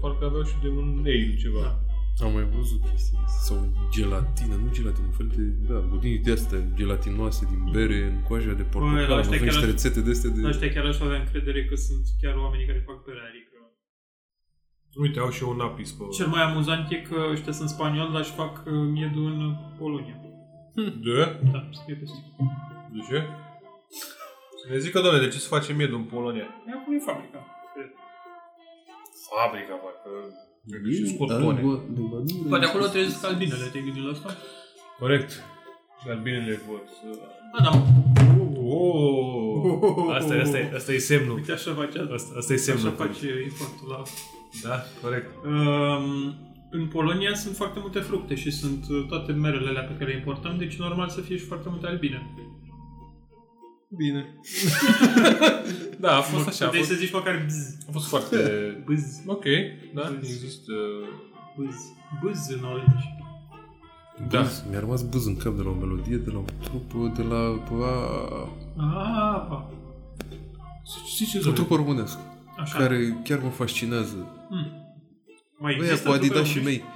Speaker 1: parcă aveau și de un ale ceva.
Speaker 4: Da.
Speaker 2: Am mai văzut chestii sau gelatină, nu gelatină, un fel de, da, budini de astea gelatinoase din bere, în coaja de portocal,
Speaker 4: la
Speaker 2: am
Speaker 4: ăștia
Speaker 2: văzut niște
Speaker 4: chiar-
Speaker 2: rețete de astea de...
Speaker 4: Dar ăștia chiar aș avea încredere că sunt chiar oamenii care fac bere, adică...
Speaker 1: Uite, au și un apis pe...
Speaker 4: Cel mai amuzant e că ăștia sunt spanioli, dar își fac uh, miedul în Polonia.
Speaker 1: De?
Speaker 4: Da, scrie pe sticlă.
Speaker 1: De ce? Să ne zică, doamne, de ce se face miedul în Polonia?
Speaker 4: E acolo e fabrica.
Speaker 1: Fabrica, bă, că... Și scorpone.
Speaker 4: Poate acolo trebuie să albinele, te-ai gândit la asta?
Speaker 1: Corect. Albinele vor să...
Speaker 4: Da, da.
Speaker 1: Oh! Asta, e- asta, e, asta e semnul.
Speaker 4: Uite așa face asta.
Speaker 1: Asta, asta e
Speaker 4: Așa
Speaker 1: semnul.
Speaker 4: face impactul la...
Speaker 1: Da, corect.
Speaker 4: Um, în Polonia sunt foarte multe fructe și sunt uh, toate merele alea pe care le importăm, deci normal să fie și foarte multe albine.
Speaker 2: Bine.
Speaker 1: Da, a fost așa. A
Speaker 4: Puteai
Speaker 1: fost,
Speaker 4: să zici măcar bz,
Speaker 1: a fost foarte...
Speaker 4: bz,
Speaker 1: Ok, da, există...
Speaker 4: bz, bz în orange.
Speaker 1: Da.
Speaker 2: Buz, mi-a rămas buz în cap de la o melodie, de la o trupă, de la a,
Speaker 4: Ah, ba.
Speaker 1: Știi ce
Speaker 2: o trupă românească,
Speaker 4: Așa.
Speaker 2: care chiar mă fascinează.
Speaker 4: Hmm. Mai
Speaker 2: Băia
Speaker 4: există
Speaker 2: cu Adidas
Speaker 4: trupe
Speaker 2: și
Speaker 4: românești?
Speaker 2: mei,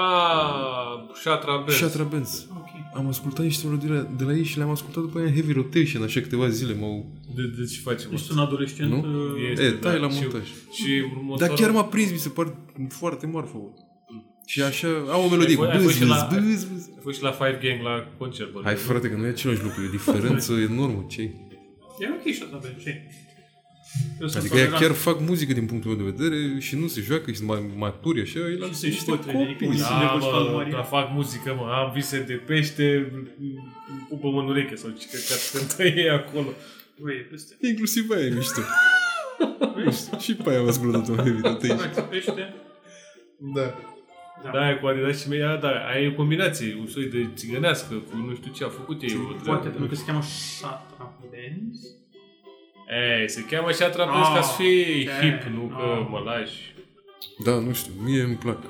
Speaker 1: Ah, Shatra Benz.
Speaker 2: Shatra Benz.
Speaker 4: Ok.
Speaker 2: Am ascultat niște melodii de la ei și le-am ascultat după aia în heavy rotation, așa câteva zile m-au...
Speaker 1: De, de ce facem
Speaker 4: Ești
Speaker 1: asta?
Speaker 4: un adolescent.
Speaker 2: Nu?
Speaker 4: uh,
Speaker 1: Este,
Speaker 2: E, tai
Speaker 1: da,
Speaker 2: la
Speaker 1: și-
Speaker 2: montaj.
Speaker 1: Și următorul...
Speaker 2: Dar chiar m-a prins, mi se par foarte marfă. bă. Și așa, au o
Speaker 1: Ai
Speaker 2: melodie cu
Speaker 1: fost- ai fost
Speaker 2: bâz,
Speaker 1: și la-
Speaker 2: bâz, bâz, bâz.
Speaker 1: Fui și la Five Gang la concert, bă.
Speaker 2: Hai frate, că nu e același lucru, e o diferență enormă, ce
Speaker 4: E ok și asta, Ben, ce? Eu sunt
Speaker 2: Adică ei
Speaker 4: tolerant.
Speaker 2: chiar fac muzică din punctul meu de vedere și nu se joacă, și sunt mai maturi așa, ei la
Speaker 4: Și se
Speaker 2: niște
Speaker 4: șpotre, adică
Speaker 2: copii.
Speaker 4: unii-
Speaker 2: Da.
Speaker 1: Da,
Speaker 4: Sunt de Coștal
Speaker 1: mă,
Speaker 4: Maria.
Speaker 1: dar fac muzică, mă, am vise de pește, îmi pupă-mă în ureche sau ce căcat cântă ei acolo.
Speaker 4: Băi, e peste.
Speaker 2: Inclusiv aia e mișto. și pe aia am ascultat-o în heavy rotation.
Speaker 4: Faci pește.
Speaker 2: Da.
Speaker 4: Da.
Speaker 1: Da, e cu Adidas și mea, da, aia e o combinație, un soi de țigănească cu nu știu ce a făcut ei. o
Speaker 4: Poate
Speaker 1: treabă.
Speaker 4: pentru că se cheamă Shatra Benz.
Speaker 1: Ei, se cheamă și atrapezi ca să fii
Speaker 4: Ah,
Speaker 1: hip,
Speaker 4: ok.
Speaker 1: nu că
Speaker 4: Ah.
Speaker 1: mă lași.
Speaker 2: Da, nu știu, mie îmi plac.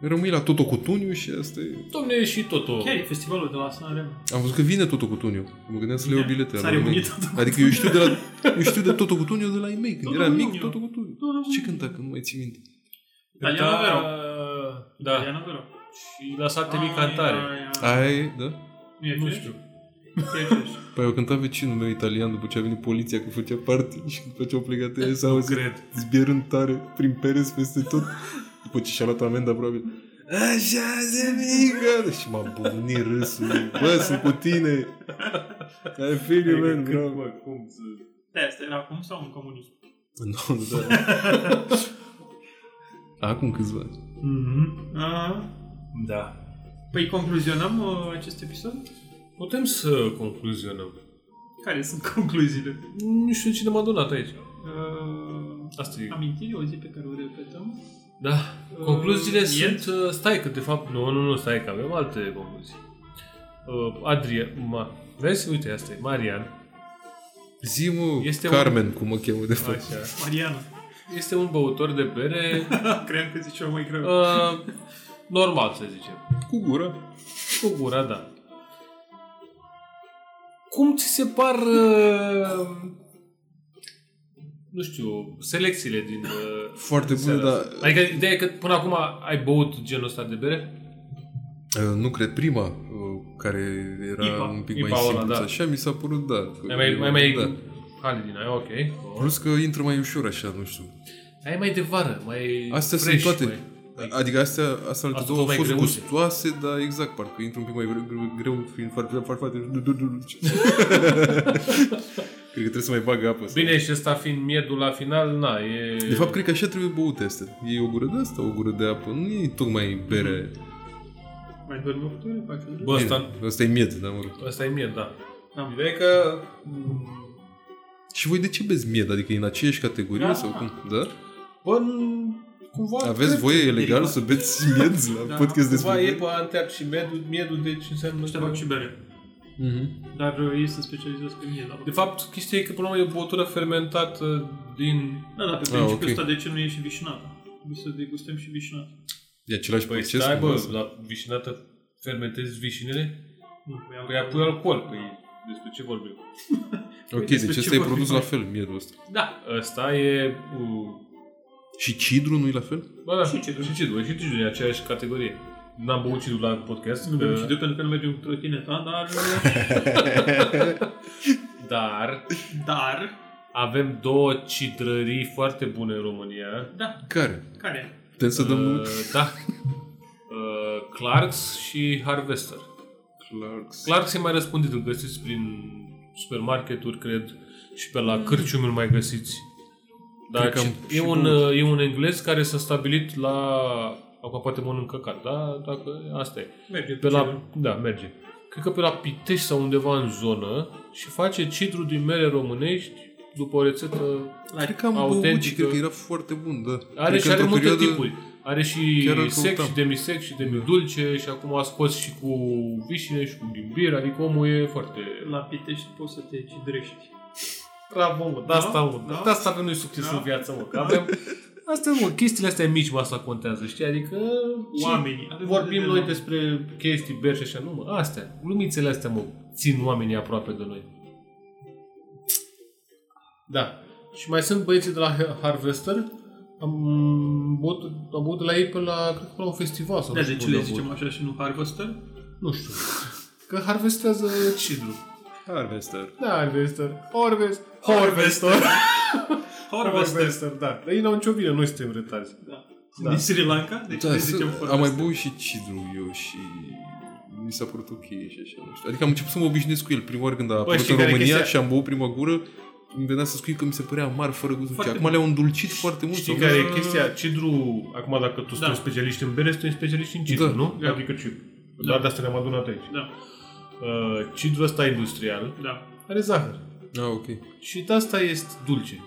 Speaker 2: Rămâi la Toto Cutuniu și asta e...
Speaker 1: Domne, e și tot o...
Speaker 4: Chiar e festivalul de la San Remo.
Speaker 2: Am văzut că vine Toto Cutuniu. Mă gândeam să le iau
Speaker 4: Bine,
Speaker 2: bilete.
Speaker 4: s-a
Speaker 2: la ei mei.
Speaker 4: reunit Toto
Speaker 2: Adică eu știu, de la, eu știu de Toto Cutuniu de la ei mei. Când
Speaker 4: Toto
Speaker 2: era mic,
Speaker 4: Cutuniu.
Speaker 2: Toto Cutuniu. Ce cânta, că nu mai țin minte.
Speaker 4: Italiano Vero.
Speaker 1: Da.
Speaker 4: Italiano Vero.
Speaker 1: Și la satele cantare.
Speaker 2: Aia e, da?
Speaker 1: Nu știu.
Speaker 2: Păi eu cânta vecinul meu italian după ce a venit poliția că făcea parte și după ce au plecat ea s-a auzit
Speaker 1: Cred.
Speaker 2: zbierând tare prin pereți peste tot. După ce și-a luat amenda, probabil. Așa se mică! Și m-a buvnit râsul. Bă, sunt cu tine! Ai fiul meu, bravo!
Speaker 1: Mă, cum să...
Speaker 4: Da, asta era acum sau în comunism?
Speaker 2: Nu, da. Acum câțiva ani.
Speaker 4: Mhm. Ah.
Speaker 1: Da.
Speaker 4: Păi concluzionăm uh, acest episod?
Speaker 1: Putem să concluzionăm.
Speaker 4: Care sunt *laughs* concluziile?
Speaker 1: Nu știu cine m-a donat aici.
Speaker 4: Uh,
Speaker 1: Asta e.
Speaker 4: amintiri, o zi pe care o repetăm?
Speaker 1: Da. Concluziile
Speaker 4: Uh,
Speaker 1: sunt... uh, Stai că, de fapt, nu, nu, nu, stai că avem alte concluzii. Uh, Adrian, ma... Vezi? Uite, asta e. Marian.
Speaker 2: Zi, mă,
Speaker 1: Este
Speaker 2: este
Speaker 1: un-
Speaker 2: Carmen, cum mă cheamă de fapt.
Speaker 1: Așa.
Speaker 4: Mariana. *laughs*
Speaker 1: Este un băutor de bere *laughs*
Speaker 4: Cream că ziceam mai greu.
Speaker 1: uh, normal, să zicem.
Speaker 2: Cu gura.
Speaker 1: Cu gura, da. Cum ți se par, uh, nu știu, selecțiile din... Uh,
Speaker 2: Foarte bună,
Speaker 1: seara
Speaker 2: dar...
Speaker 1: asta? Adică ideea e că până acum ai băut genul ăsta de bere?
Speaker 2: uh, Nu cred, prima, uh, care era
Speaker 4: Ipa.
Speaker 2: un pic
Speaker 1: Ipa
Speaker 2: mai
Speaker 1: ăla,
Speaker 2: simplu,
Speaker 1: da.
Speaker 2: așa, mi s-a părut, da. că-
Speaker 1: Ai mai, mai, mai
Speaker 2: da.
Speaker 1: hali din aia, ok.
Speaker 2: Plus că intră mai ușor așa, nu știu.
Speaker 1: Ai mai de vară, mai
Speaker 2: Astea
Speaker 1: fresh,
Speaker 2: sunt toate.
Speaker 1: Mai...
Speaker 2: Adică astea, astea alte
Speaker 1: Asta tot
Speaker 2: două au
Speaker 1: mai
Speaker 2: fost
Speaker 1: greuze.
Speaker 2: gustoase, dar exact, parcă intră un pic mai greu, greu- greu fiind foarte *laughs* farfate. Cred că trebuie să mai bag apă. să-
Speaker 1: Bine, și ăsta fiind miedul la final, na, e...
Speaker 2: De fapt, cred că așa trebuie băute astea. E o gură de asta, o gură de apă. Nu e tocmai bere.
Speaker 4: Mai dormi o putere? Faci un lucru?
Speaker 1: Bă, ăsta,
Speaker 2: Bine, Asta e mied, dar mă rog.
Speaker 1: ăsta e mied, da.
Speaker 4: Da.
Speaker 1: Ideea e că...
Speaker 2: Și voi de ce beți mied? Adică e în aceeași categorie
Speaker 4: Da.
Speaker 2: sau cum? Da?
Speaker 1: Bă, n- cumva...
Speaker 2: Aveți
Speaker 1: cred
Speaker 2: voie,
Speaker 1: că-
Speaker 2: e legal să beți *laughs* mied la
Speaker 4: Da,
Speaker 2: podcast despre
Speaker 1: Cumva e
Speaker 2: mied?
Speaker 1: pe anteap și medul, miedul, deci înseamnă...
Speaker 4: Ăștia
Speaker 1: că-
Speaker 4: fac și bere.
Speaker 2: Mhm.
Speaker 4: Dar uh, ei se specializează pe mie.
Speaker 1: De fapt, chestia e că până la urmă e o băutură fermentată din...
Speaker 4: Da, da, pe
Speaker 2: Ah,
Speaker 4: principiul
Speaker 2: ok.
Speaker 4: ăsta de ce nu e și vișinată? Trebuie să degustăm și vișinată.
Speaker 2: E același
Speaker 1: Păi
Speaker 2: proces?
Speaker 1: stai,
Speaker 2: cumva,
Speaker 1: bă,
Speaker 2: sau-
Speaker 1: la vișinată fermentezi vișinele?
Speaker 4: Nu, păi
Speaker 1: Păi apoi alcool, păi despre ce vorbim?
Speaker 2: Ok,
Speaker 4: despre
Speaker 2: deci
Speaker 4: ce
Speaker 2: ăsta e
Speaker 4: vorbim
Speaker 2: produs
Speaker 4: noi?
Speaker 2: la fel, miedul ăsta.
Speaker 1: Da, ăsta e... Uh,
Speaker 2: Și cidru nu e la fel?
Speaker 1: bă, da,
Speaker 4: Și cidru.
Speaker 1: Și cidru, și cidru e aceeași categorie. N-am băut cidru la podcast,
Speaker 4: Nu
Speaker 1: că-
Speaker 4: bem cidru pentru că nu mergem cu trotineta,
Speaker 1: *laughs*
Speaker 4: dar...
Speaker 1: dar
Speaker 4: dar...
Speaker 1: avem două cidrării foarte bune în România.
Speaker 4: Da,
Speaker 2: Care?
Speaker 4: care?
Speaker 2: Putem să dăm nume?
Speaker 1: Uh, Da. Uh, Clarks și Harvester.
Speaker 2: Clarks.
Speaker 1: Clarks e mai răspândit, îl găsiți prin supermarketuri, cred, și pe la cârciumi îl mai găsiți. Dar
Speaker 2: Cred că am
Speaker 1: e,
Speaker 2: și
Speaker 1: un,
Speaker 2: băut.
Speaker 1: uh, e un englez care s-a stabilit la... Acum poate mănânc căcat, da? Dacă asta e.
Speaker 4: Merge
Speaker 1: Pe la, da, merge. Cred că pe la Pitești sau undeva în zonă și face cidru din mere românești după o rețetă
Speaker 2: Cred că am băut și
Speaker 1: autentică.
Speaker 2: cred că era foarte bun, da.
Speaker 1: Are
Speaker 2: Cred
Speaker 1: și
Speaker 2: că
Speaker 1: are
Speaker 2: într-o
Speaker 1: multe
Speaker 2: perioadă-
Speaker 1: tipuri. Are și
Speaker 2: chiar îl
Speaker 1: sec
Speaker 2: căutam.
Speaker 1: și demisec și demidulce și acum a scos și cu vișine și cu ghimbir, adică omul e foarte...
Speaker 4: La Pitești poți să te cidrești.
Speaker 1: Bravo, mă, de
Speaker 4: Da?
Speaker 1: asta, mă,
Speaker 4: Da?
Speaker 1: de asta avem noi succes
Speaker 4: Da?
Speaker 1: în viață, mă, că avem... Asta, mă, chestiile astea mici, mă, asta contează, știi? Adică și
Speaker 4: Oamenii. Avem
Speaker 1: vorbim
Speaker 4: de-
Speaker 1: noi despre chestii beri și așa, nu, mă, astea, glumițele astea, mă, țin oamenii aproape de noi. Da. Și mai sunt băieții de la Harvester. Am băut, am băut de la ei pe la, cred că pe la un festival sau
Speaker 4: Da,
Speaker 1: nu știu
Speaker 4: de ce
Speaker 1: unde
Speaker 4: le
Speaker 1: am
Speaker 4: zicem
Speaker 1: băut.
Speaker 4: așa și nu Harvester?
Speaker 1: Nu știu. Că harvestează cidru.
Speaker 2: Harvester.
Speaker 1: Da, Harvester. Harvest. Harvester. Harvester, da. Dar ei n-au nicio vină, noi suntem retarzi.
Speaker 4: Da.
Speaker 1: Da.
Speaker 4: Din Sri Lanka? Deci
Speaker 2: Da,
Speaker 4: le
Speaker 2: să-
Speaker 4: zicem
Speaker 2: am mai
Speaker 4: Harvester.
Speaker 2: băut și cidru eu și mi s-a părut ok și așa, nu știu. Adică am început să mă obișnuiesc cu el prima oară când a apărut
Speaker 1: știi
Speaker 2: în
Speaker 1: care e
Speaker 2: România
Speaker 1: chestia?
Speaker 2: și am băut prima gură, îmi venea să scuie că mi se părea amar fără gust.
Speaker 4: Foarte
Speaker 2: Foarte Acum le-au îndulcit foarte mult.
Speaker 1: Știi
Speaker 2: sau-
Speaker 1: care e chestia? Cidru, acum dacă tu
Speaker 4: Da.
Speaker 1: da. specialiști în bere, suntem specialiști în cidru,
Speaker 2: Da.
Speaker 1: nu?
Speaker 4: Da.
Speaker 1: Adică cidru.
Speaker 4: Da.
Speaker 1: Dar de asta ne-am adunat aici.
Speaker 4: Da,
Speaker 1: Uh, cidru ăsta industrial
Speaker 4: da.
Speaker 1: are zahăr.
Speaker 2: Ah, ok.
Speaker 1: Și de asta este dulce.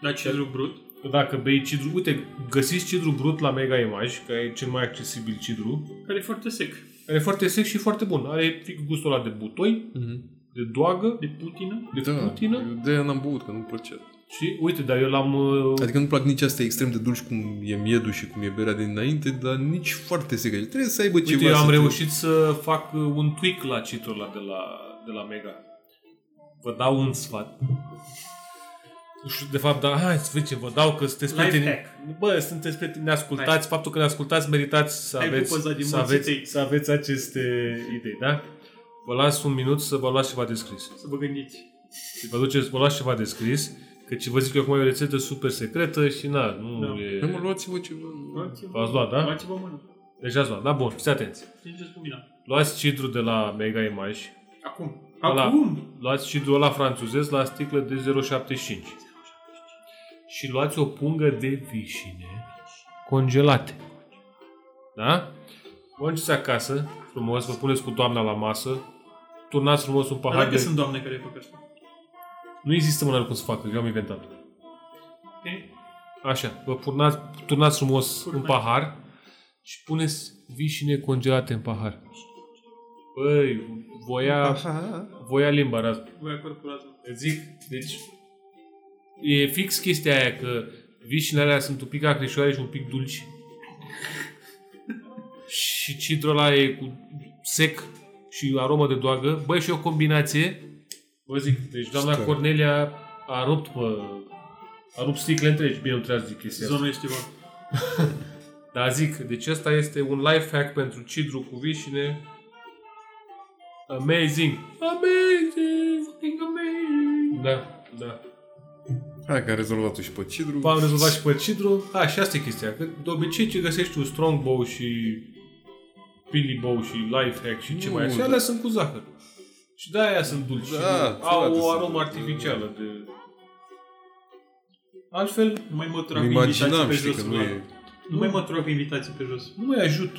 Speaker 4: Dar cidru Da, brut?
Speaker 1: Că Dacă bei cidru, uite, găsiți cidru brut la Mega Image, că e cel mai accesibil cidru.
Speaker 4: Care e foarte sec.
Speaker 1: Care e foarte sec și foarte bun. Are fix gustul ăla de butoi,
Speaker 2: Mhm.
Speaker 1: de doagă,
Speaker 4: de Putină.
Speaker 1: de
Speaker 2: Da,
Speaker 1: putină.
Speaker 2: eu de-aia n-am băut, că nu-mi plăcea.
Speaker 1: Și uite, dar eu l-am... uh,
Speaker 2: Adică nu-mi plac nici astea extrem de dulci cum e miedul și cum e berea din înainte, dar nici foarte secă. Trebuie să aibă ceva
Speaker 1: Uite, eu
Speaker 2: să
Speaker 1: am
Speaker 2: te-
Speaker 1: reușit să fac uh, un tweak la citul ăla de la, de la Mega. Vă dau un sfat. Și, De fapt, da, hai să facem, vă dau că sunteți
Speaker 4: Life
Speaker 1: prieteni.
Speaker 4: hack.
Speaker 1: Bă, sunteți prieteni, ne ascultați. Faptul că ne ascultați, meritați să
Speaker 4: Ai
Speaker 1: aveți,
Speaker 4: pupăza din
Speaker 1: să,
Speaker 4: morții
Speaker 1: aveți,
Speaker 4: tăi.
Speaker 1: să aveți aceste idei, da? Vă las un minut să vă luați ceva de scris.
Speaker 4: Să vă gândiți.
Speaker 1: Vă duceți, vă luați ceva de scris, căci vă zic eu acum e o rețetă super secretă și na, nu
Speaker 4: Da.
Speaker 2: Hai mă,
Speaker 1: e...
Speaker 2: luați-vă ceva.
Speaker 1: V-ați luat, da?
Speaker 4: Luați-vă mână.
Speaker 1: Deja ați luat, da? Bun, fiți atenți.
Speaker 4: Stingeți lumina.
Speaker 1: Luați cidru de la Mega Image,
Speaker 4: Acum.
Speaker 1: Ăla.
Speaker 4: Acum!
Speaker 1: luați cidrul ăla francezesc la sticlă de 0,75 și luați o pungă de vișine congelate. Da? Vă duceți acasă, frumos, vă puneți cu doamna la masă, turnați frumos un
Speaker 4: Dar
Speaker 1: pahar
Speaker 4: dacă
Speaker 1: de...
Speaker 4: sunt doamne care fac asta.
Speaker 1: Nu există mâna cum să facă, eu am inventat.
Speaker 4: Ok?
Speaker 1: Așa, vă turnați, turnați frumos un
Speaker 4: Turnai.
Speaker 1: pahar și puneți vișine congelate în pahar. Băi, voia,
Speaker 2: Aha.
Speaker 1: voia limba raz.
Speaker 4: Voi acord cu raza.
Speaker 1: Îți zic, deci e fix chestia aia că vișinele alea sunt un pic acrișoare și un pic dulci. și cidrul ăla e cu sec și aromă de doagă. Băi, și o combinație. Vă zic, deci doamna
Speaker 2: Stai.
Speaker 1: Cornelia a rupt, bă, a rupt sticle întregi. Bine, nu trebuie să zic chestia asta.
Speaker 4: Zonul este ceva.
Speaker 1: Dar zic, deci asta este un life hack pentru cidru cu vișine. Amazing! Amazing! Fucking amazing! Da, da.
Speaker 2: Hai că am rezolvat-o și pe cidru.
Speaker 1: V-am rezolvat și pe cidru. A, și asta e chestia. Că de obicei ce găsești tu, strongbow și pillybow și life hack și ce
Speaker 2: Nu,
Speaker 1: mai așa,
Speaker 2: da.
Speaker 1: alea sunt cu zahăr. Și de aia sunt dulci.
Speaker 2: Da,
Speaker 1: și nu-
Speaker 2: frate,
Speaker 1: au o
Speaker 2: sunt-
Speaker 1: aromă artificială de... Altfel,
Speaker 4: Nu mai mă trag
Speaker 2: Îmi
Speaker 4: cu invitații
Speaker 2: imaginam,
Speaker 4: pe
Speaker 2: știi,
Speaker 4: jos.
Speaker 2: că nu e...
Speaker 4: Vlad. Nu mai mă trag cu invitații pe jos.
Speaker 1: nu mai ajut.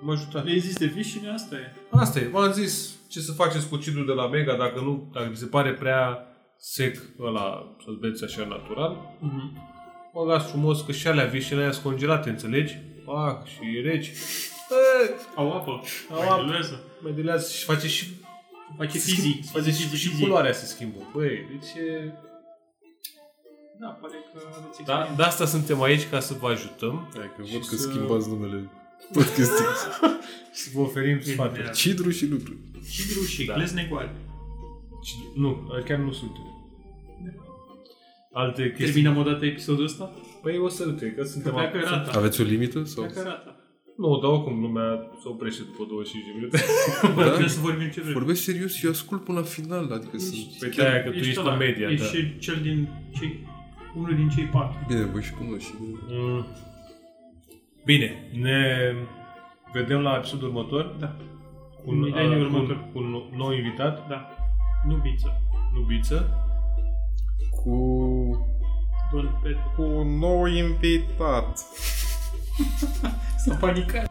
Speaker 1: Mă ajuta.
Speaker 4: Le existe vișine, asta e.
Speaker 1: Asta e, v-am zis ce să faceți cu cidru de la Mega dacă nu, dacă vi se pare prea sec ăla să-l beți așa natural.
Speaker 4: Mhm.
Speaker 1: Băgați frumos că și alea vișinele alea sunt congelate, înțelegi? Pac, și reci. Bă,
Speaker 4: Au apă.
Speaker 1: Au apă.
Speaker 4: Miraculoasă.
Speaker 1: Medelează și face și
Speaker 4: Face fizic. Face
Speaker 1: face și,
Speaker 4: fizic.
Speaker 1: și culoarea se schimbă. Băi, deci e...
Speaker 4: Da, pare că aveți
Speaker 1: Da,
Speaker 4: experiență.
Speaker 1: de asta suntem aici ca să vă ajutăm,
Speaker 2: Hai că
Speaker 1: Și
Speaker 2: văd că
Speaker 1: să-
Speaker 2: schimbați numele podcasting.
Speaker 1: *laughs* să vă oferim
Speaker 4: Da.
Speaker 1: sfaturi.
Speaker 2: Cidru și lucru.
Speaker 4: Și grușii,
Speaker 1: Da.
Speaker 4: da. glezne goale.
Speaker 1: Și- Nu, chiar nu sunt.
Speaker 4: Da.
Speaker 1: Alte chestii.
Speaker 4: Terminăm odată episodul ăsta?
Speaker 1: Păi o să uite, că
Speaker 4: Că
Speaker 1: suntem
Speaker 4: pleacă
Speaker 1: acum.
Speaker 4: rata.
Speaker 2: Aveți o limită? Sau?
Speaker 4: Pleacă rata.
Speaker 1: Nu, dar oricum lumea se oprește după 25 de minute.
Speaker 4: Bă, Putem să vorbim ce vrem.
Speaker 2: Da? Vorbesc serios și eu ascult până la final,
Speaker 1: Păi
Speaker 2: adică sunt...
Speaker 1: Pe aia că tu ești pe
Speaker 4: ăla,
Speaker 1: media, da.
Speaker 4: Ești și cel din cei... Unul din cei patru.
Speaker 2: Bine, voi și cunosc. și de-
Speaker 1: Mm. Bine, ne vedem la episodul următor.
Speaker 4: Da.
Speaker 1: Cu un,
Speaker 4: În mileniul
Speaker 1: a, cu un,
Speaker 4: următor.
Speaker 1: cu un nou- nou invitat,
Speaker 4: Da. Nubiță.
Speaker 1: Nubiță.
Speaker 2: Cu...
Speaker 4: Don Pedro.
Speaker 2: Cu un nou invitat.
Speaker 4: S-a panicat.